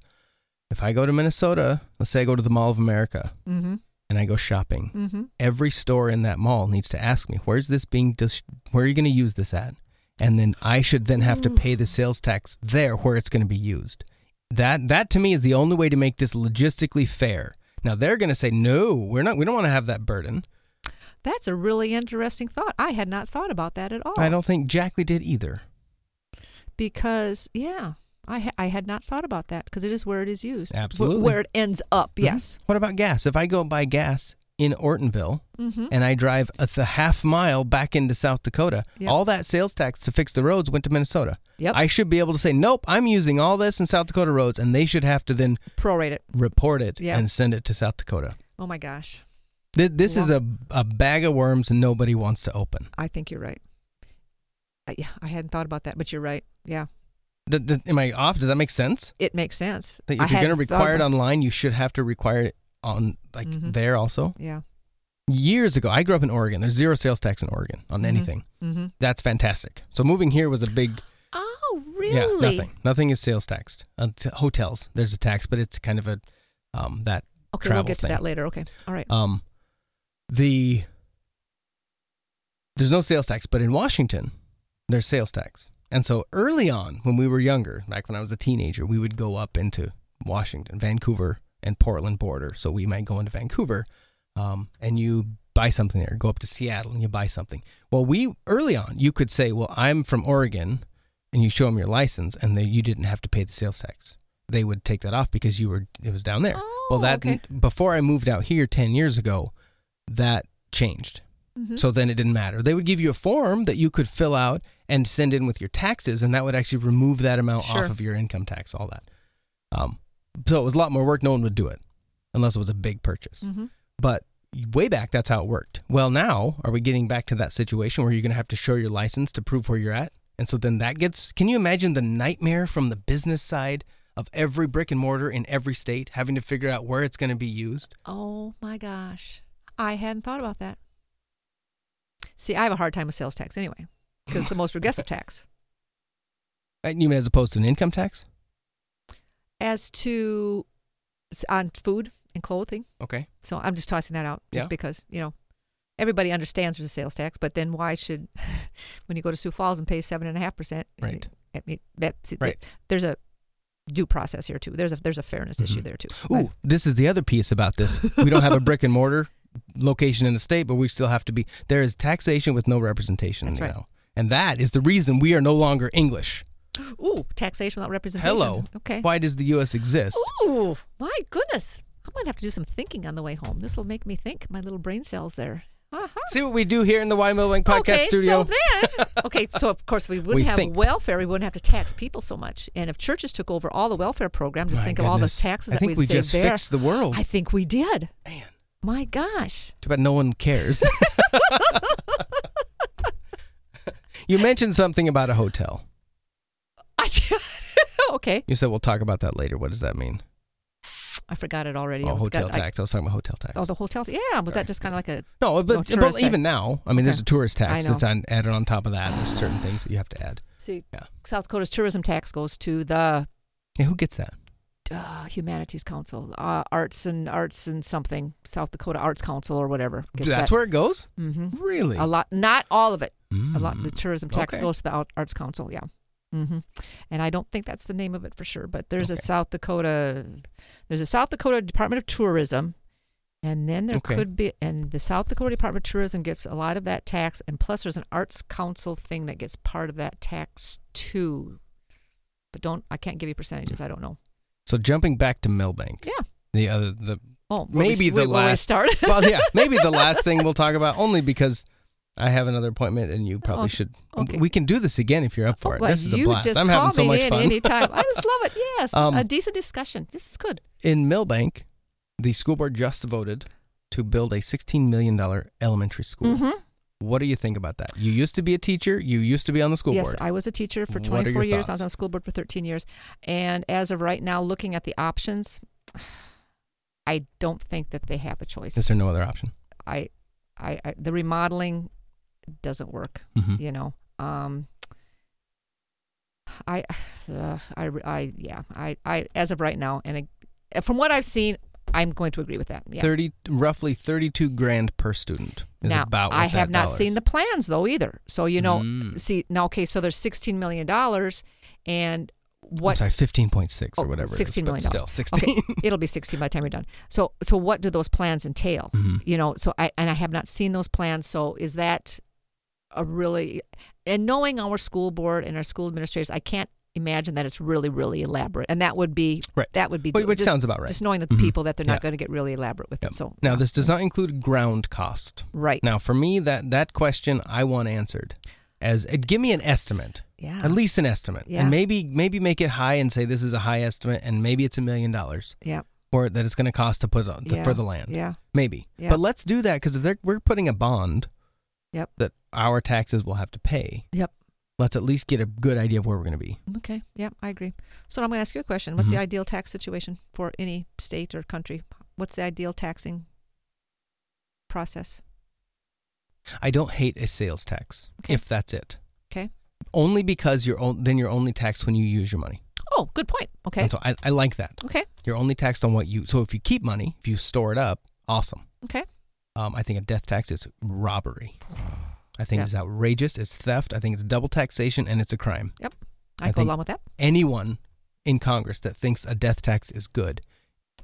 S1: if I go to Minnesota, let's say I go to the Mall of America
S2: Mm-hmm.
S1: and I go shopping,
S2: Mm-hmm.
S1: every store in that mall needs to ask me where's this being dis- where are you going to use this at and then i should then have to
S2: Mm.
S1: pay the sales tax there where it's going to be used that that to me is the only way to make this logistically fair now they're going to say no we're not we don't want to have that burden
S2: That's a really interesting thought. I had not thought about that at all.
S1: i don't think jackley did either
S2: because yeah, I ha- I had not thought about that because it is where it is used. Wh-
S1: Absolutely.
S2: where it ends up.
S1: Mhm.
S2: Yes.
S1: what about gas if i go buy gas in ortonville
S2: Mm-hmm.
S1: and i drive a th- half mile back into south dakota
S2: Yep.
S1: all that sales tax to fix the roads went to minnesota
S2: Yep.
S1: i should be able to say nope i'm using all this in south dakota roads and they should have to then
S2: Prorate it.
S1: report it
S2: Yeah.
S1: and send it to South Dakota.
S2: Oh my gosh,
S1: Th- This is a, a bag of worms and nobody wants to open.
S2: I think you're right. I, yeah, I hadn't thought about that, but you're right. Yeah,
S1: D- d- am I off? Does that make sense?
S2: it makes sense.
S1: That if
S2: I
S1: you're going to
S2: hadn't thought
S1: require it
S2: about-
S1: online, you should have to require it on like
S2: Mhm.
S1: there also.
S2: yeah.
S1: Years ago, I grew up in Oregon. There's zero sales tax in Oregon on
S2: Mhm.
S1: anything.
S2: Mm-hmm.
S1: That's fantastic. So moving here was a big
S2: Oh
S1: yeah
S2: really?
S1: nothing. Nothing is sales taxed. Uh, t- hotels there's a tax, but it's kind of a um, that
S2: Okay, we'll
S1: Travel
S2: get to
S1: thing.
S2: that later. Okay. All right.
S1: um the there's no sales tax but in washington there's sales tax and so early on when we were younger back when i was a teenager we would go up into washington vancouver and portland border so we might go into vancouver um, and you buy something there go up to seattle and you buy something well we early on you could say well i'm from oregon and you show them your license and they, you didn't have to pay the sales tax they would take that off because you were it was down there well
S2: Oh,
S1: that
S2: okay.
S1: before i moved out here 10 years ago that changed
S2: Mhm.
S1: so then it didn't matter they would give you a form that you could fill out and send in with your taxes and that would actually remove that amount
S2: Sure.
S1: off of your income tax all that um, so it was a lot more work no one would do it unless it was a big purchase
S2: Mhm.
S1: but way back that's how it worked well now are we getting back to that situation where you're going to have to show your license to prove where you're at and so then that gets can you imagine the nightmare from the business side of every brick and mortar in every state having to figure out where it's going to be used
S2: Oh my gosh. I hadn't thought about that. See, I have a hard time with sales tax anyway because it's the most regressive tax.
S1: Uh, And you mean as opposed to an income tax
S2: As to s- on food and clothing.
S1: Okay.
S2: So I'm just tossing that out just
S1: Yeah.
S2: because, you know, everybody understands there's a sales tax, but then why should, when you go to Sioux Falls and pay 7.5%,
S1: Right.
S2: eh, I mean, that's,
S1: Right.
S2: there's a due process here too. There's a, there's a fairness issue there too. But-
S1: Mm-hmm. Ooh, this is the other piece about this. We don't have a brick and mortar location in the state, but we still have to be. There is taxation with no representation
S2: That's right.
S1: now. And that is the reason we are no longer English.
S2: Ooh, taxation without representation.
S1: Hello.
S2: Okay.
S1: Why does the U.S. exist?
S2: Ooh, my goodness. I'm going to have to do some thinking on the way home. This will make me think. My little brain cells there. Uh-huh.
S1: See what we do here in the Why Milbank Podcast
S2: okay,
S1: Studio?
S2: so then, okay, so of course we wouldn't
S1: We
S2: have
S1: think.
S2: welfare. We wouldn't have to tax people so much. And if churches took over all the welfare program, just
S1: My
S2: think of all the
S1: goodness.
S2: taxes
S1: I
S2: that
S1: think
S2: we'd
S1: we
S2: save
S1: just
S2: there.
S1: fixed the world.
S2: I think we did.
S1: Man,
S2: My gosh.
S1: too bad no one cares. you mentioned something about a hotel.
S2: I okay,
S1: You said we'll talk about that later. What does that mean?
S2: I forgot it already. I
S1: oh,
S2: was
S1: hotel
S2: got- I-
S1: tax. I, was talking about hotel tax.
S2: oh, the hotels. Yeah, was that just kind of like a?
S1: no,
S2: no,
S1: but,
S2: tourist
S1: but
S2: tax.
S1: even now, I mean, there's
S2: Okay.
S1: a tourist
S2: I
S1: tax
S2: know.
S1: that's on, added on top of that. There's certain things that you have to add.
S2: See,
S1: Yeah.
S2: South Dakota's tourism tax goes to the
S1: Yeah, who gets that?
S2: uh, Humanities Council, uh, Arts and Arts and something, South Dakota Arts Council or whatever.
S1: that's where it goes.
S2: hmm
S1: Really?
S2: A lot, not all of it. a lot the
S1: Mm.
S2: tourism tax
S1: okay.
S2: goes to the Out- arts council yeah hmm and i don't think that's the name of it for sure but there's a
S1: Okay.
S2: south dakota there's a south dakota department of tourism and then there
S1: Okay.
S2: could be and the south dakota department of tourism gets a lot of that tax and plus there's an arts council thing that gets part of that tax too but don't i can't give you percentages i don't know
S1: So jumping back to Millbank.
S2: Yeah.
S1: The other the
S2: oh where we,
S1: Maybe
S2: s-
S1: the
S2: where- where we
S1: last-
S2: started
S1: well yeah maybe the last thing we'll talk about only because I have another appointment and you probably
S2: Okay.
S1: should.
S2: Oh, Okay.
S1: We can do this again if you're up for
S2: Oh,
S1: it.
S2: well,
S1: this is a
S2: you
S1: blast.
S2: just
S1: I'm
S2: call
S1: having so
S2: me
S1: much
S2: in
S1: fun.
S2: anytime. I just love it. Yes,
S1: Um,
S2: a decent discussion. This is good.
S1: In Millbank, the school board just voted to build a $16 million elementary school.
S2: Mhm.
S1: What do you think about that? You used to be a teacher. You used to be on the school
S2: yes,
S1: board.
S2: I was a teacher for
S1: What are your
S2: 24 years. I
S1: thoughts?
S2: was on the school board for 13 years. And as of right now, looking at the options, I don't think that they have a choice.
S1: Is there no other option?
S2: I, I, I the remodeling doesn't work.
S1: Mhm.
S2: You know, um, I, uh, I, I, yeah, I, I, as of right now, and I, from what I've seen, I'm going to agree with that. Yeah.
S1: Thirty, roughly thirty-two grand per student is
S2: now,
S1: about.
S2: I have not seen the plans though either. So you know,
S1: Mm.
S2: see now, okay, so there's 16 million dollars, and
S1: What?
S2: what
S1: sorry, fifteen point six or
S2: Oh,
S1: whatever. it
S2: $16
S1: is,
S2: million
S1: but Still, sixteen.
S2: it'll be 16 by the time you're done so so what do those plans entail
S1: Mhm.
S2: you know so i and i have not seen those plans so is that a really and knowing our school board and our school administrators i can't imagine that it's really really elaborate and that would be
S1: Right.
S2: that would be
S1: Which- which
S2: just,
S1: sounds about right.
S2: just knowing that the
S1: Mhm.
S2: people that they're
S1: Yeah.
S2: not going to get really elaborate with
S1: Yep.
S2: it so
S1: now, this does not include ground cost.
S2: right
S1: Now, for me, that that question I want answered. As uh, give me an estimate,
S2: yeah
S1: at least an estimate,
S2: Ah. Yeah.
S1: and maybe maybe make it high and say this is a high estimate, and maybe it's a million dollars,
S2: yeah
S1: or that it's going to cost to put on
S2: yeah
S1: for the land.
S2: yeah
S1: Maybe.
S2: Yeah.
S1: But let's do that because if they're, we're putting a bond
S2: Yep.
S1: that our taxes will have to pay,
S2: Yep.
S1: let's at least get a good idea of where we're going to be.
S2: okay yeah i agree so now i'm going to ask you a question what's
S1: Mhm.
S2: the ideal tax situation for any state or country what's the ideal taxing process
S1: I don't hate a sales tax
S2: Okay.
S1: if that's it.
S2: Okay.
S1: Only because you're on, then you're only taxed when you use your money.
S2: Oh, good point. Okay.
S1: And so I, I like that.
S2: okay.
S1: You're only taxed on what you, so if you keep money, if you store it up, awesome.
S2: Okay.
S1: Um, I think a death tax is robbery. I think
S2: Yeah.
S1: it's outrageous. It's theft. I think it's double taxation and it's a crime.
S2: Yep.
S1: I
S2: I, go
S1: think-
S2: along with that.
S1: anyone in Congress that thinks a death tax is good.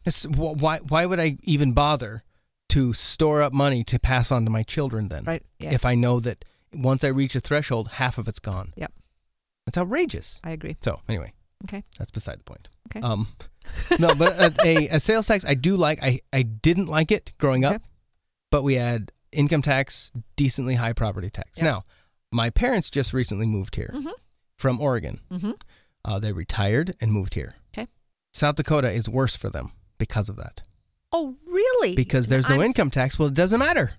S1: It's, wh- why, why would I even bother to store up money to pass on to my children then?
S2: Right. Yeah.
S1: If I know that once I reach a threshold, half of it's gone.
S2: Yep.
S1: It's outrageous.
S2: I agree.
S1: So, anyway,
S2: Okay.
S1: that's beside the point.
S2: Okay.
S1: Um, no, but a, a, a sales tax I do like. I, I didn't like it growing up,
S2: Okay.
S1: but we had income tax, decently high property tax.
S2: Yep.
S1: Now, my parents just recently moved here
S2: Mhm.
S1: from Oregon.
S2: Mhm.
S1: Uh, they retired and moved here.
S2: Okay.
S1: South Dakota is worse for them because of that.
S2: Oh, really?
S1: Because there's no
S2: I'm s-
S1: income tax. Well, it doesn't matter.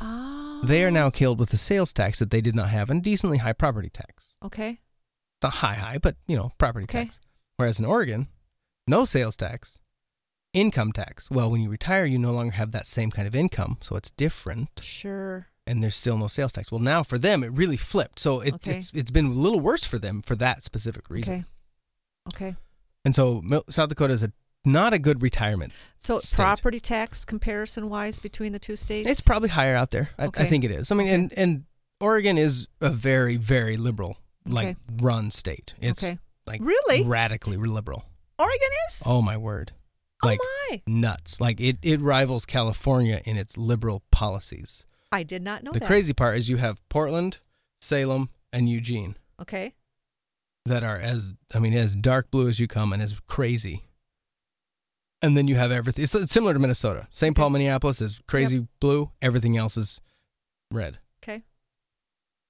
S2: Oh.
S1: They are now killed with a sales tax that they did not have and decently high property tax.
S2: Okay.
S1: Not high, high, but, you know, property
S2: Okay.
S1: tax. Whereas in Oregon, no sales tax, income tax. Well, when you retire, you no longer have that same kind of income. So it's different
S2: Sure.
S1: and there's still no sales tax. Well, now for them, it really flipped. So it,
S2: Okay.
S1: it's, it's been a little worse for them for that specific reason.
S2: Okay. Okay.
S1: And so Mil- South Dakota is a not a good retirement.
S2: So
S1: State.
S2: property tax comparison wise between the two states?
S1: It's probably higher out there. I, I
S2: Okay.
S1: think it is. I mean, and and Oregon is a very very liberal like
S2: Okay.
S1: run state. It's
S2: Okay.
S1: like
S2: Really?
S1: radically liberal.
S2: Oregon is?
S1: Oh my word! Like
S2: oh my.
S1: nuts. Like it it rivals California in its liberal policies.
S2: I did not know
S1: the
S2: that.
S1: crazy part is you have Portland, Salem, and Eugene
S2: okay.
S1: that are as I mean as dark blue as you come and as crazy. And then you have everything. It's, it's similar to Minnesota. St. Paul, Minneapolis is crazy blue. Everything else is red,
S2: Okay.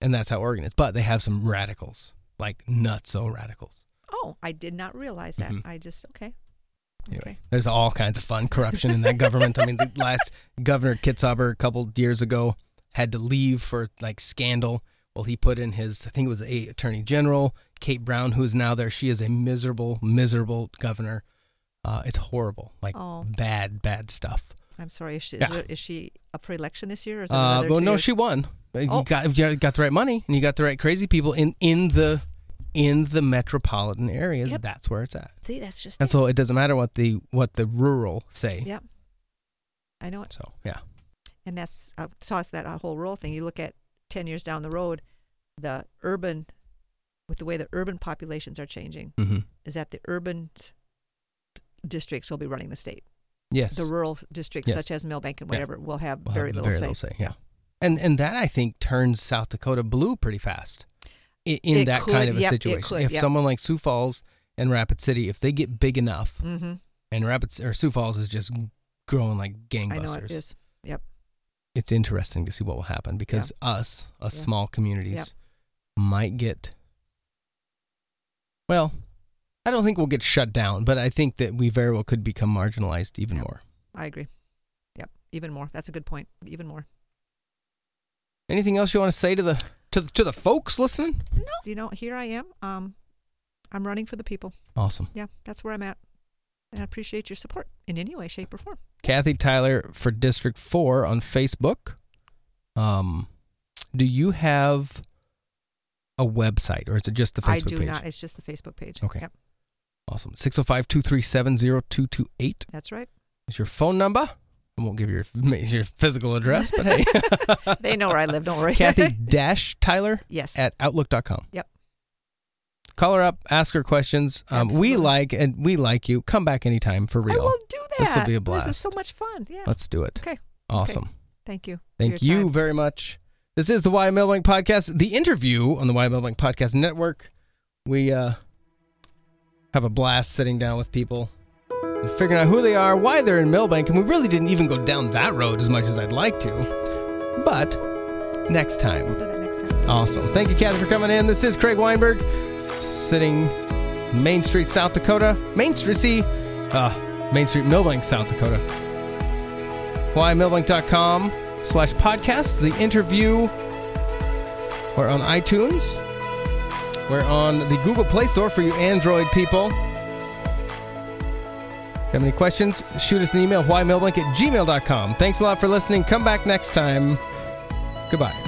S1: and that's how Oregon is. But they have some radicals, like nutso radicals.
S2: Oh, I did not realize that.
S1: Mhm.
S2: I just okay.
S1: Anyway,
S2: Okay.
S1: there's all kinds of fun corruption in that government. I mean, the last governor Kitzhaber a couple years ago had to leave for like scandal. Well, he put in his, I think it was a attorney general, Kate Brown, who is now there. She is a miserable, miserable governor. Uh, it's horrible, like
S2: Oh.
S1: bad, bad stuff.
S2: I'm sorry. Is she,
S1: Yeah.
S2: is, there, is she up for election this year? Or is it
S1: Uh,
S2: another
S1: well,
S2: two
S1: no,
S2: years?
S1: she won. You
S2: Oh.
S1: got you got the right money, and you got the right crazy people in in the in the metropolitan areas.
S2: Yep.
S1: That's where it's at.
S2: See, that's just.
S1: And
S2: That's
S1: so it doesn't matter what the what the rural say.
S2: Yep. I know it.
S1: So yeah.
S2: And that's uh, toss that whole rural thing. You look at ten years down the road, the urban, with the way the urban populations are changing,
S1: Mm-hmm.
S2: is that the urban t- districts will be running the state.
S1: Yes.
S2: The rural districts,
S1: Yes.
S2: such as Millbank and
S1: Yeah.
S2: whatever, will have
S1: We'll have
S2: very little say.
S1: Yeah. And and that I think turns South Dakota blue pretty fast in, in
S2: It
S1: that
S2: could,
S1: kind of a
S2: yep, it
S1: situation.
S2: could,
S1: if
S2: yep.
S1: someone like Sioux Falls and Rapid City, if they get big enough,
S2: Mm-hmm.
S1: and Rapid or Sioux Falls is just growing like
S2: I
S1: gangbusters.
S2: know it is. Yep.
S1: It's interesting to see what will happen because us, us
S2: Yeah.
S1: small communities,
S2: Yep.
S1: might get. Well, I don't think we'll get shut down, but I think that we very well could become marginalized even
S2: Yep.
S1: more.
S2: I agree. Yep. Even more. That's a good point. Even more.
S1: Anything else you want to say to the to the, to the folks listening?
S2: No. You know, here I am. Um, I'm running for the people.
S1: Awesome.
S2: Yeah, that's where I'm at. And I appreciate your support in any way, shape, or form.
S1: Kathy Tyler for District Four on Facebook. Um, do you have a website, or is it just the Facebook
S2: I do
S1: page?
S2: not. It's just the Facebook page.
S1: Okay.
S2: Yep,
S1: Awesome. 605-237-0228
S2: that's right.
S1: is your phone number. I won't give your your physical address, but hey,
S2: They know where I live. Don't worry.
S1: Kathy Dash Tyler
S2: yes.
S1: at outlook.com.
S2: Yep.
S1: Call her up, ask her questions. Um, we
S2: Absolutely.
S1: like and we like you. Come back anytime for
S2: I
S1: real.
S2: will do that.
S1: This will be a
S2: This
S1: blast.
S2: is so much fun. Yeah.
S1: Let's do it.
S2: Okay.
S1: Awesome.
S2: Thank you. for
S1: Thank
S2: your
S1: you
S2: time.
S1: very much. This is the Why Millbank Podcast, the interview on the Why Millbank Podcast Network. We uh, have a blast sitting down with people and figuring out who they are, why they're in Millbank, and we really didn't even go down that road as much as I'd like to. But next time.
S2: We'll do that next time.
S1: Awesome. Thank you, Kathy, for coming in. This is Craig Weinberg, sitting Main Street, South Dakota. Main Street, see, uh, Main Street, Millbank, South Dakota. Whymillbank.com slash podcast, the interview. We're on iTunes. We're on the Google Play Store for you Android people. If you have any questions, shoot us an email, whymillbank at gmail.com. Thanks a lot for listening. Come back next time. Goodbye.